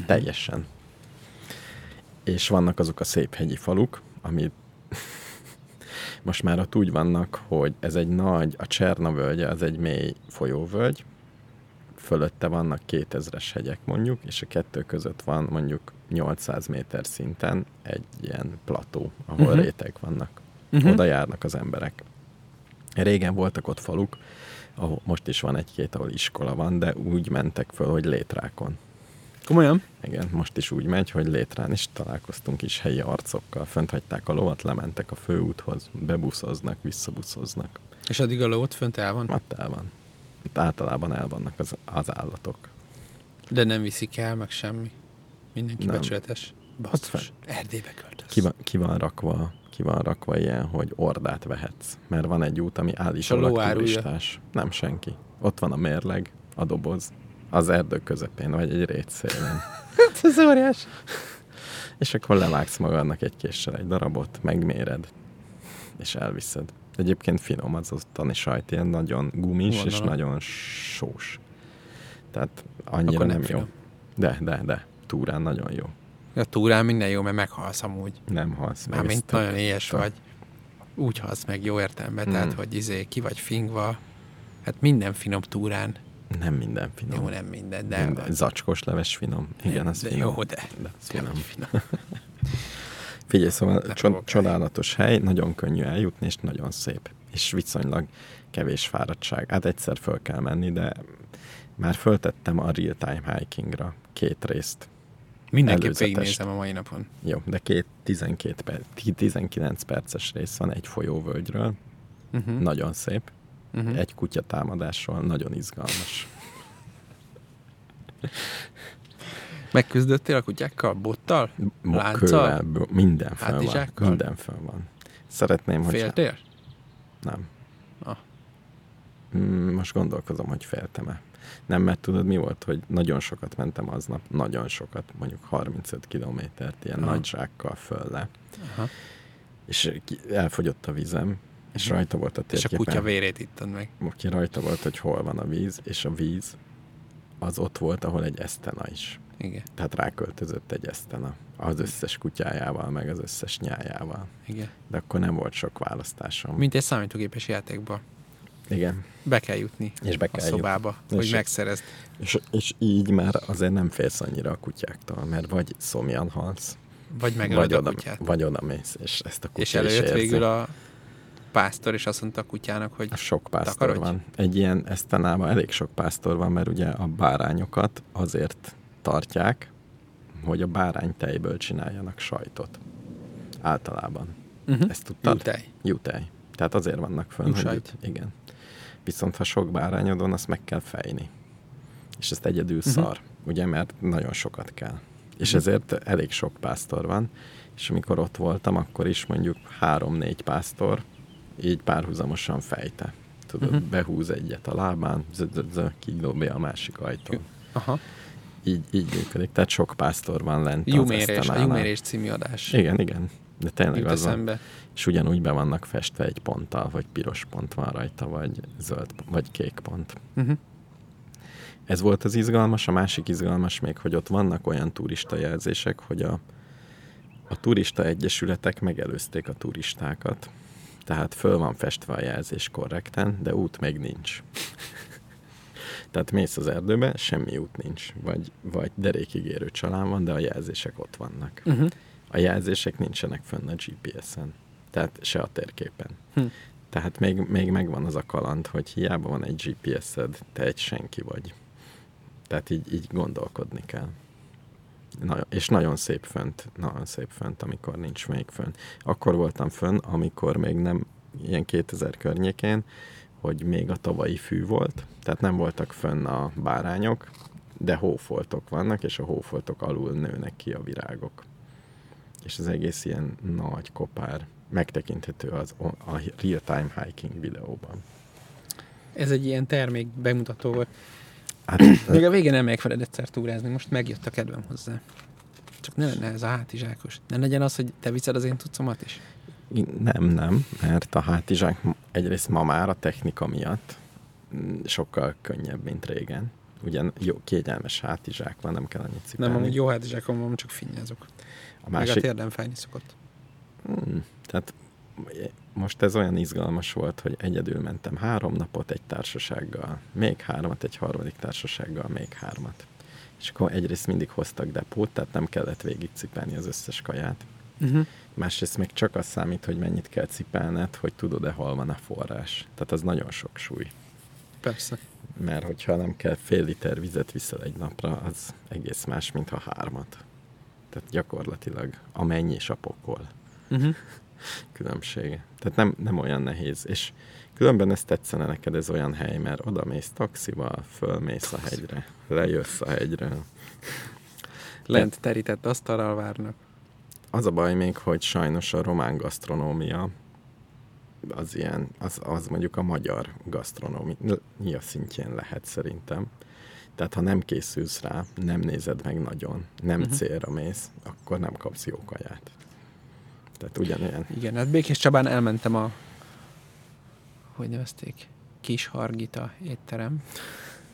[SPEAKER 4] Teljesen. És vannak azok a szép hegyi faluk, amit *laughs* most már ott úgy vannak, hogy ez egy nagy, a Cserna völgye az egy mély folyóvölgy, fölötte vannak 2000-es hegyek mondjuk, és a kettő között van mondjuk 800 méter szinten egy ilyen plató, ahol
[SPEAKER 3] Mhm.
[SPEAKER 4] uh-huh. réteg vannak. Uh-huh.
[SPEAKER 3] Mhm.
[SPEAKER 4] Oda járnak az emberek. Régen voltak ott faluk, ahol most is van egy-két, ahol iskola van, de úgy mentek föl, hogy létrákon.
[SPEAKER 3] Komolyan?
[SPEAKER 4] Igen, most is úgy megy, hogy létrán is találkoztunk is helyi arcokkal. Fönt hagyták a lovat, lementek a főúthoz, bebuszoznak, visszabuszoznak.
[SPEAKER 3] És addig a ló ott fönt el van?
[SPEAKER 4] Ott el van. Itt általában el vannak az, az állatok.
[SPEAKER 3] De nem viszik el, meg semmi. Mindenki
[SPEAKER 4] Nem. Hát
[SPEAKER 3] becsületes. Basszus. Erdélybe költöz.
[SPEAKER 4] Ki van, ki van rakva, ki van rakva ilyen, hogy ordát vehetsz. Mert van egy út, ami
[SPEAKER 3] ló
[SPEAKER 4] állítólag
[SPEAKER 3] árulja.
[SPEAKER 4] turistás. Nem senki. Ott van a mérleg, a
[SPEAKER 3] *laughs* Hát,
[SPEAKER 4] doboz, az erdő közepén, vagy egy rétszélen.
[SPEAKER 3] Ez óriás.
[SPEAKER 4] És akkor levágsz magadnak egy késsel egy darabot, megméred, és elviszed. Egyébként finom az ottani sajt, ilyen nagyon gumis és
[SPEAKER 3] Gondolom.
[SPEAKER 4] nagyon sós. Tehát annyira
[SPEAKER 3] Akkor nem
[SPEAKER 4] nem, nem jó.
[SPEAKER 3] finom.
[SPEAKER 4] De, de, de. Túrán nagyon jó.
[SPEAKER 3] A túrán minden jó, mert meghalsz amúgy.
[SPEAKER 4] Nem halsz meg. ez
[SPEAKER 3] Mármint
[SPEAKER 4] tök-
[SPEAKER 3] nagyon éhes
[SPEAKER 4] tök-
[SPEAKER 3] vagy. Úgy halsz meg jó értelemben, tehát
[SPEAKER 4] Mm.
[SPEAKER 3] hogy izé, ki vagy fingva. Hát minden finom túrán.
[SPEAKER 4] Nem minden finom.
[SPEAKER 3] Jó, nem minden, de...
[SPEAKER 4] Minden. Zacskos leves finom. Igen, az
[SPEAKER 3] de
[SPEAKER 4] finom.
[SPEAKER 3] Jó, de...
[SPEAKER 4] de az
[SPEAKER 3] de
[SPEAKER 4] finom.
[SPEAKER 3] hogy finom.
[SPEAKER 4] Figyelj, szóval
[SPEAKER 3] Ne
[SPEAKER 4] csod-
[SPEAKER 3] provokálj.
[SPEAKER 4] csodálatos hely, nagyon könnyű eljutni, és nagyon szép. És viszonylag kevés fáradtság. Hát egyszer föl kell menni, de már föltettem a Real Time Hikingra két részt.
[SPEAKER 3] Mindenképp
[SPEAKER 4] Előzetest.
[SPEAKER 3] végignézem a mai napon.
[SPEAKER 4] Jó, de két 12 per, 19 perces rész van egy folyóvölgyről.
[SPEAKER 3] Uh-huh.
[SPEAKER 4] Nagyon szép.
[SPEAKER 3] Uh-huh.
[SPEAKER 4] Egy kutya támadásról nagyon izgalmas.
[SPEAKER 3] Megküzdöttél a kutyákkal? Bottal? Lánccal?
[SPEAKER 4] Kővel, b- minden fel van.
[SPEAKER 3] Hátizsákkal?
[SPEAKER 4] Minden fel van. Szeretném, hogy...
[SPEAKER 3] Féltél?
[SPEAKER 4] Nem.
[SPEAKER 3] Ah.
[SPEAKER 4] Mm, Most gondolkozom, hogy féltem-e. Nem, mert tudod mi volt, hogy nagyon sokat mentem aznap, nagyon sokat, mondjuk 35 kilométert ilyen
[SPEAKER 3] Aha.
[SPEAKER 4] nagy zsákkal föl le.
[SPEAKER 3] Aha.
[SPEAKER 4] És ki- elfogyott a vízem, és
[SPEAKER 3] Mhm.
[SPEAKER 4] rajta volt a
[SPEAKER 3] És a
[SPEAKER 4] térképen.
[SPEAKER 3] kutya vérét ittad meg.
[SPEAKER 4] Oké, rajta volt, hogy hol van a víz, és a víz az ott volt, ahol egy esztena is.
[SPEAKER 3] Igen,
[SPEAKER 4] Tehát ráköltözött egy esztena. Az összes kutyájával, meg az összes nyájával.
[SPEAKER 3] igen.
[SPEAKER 4] De akkor nem volt sok választásom.
[SPEAKER 3] Mint egy számítógépes játékba.
[SPEAKER 4] Igen.
[SPEAKER 3] Be kell jutni
[SPEAKER 4] És be
[SPEAKER 3] a
[SPEAKER 4] kell jutni.
[SPEAKER 3] szobába, hogy
[SPEAKER 4] És-
[SPEAKER 3] megszerezd.
[SPEAKER 4] És, és így már azért nem félsz annyira a kutyáktól, mert vagy szomjan halsz,
[SPEAKER 3] Vagy megölöd
[SPEAKER 4] vagy
[SPEAKER 3] a
[SPEAKER 4] oda,
[SPEAKER 3] kutyát.
[SPEAKER 4] vagy oda mész, és ezt a kutya
[SPEAKER 3] És előjött
[SPEAKER 4] is
[SPEAKER 3] végül
[SPEAKER 4] végül a...
[SPEAKER 3] a pásztor, és azt mondta a kutyának, hogy
[SPEAKER 4] Sok pásztor
[SPEAKER 3] Takarodj.
[SPEAKER 4] van. Egy ilyen esztenában elég sok pásztor van, mert ugye a bárányokat azért tartják, hogy a bárány tejből csináljanak sajtot. Általában.
[SPEAKER 3] uh-huh.
[SPEAKER 4] Ezt tudtad?
[SPEAKER 3] jutej.
[SPEAKER 4] Jutej. Tehát azért vannak fönn, hogy
[SPEAKER 3] Juhsajt.
[SPEAKER 4] jut- igen. Viszont ha sok bárányod van, azt meg kell fejni. És ezt egyedül uh-huh. szar, ugye, mert nagyon sokat kell. És
[SPEAKER 3] Mhm.
[SPEAKER 4] uh-huh. ezért elég sok pásztor van, és amikor ott voltam, akkor is mondjuk három-négy pásztor így párhuzamosan fejte. Tudod,
[SPEAKER 3] Mhm.
[SPEAKER 4] uh-huh. behúz egyet a lábán, zö-zö-zö, kidobja a másik ajtón.
[SPEAKER 3] Aha.
[SPEAKER 4] Így, így működik. Tehát sok pásztor van lent
[SPEAKER 3] Jumérés, a
[SPEAKER 4] asztalánál.
[SPEAKER 3] jumérés című adás.
[SPEAKER 4] Igen, igen. De tényleg
[SPEAKER 3] Jut
[SPEAKER 4] az van
[SPEAKER 3] eszembe.
[SPEAKER 4] és ugyanúgy be vannak festve egy ponttal, vagy piros pont van rajta, vagy zöld, p- vagy kék pont.
[SPEAKER 3] Uh-huh.
[SPEAKER 4] Ez volt az izgalmas, a másik izgalmas még, hogy ott vannak olyan turista jelzések, hogy a, a turista egyesületek megelőzték a turistákat, tehát föl van festve a jelzés korrekten, de út még nincs. *laughs* Tehát mész az erdőbe, semmi út nincs, vagy, vagy derékigérő csalán van, de a jelzések ott vannak
[SPEAKER 3] Uh-huh.
[SPEAKER 4] a jelzések nincsenek fönn a GPS-en, tehát se a térképen.
[SPEAKER 3] Hm.
[SPEAKER 4] Hm. Tehát még, még megvan az a kaland, hogy hiába van egy GPS-ed, te egy senki vagy. Tehát így, így gondolkodni kell. Na, és nagyon szép fönt, nagyon szép fönt, amikor nincs még fönn. Akkor voltam fönn, amikor még nem ilyen 2000 környékén, hogy még a tavalyi fű volt, tehát nem voltak fönn a bárányok, de hófoltok vannak, és a hófoltok alul nőnek ki a virágok és az egész ilyen nagy kopár megtekinthető az o- a Real Time Hiking videóban.
[SPEAKER 3] Ez egy ilyen termék bemutató volt.
[SPEAKER 4] Hát ez-
[SPEAKER 3] Még a végén elmegyek veled egyszer túrázni, most megjött a kedvem hozzá. Csak ne lenne ez a hátizsákos. Ne legyen az, hogy te viszed az én tudszomat is.
[SPEAKER 4] nem, nem, mert a hátizsák m- egyrészt ma már a technika miatt mm, sokkal könnyebb, mint régen. Ugyan jó, kényelmes hátizsák van, nem kell annyit cipelni.
[SPEAKER 3] Nem, amúgy jó hátizsákom van, csak finnyázok. Másik... Meg
[SPEAKER 4] A
[SPEAKER 3] hát a
[SPEAKER 4] másik,
[SPEAKER 3] térdem fájni szokott.
[SPEAKER 4] Hmm, tehát most ez olyan izgalmas volt, hogy egyedül mentem három napot egy társasággal, még hármat egy harmadik társasággal, még hármat. És akkor egyrészt mindig hoztak depót, tehát nem kellett végigcipelni az összes kaját.
[SPEAKER 3] Uh-huh.
[SPEAKER 4] Másrészt meg csak az számít, hogy mennyit kell cipelned, hogy tudod-e, hol van a forrás. Tehát az nagyon sok súly.
[SPEAKER 3] Persze.
[SPEAKER 4] Mert hogyha nem kell fél liter vizet viszel egy napra, az egész más, mint ha hármat. Tehát gyakorlatilag a mennyi és a pokol
[SPEAKER 3] Uh-huh.
[SPEAKER 4] különbsége. Tehát nem, nem olyan nehéz. És különben ezt tetszene neked, ez olyan hely, mert oda mész taxival, fölmész a hegyre, lejössz a hegyre.
[SPEAKER 3] Lent terített asztalral várnak.
[SPEAKER 4] Az a baj még, hogy sajnos a román gasztronómia az ilyen, az, az mondjuk a magyar gasztronómia szintjén lehet szerintem. Tehát ha nem készülsz rá, nem nézed meg nagyon, nem uh-huh. célra mész, akkor nem kapsz jó kaját. Tehát ugyanilyen.
[SPEAKER 3] Igen, hát Békés Csabán elmentem a, hogy nevezték, Kis Hargita étterem.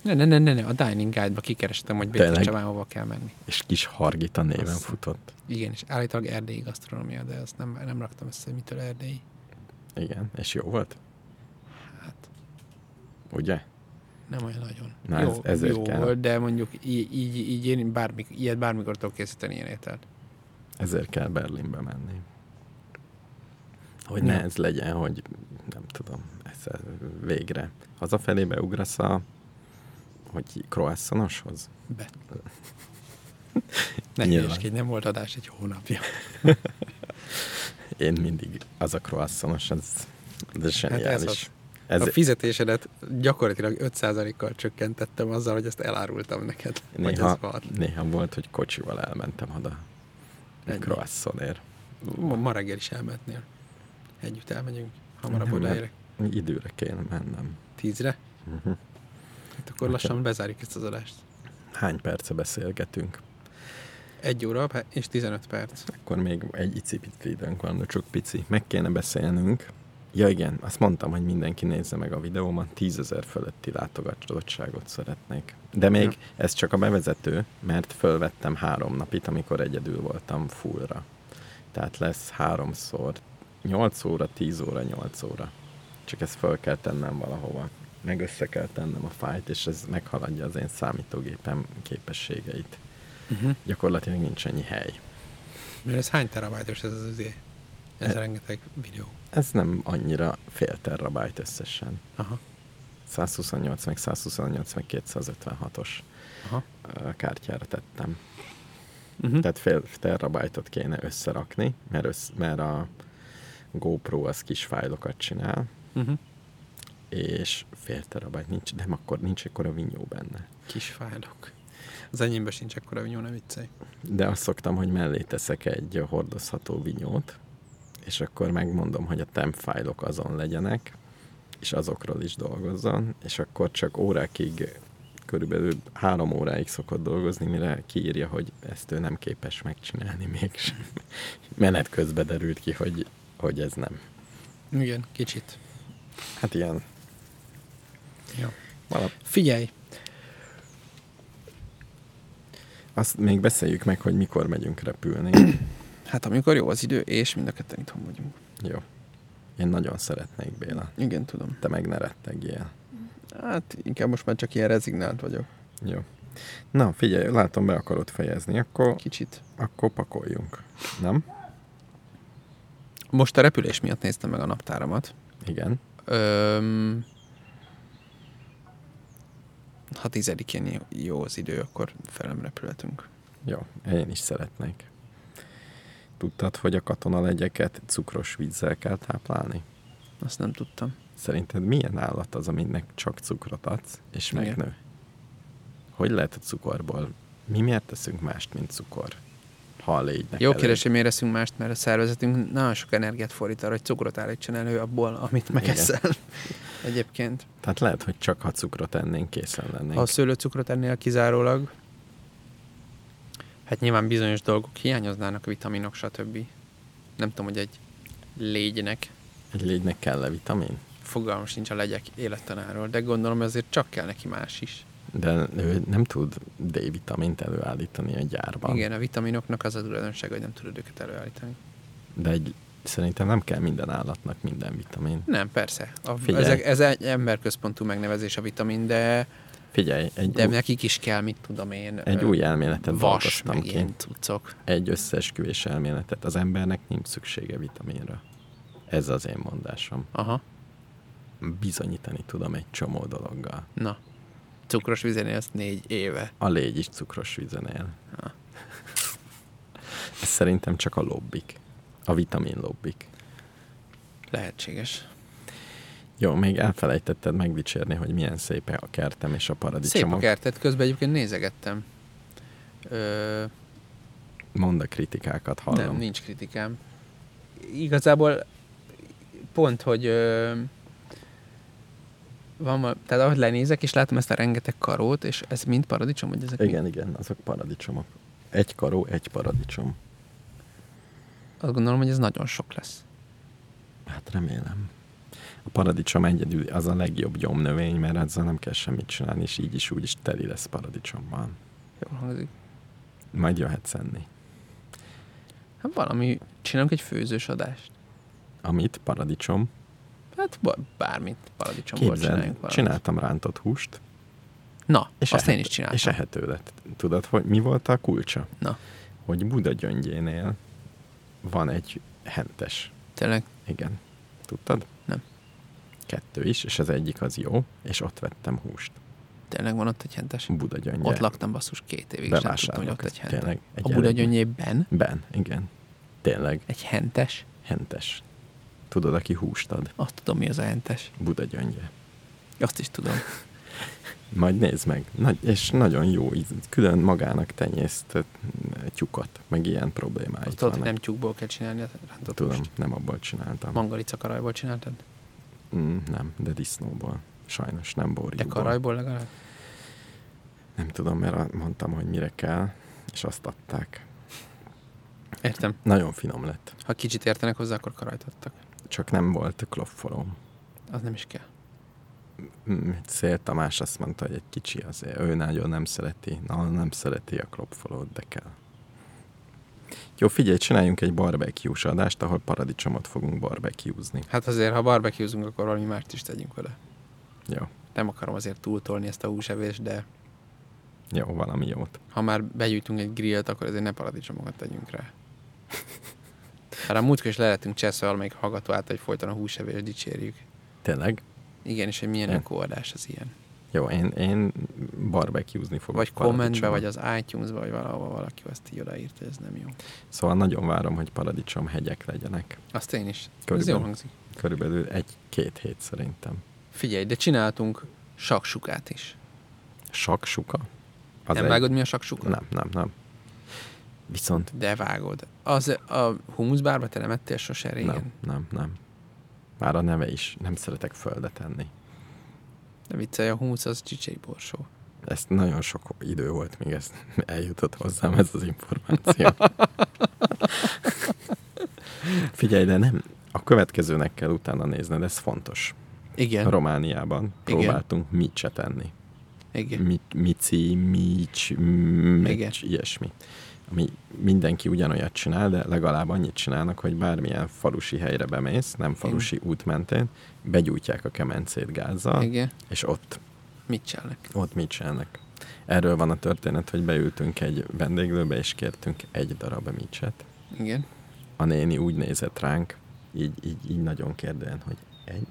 [SPEAKER 3] Ne, ne, ne, ne, ne, a Dining Guide-ba kikerestem, hogy Békés
[SPEAKER 4] Tényleg?
[SPEAKER 3] Csabán hova kell menni.
[SPEAKER 4] És kis Hargita néven
[SPEAKER 3] Azt-
[SPEAKER 4] futott.
[SPEAKER 3] Igen, és állítólag erdélyi gasztronómia, de azt nem, nem raktam össze, hogy mitől erdélyi.
[SPEAKER 4] Igen, és jó volt?
[SPEAKER 3] Hát,
[SPEAKER 4] Ugye?
[SPEAKER 3] nem olyan nagyon.
[SPEAKER 4] Na,
[SPEAKER 3] jó,
[SPEAKER 4] ez- ezért
[SPEAKER 3] jó
[SPEAKER 4] kell.
[SPEAKER 3] volt, de mondjuk így, így, így én bármi, ilyet bármikor tudok készíteni ilyen ételt.
[SPEAKER 4] Ezért kell Berlinbe menni. Hogy
[SPEAKER 3] Ja.
[SPEAKER 4] ne ez legyen, hogy nem tudom, ez végre. Hazafelé beugrasz a hogy croissanoshoz? *laughs*
[SPEAKER 3] Be. Ne
[SPEAKER 4] Nyilván.
[SPEAKER 3] hülyeskedj, nem volt adás egy hónapja.
[SPEAKER 4] Én mindig az a croissanos, az, az
[SPEAKER 3] Hát ez
[SPEAKER 4] zseniális.
[SPEAKER 3] az.
[SPEAKER 4] ez
[SPEAKER 3] A fizetésedet gyakorlatilag 5%-kal csökkentettem azzal, hogy ezt elárultam neked. Vagy
[SPEAKER 4] néha,
[SPEAKER 3] ez volt.
[SPEAKER 4] néha volt, hogy kocsival elmentem oda.
[SPEAKER 3] Ennyi.
[SPEAKER 4] Egy croissonért.
[SPEAKER 3] Ma, ma reggel is elmentnél. Együtt elmegyünk. Hamarabb
[SPEAKER 4] Nem, mert-
[SPEAKER 3] odaérek.
[SPEAKER 4] Időre kell mennem.
[SPEAKER 3] Tízre?
[SPEAKER 4] Mhm.
[SPEAKER 3] Hát akkor lassan bezárjuk ezt az adást.
[SPEAKER 4] Hány perce beszélgetünk?
[SPEAKER 3] Egy óra pe- és 15 perc.
[SPEAKER 4] Akkor még egy icipici időnk van, de csak pici. Meg kéne beszélnünk. Ja igen, azt mondtam, hogy mindenki nézze meg a videómat, tízezer fölötti látogatottságot szeretnék. De még
[SPEAKER 3] Ja.
[SPEAKER 4] ez csak a bevezető, mert fölvettem három napit, amikor egyedül voltam fullra. Tehát lesz háromszor 8 óra, 10 óra, 8 óra. Csak ezt föl kell tennem valahova. Meg össze kell tennem a fájt, és ez meghaladja az én számítógépem képességeit.
[SPEAKER 3] Uh-huh.
[SPEAKER 4] Gyakorlatilag nincs ennyi hely.
[SPEAKER 3] Mert ez hány terabájtos ez az üzé? Ez
[SPEAKER 4] Hát-
[SPEAKER 3] rengeteg videó.
[SPEAKER 4] Ez nem annyira fél terabájt összesen.
[SPEAKER 3] Aha.
[SPEAKER 4] 128, meg 128, meg 256-os
[SPEAKER 3] Aha.
[SPEAKER 4] ö, kártyára tettem.
[SPEAKER 3] Uh-huh.
[SPEAKER 4] Tehát fél terabájtot kéne összerakni, mert, össz, mert a GoPro az kis fájlokat csinál,
[SPEAKER 3] Uh-huh.
[SPEAKER 4] és fél terabájt nincs, nem akkor nincs ekkora vinyó benne.
[SPEAKER 3] Kis fájlok. Az enyémben sincs ekkora vinyó, nem viccelj.
[SPEAKER 4] De azt szoktam, hogy mellé teszek egy hordozható vinyót, és akkor megmondom, hogy a temp fájlok azon legyenek, és azokról is dolgozzon, és akkor csak órákig, körülbelül három óráig szokott dolgozni, mire kiírja, hogy ezt ő nem képes megcsinálni mégsem. *laughs* Menet közben derült ki, hogy, hogy ez nem.
[SPEAKER 3] Igen, kicsit.
[SPEAKER 4] Hát ilyen
[SPEAKER 3] Jó.
[SPEAKER 4] valami
[SPEAKER 3] Figyelj,
[SPEAKER 4] Azt még beszéljük meg, hogy mikor megyünk repülni. *clears throat*
[SPEAKER 3] hát amikor jó az idő, és mind a ketten itthon vagyunk.
[SPEAKER 4] Jó. Én nagyon szeretnék, Béla.
[SPEAKER 3] Igen, tudom.
[SPEAKER 4] Te meg ne rettegjél.
[SPEAKER 3] Hát inkább most már csak ilyen rezignált vagyok.
[SPEAKER 4] Jó. Na, figyelj, látom, be akarod fejezni, akkor,
[SPEAKER 3] Kicsit.
[SPEAKER 4] akkor pakoljunk. Nem?
[SPEAKER 3] Most a repülés miatt néztem meg a naptáramat.
[SPEAKER 4] Igen.
[SPEAKER 3] Öm, ha tizedikén jó- jó az idő, akkor felem repülhetünk.
[SPEAKER 4] Jó, én is szeretnék. Tudtad, hogy a katona legyeket cukros vízzel kell táplálni?
[SPEAKER 3] Azt nem tudtam.
[SPEAKER 4] Szerinted milyen állat az, aminek csak cukrot adsz, és
[SPEAKER 3] Igen.
[SPEAKER 4] megnő? Hogy lehet a cukorból? Mi miért teszünk mást, mint cukor? Ha a légynek
[SPEAKER 3] Jó
[SPEAKER 4] elég.
[SPEAKER 3] kérdés, hogy miért eszünk mást, mert a szervezetünk nagyon sok energiát fordít arra, hogy cukrot állítson elő abból, amit megeszel. Egyébként.
[SPEAKER 4] Tehát lehet, hogy csak ha cukrot ennénk, készen lennénk.
[SPEAKER 3] Ha a szőlőcukrot ennél kizárólag, hát nyilván bizonyos dolgok hiányoznának, vitaminok, stb. Nem tudom, hogy egy légynek
[SPEAKER 4] Egy légynek kell-e vitamin?
[SPEAKER 3] fogalmam sincs a legyek élettanáról, de gondolom ezért csak kell neki más is.
[SPEAKER 4] De ő nem tud D-vitamint előállítani a gyárban.
[SPEAKER 3] Igen, a vitaminoknak az a tulajdonság, hogy nem tudod őket előállítani.
[SPEAKER 4] De egy, szerintem nem kell minden állatnak minden vitamin.
[SPEAKER 3] Nem, persze. A,
[SPEAKER 4] Figyelj.
[SPEAKER 3] ezek, ez egy emberközpontú megnevezés a vitamin, de,
[SPEAKER 4] Figyelj, egy,
[SPEAKER 3] de
[SPEAKER 4] új,
[SPEAKER 3] nekik is kell, mit tudom én.
[SPEAKER 4] egy
[SPEAKER 3] ö,
[SPEAKER 4] új elméletet
[SPEAKER 3] vas,
[SPEAKER 4] dolgoztam
[SPEAKER 3] meg
[SPEAKER 4] ki.
[SPEAKER 3] ilyen cuccok.
[SPEAKER 4] Egy összeesküvés elméletet. Az embernek nincs szüksége vitaminra. Ez az én mondásom.
[SPEAKER 3] Aha,
[SPEAKER 4] Bizonyítani tudom egy csomó dologgal.
[SPEAKER 3] na. Cukros vizenél ezt négy éve.
[SPEAKER 4] A légy is cukros vízen él.
[SPEAKER 3] Ha.
[SPEAKER 4] Ez szerintem csak a lobbik. A vitamin lobbik.
[SPEAKER 3] Lehetséges.
[SPEAKER 4] Jó, még elfelejtetted megdicsérni, hogy milyen szép a kertem és a
[SPEAKER 3] Szép
[SPEAKER 4] paradicsomok.
[SPEAKER 3] a kertet, közben egyébként nézegettem. Ö,
[SPEAKER 4] Mondd a kritikákat, hallom.
[SPEAKER 3] nem, nincs kritikám. Igazából pont, hogy ö, van valami, tehát ahogy lenézek, és látom ezt a rengeteg karót, és ez mind paradicsom, hogy ezek
[SPEAKER 4] Igen, igen, azok paradicsomok. Egy karó, egy paradicsom.
[SPEAKER 3] Azt gondolom, hogy ez nagyon sok lesz.
[SPEAKER 4] Hát remélem. A paradicsom egyedül az a legjobb gyomnövény, mert azzal nem kell semmit csinálni, és így is úgy is teli lesz paradicsommal.
[SPEAKER 3] Jól hangzik.
[SPEAKER 4] Majd jöhetsz enni.
[SPEAKER 3] Hát valami, csinálunk egy főzős adást.
[SPEAKER 4] Amit? Paradicsom.
[SPEAKER 3] Hát ba- bármit paradicsomból
[SPEAKER 4] Képzeld,
[SPEAKER 3] csináljunk valamit.
[SPEAKER 4] csináltam rántott húst,
[SPEAKER 3] Na,
[SPEAKER 4] és
[SPEAKER 3] és azt én
[SPEAKER 4] ehet-
[SPEAKER 3] is csináltam.
[SPEAKER 4] és ehető lett. Tudod, hogy mi volt a kulcsa?
[SPEAKER 3] Na.
[SPEAKER 4] Hogy Buda gyöngyénél van egy hentes
[SPEAKER 3] Tényleg,
[SPEAKER 4] Igen. Tudtad?
[SPEAKER 3] Nem.
[SPEAKER 4] Kettő is, és az egyik az jó, és ott vettem húst.
[SPEAKER 3] tényleg van ott egy hentes.
[SPEAKER 4] Buda gyöngye.
[SPEAKER 3] Ott laktam basszus két évig, és nem tudtam, hogy ott egy hentes.
[SPEAKER 4] Tényleg. Egy
[SPEAKER 3] A Buda gyöngyében
[SPEAKER 4] Ben, igen. Tényleg,
[SPEAKER 3] egy hentes.
[SPEAKER 4] hentes. Tudod, aki húst ad?
[SPEAKER 3] Azt tudom, mi az a hentes.
[SPEAKER 4] Buda gyöngye.
[SPEAKER 3] Azt is tudom.
[SPEAKER 4] Majd nézd meg. Nagy, és nagyon jó íz. Külön magának tenyészt ö, tyukat, meg ilyen problémáit
[SPEAKER 3] Azt tudod, hogy
[SPEAKER 4] vannak.
[SPEAKER 3] nem tyúkból kell csinálni a rántott
[SPEAKER 4] Tudom,
[SPEAKER 3] húst.
[SPEAKER 4] nem abból csináltam.
[SPEAKER 3] Mangalica karajból csináltad?
[SPEAKER 4] Mm, nem, de disznóból. Sajnos nem
[SPEAKER 3] De
[SPEAKER 4] borjúból.
[SPEAKER 3] karajból legalább?
[SPEAKER 4] Nem tudom, mert a- mondtam, hogy mire kell, és azt adták.
[SPEAKER 3] Értem.
[SPEAKER 4] Nagyon finom lett,
[SPEAKER 3] Ha kicsit értenek hozzá, akkor karajt adtak.
[SPEAKER 4] csak nem volt kloffolom.
[SPEAKER 3] Az nem is kell.
[SPEAKER 4] Mm, Szél Tamás azt mondta, hogy egy kicsi azért, ő nagyon nem szereti, na, nem szereti a klopfolót, de kell. Jó, figyelj, csináljunk egy barbecue adást, ahol paradicsomot fogunk barbecue-zni.
[SPEAKER 3] Hát azért, ha barbecuezünk, akkor valami mást is tegyünk vele.
[SPEAKER 4] Jó,
[SPEAKER 3] Nem akarom azért túltolni ezt a húsevést, de
[SPEAKER 4] jó, valami jót.
[SPEAKER 3] ha már begyűjtünk egy grillt, akkor azért ne paradicsomokat tegyünk rá. Mert a múltkor is leletünk cseszve valamelyik hallgató által, hogy folyton a húsevést dicsérjük.
[SPEAKER 4] Tényleg?
[SPEAKER 3] Igen, és hogy milyen
[SPEAKER 4] Igen.
[SPEAKER 3] ökoadás az ilyen.
[SPEAKER 4] Jó, én, én barbecue-zni fogok.
[SPEAKER 3] Vagy kommentbe,
[SPEAKER 4] paradicsomot.
[SPEAKER 3] vagy az iTunes-ba, vagy valahol valaki azt így odaírta, hogy ez nem jó.
[SPEAKER 4] Szóval nagyon várom, hogy paradicsom hegyek legyenek.
[SPEAKER 3] Azt én is. Ez
[SPEAKER 4] Körülbelül.
[SPEAKER 3] jól hangzik.
[SPEAKER 4] Körülbelül egy-két hét szerintem.
[SPEAKER 3] Figyelj, de csináltunk saksukát is.
[SPEAKER 4] Saksuka.
[SPEAKER 3] Az nem
[SPEAKER 4] egy-
[SPEAKER 3] vágod, mi a saksuka?
[SPEAKER 4] Nem, nem, nem. Viszont
[SPEAKER 3] De vágod. Az a humuszbárba te nem ettél sose régen?
[SPEAKER 4] nem, nem, nem. Már a neve is. Nem szeretek földet enni.
[SPEAKER 3] De viccelj, a humusz az csicsei borsó.
[SPEAKER 4] Ezt nagyon sok idő volt, míg ez *laughs* eljutott hozzám ez az
[SPEAKER 3] *laughs*
[SPEAKER 4] információ. Figyelj, de nem. A következőnek kell utána nézned, ez fontos.
[SPEAKER 3] Igen,
[SPEAKER 4] Romániában próbáltunk micset enni.
[SPEAKER 3] igen.
[SPEAKER 4] Mi, mici, mics,
[SPEAKER 3] Igen.
[SPEAKER 4] mics, ilyesmi. Ami mindenki ugyanolyat csinál, de legalább annyit csinálnak, hogy bármilyen falusi helyre bemész, nem falusi út mentén, begyújtják a kemencét gázzal,
[SPEAKER 3] Igen.
[SPEAKER 4] és ott,
[SPEAKER 3] Mit csinálnak?
[SPEAKER 4] ott mit csinálnak. Erről van a történet, hogy beültünk egy vendéglőbe, és kértünk egy darab micset.
[SPEAKER 3] Igen.
[SPEAKER 4] A néni úgy nézett ránk, így, így, így nagyon kérdően, hogy egy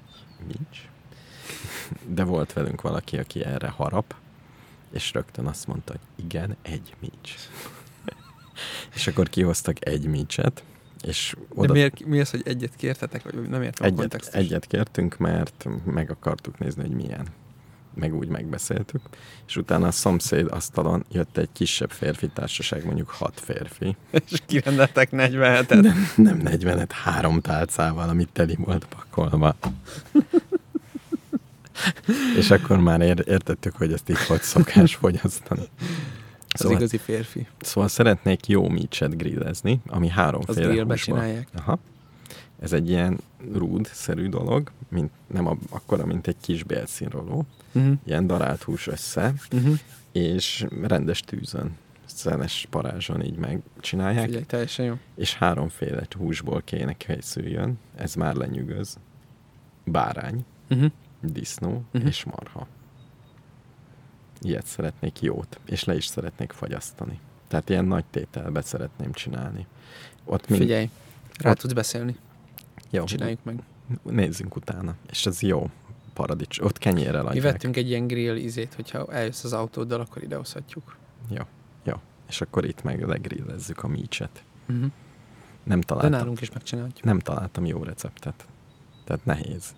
[SPEAKER 4] mics? De volt velünk valaki, aki erre harap, és rögtön azt mondta, hogy igen, egy mics. és akkor kihoztak egy micset, és
[SPEAKER 3] De
[SPEAKER 4] oda
[SPEAKER 3] miért, mi az, hogy egyet kértetek, vagy nem értem a
[SPEAKER 4] egyet,
[SPEAKER 3] kontextust?
[SPEAKER 4] egyet kértünk, mert meg akartuk nézni, hogy milyen. Meg úgy megbeszéltük. És utána a szomszéd asztalon jött egy kisebb férfi társaság, mondjuk hat férfi.
[SPEAKER 3] *laughs* És kirendeltek 47-et.
[SPEAKER 4] Nem 40 három tálcával, amit teli volt
[SPEAKER 3] *laughs*
[SPEAKER 4] pakolva. És akkor már ér- értettük, hogy ezt így hogy szokás fogyasztani.
[SPEAKER 3] Az
[SPEAKER 4] Szóval,
[SPEAKER 3] igazi férfi.
[SPEAKER 4] szóval szeretnék jó micset grillezni, ami
[SPEAKER 3] Az
[SPEAKER 4] háromféle
[SPEAKER 3] grillbe
[SPEAKER 4] húsban
[SPEAKER 3] csinálják.
[SPEAKER 4] Aha. Ez egy ilyen rúd-szerű dolog, mint, nem a, akkora, mint egy kis bélszínroló,
[SPEAKER 3] Uh-huh.
[SPEAKER 4] ilyen darált hús össze,
[SPEAKER 3] Uh-huh.
[SPEAKER 4] és rendes tűzön, szenes parázson így megcsinálják,
[SPEAKER 3] Figyelj, teljesen jó.
[SPEAKER 4] és háromféle húsból kéne készüljön, ez már lenyűgöz, bárány,
[SPEAKER 3] Uh-huh.
[SPEAKER 4] disznó
[SPEAKER 3] Mhm.
[SPEAKER 4] és marha. Ilyet szeretnék jót, és le is szeretnék fagyasztani. Tehát ilyen nagy tételbe szeretném csinálni. Ott mind...
[SPEAKER 3] Figyelj, rá tudsz beszélni.
[SPEAKER 4] Jó,
[SPEAKER 3] Csináljuk meg.
[SPEAKER 4] nézzünk utána. És ez jó paradics. Ott kenyérrel
[SPEAKER 3] Mi
[SPEAKER 4] adják.
[SPEAKER 3] vettünk egy ilyen grill ízét, hogyha eljössz az autóddal, akkor idehozhatjuk.
[SPEAKER 4] Jó, jó. És akkor itt meg legrillezzük a mícset.
[SPEAKER 3] Uh-huh.
[SPEAKER 4] Nem
[SPEAKER 3] De
[SPEAKER 4] találtam,
[SPEAKER 3] nálunk is megcsinálhatjuk.
[SPEAKER 4] nem találtam jó receptet. Tehát nehéz.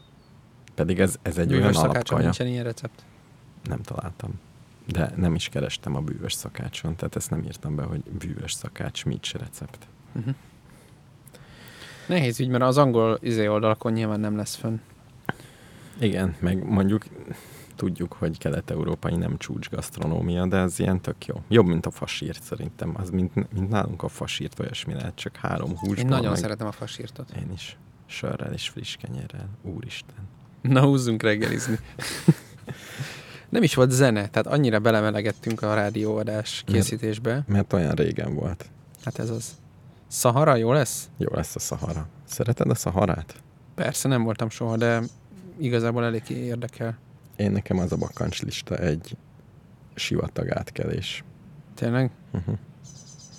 [SPEAKER 4] Pedig ez, ez egy olyan
[SPEAKER 3] Bűvös szakácson
[SPEAKER 4] alapkaja.
[SPEAKER 3] nincsen ilyen recept.
[SPEAKER 4] Nem találtam. De nem is kerestem a bűvös szakácson, tehát ezt nem írtam be, hogy bűvös szakács mícs recept.
[SPEAKER 3] Mhm. Nehéz ügy, mert az angol izé oldalakon nyilván nem lesz fönn.
[SPEAKER 4] Igen, meg mondjuk tudjuk, hogy kelet-európai nem csúcs gasztronómia, de ez ilyen tök jó. Jobb, mint a fasírt szerintem. Az, mint, mint nálunk a fasírt, vagy olyasmi lehet, csak három húsból.
[SPEAKER 3] Én nagyon
[SPEAKER 4] meg...
[SPEAKER 3] szeretem a fasírtot.
[SPEAKER 4] Én is. Sörrel és friss kenyérrel. Úristen.
[SPEAKER 3] Na, húzzunk *laughs* reggelizni. Nem is volt zene, tehát annyira belemelegettünk a rádióadás készítésbe.
[SPEAKER 4] Mert olyan régen volt.
[SPEAKER 3] Hát ez az. Szahara jó lesz?
[SPEAKER 4] Jó lesz a szahara. Szereted a szaharát?
[SPEAKER 3] Persze, nem voltam soha, de igazából elég érdekel.
[SPEAKER 4] Én nekem az a bakancs lista egy sivatag átkelés.
[SPEAKER 3] Tényleg?
[SPEAKER 4] Uh-huh.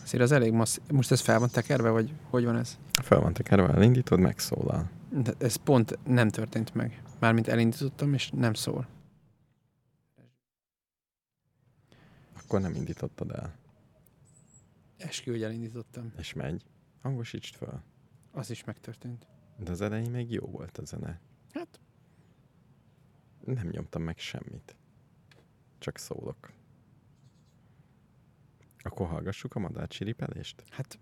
[SPEAKER 3] Azért az elég massz... Most ez fel van tekerve, vagy hogy van ez?
[SPEAKER 4] Fel van tekerve, elindítod, megszólal.
[SPEAKER 3] De ez pont nem történt meg. Mármint elindítottam, és nem szól.
[SPEAKER 4] Akkor nem indítottad el.
[SPEAKER 3] Eskü, hogy elindítottam.
[SPEAKER 4] És megy. Hangosítsd fel.
[SPEAKER 3] Az is megtörtént.
[SPEAKER 4] De az elején még jó volt a zene.
[SPEAKER 3] Hát.
[SPEAKER 4] Nem nyomtam meg semmit. Csak szólok. Akkor hallgassuk a madár csiripelést?
[SPEAKER 3] Hát,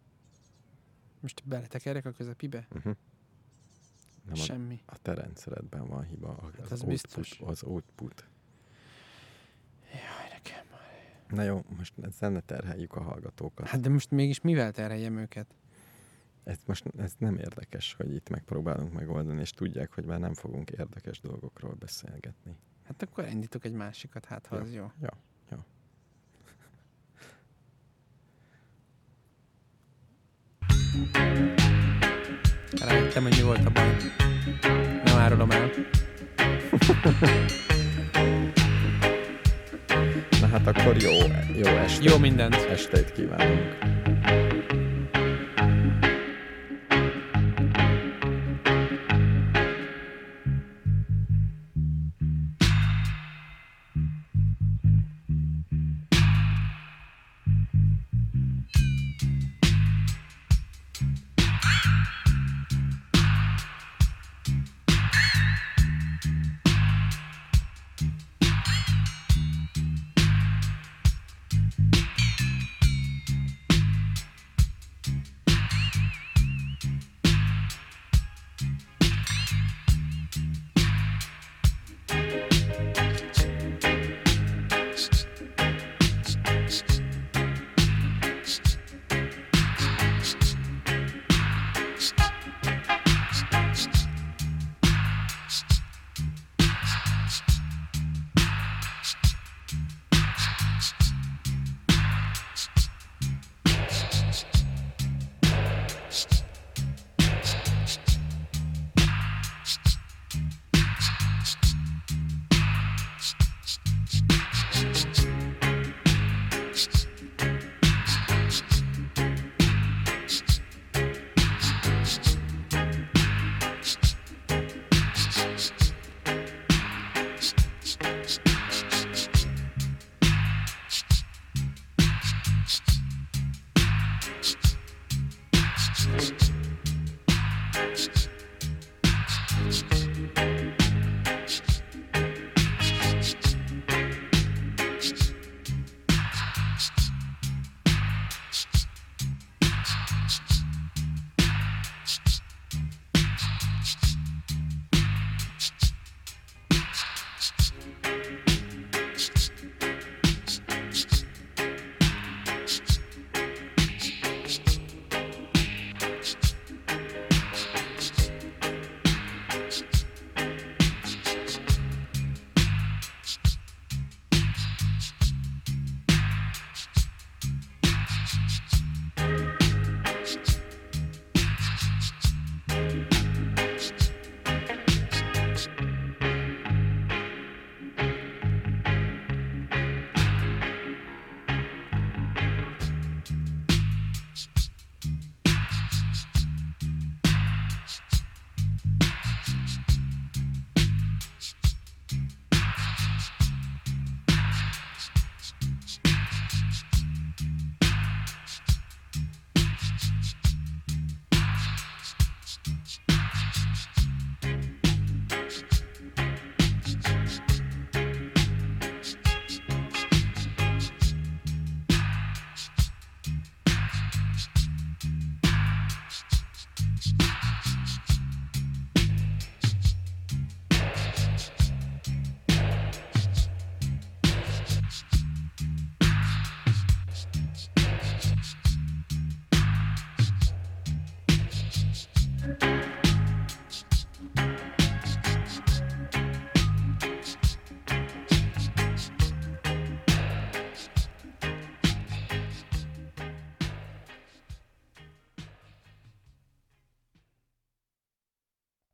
[SPEAKER 3] most beletekerek a közepibe?
[SPEAKER 4] Uh-huh. Nem a,
[SPEAKER 3] Semmi.
[SPEAKER 4] a te rendszeredben van hiba. a-
[SPEAKER 3] az
[SPEAKER 4] Az, output,
[SPEAKER 3] Hát biztos.
[SPEAKER 4] Az output.
[SPEAKER 3] Jaj, nekem.
[SPEAKER 4] Na jó, most ezzel ne terheljük a hallgatókat.
[SPEAKER 3] Hát de most mégis mivel terheljem őket?
[SPEAKER 4] Ez most ez nem érdekes, hogy itt megpróbálunk megoldani, és tudják, hogy már nem fogunk érdekes dolgokról beszélgetni.
[SPEAKER 3] Hát akkor indítok egy másikat, hát ha
[SPEAKER 4] Jó.
[SPEAKER 3] az jó.
[SPEAKER 4] Ja, ja.
[SPEAKER 3] Rájöttem, hogy mi volt a baj. Nem árulom el.
[SPEAKER 4] Na hát akkor jó, jó estét,
[SPEAKER 3] Jó mindent!
[SPEAKER 4] estét kívánunk.
[SPEAKER 2] Thank you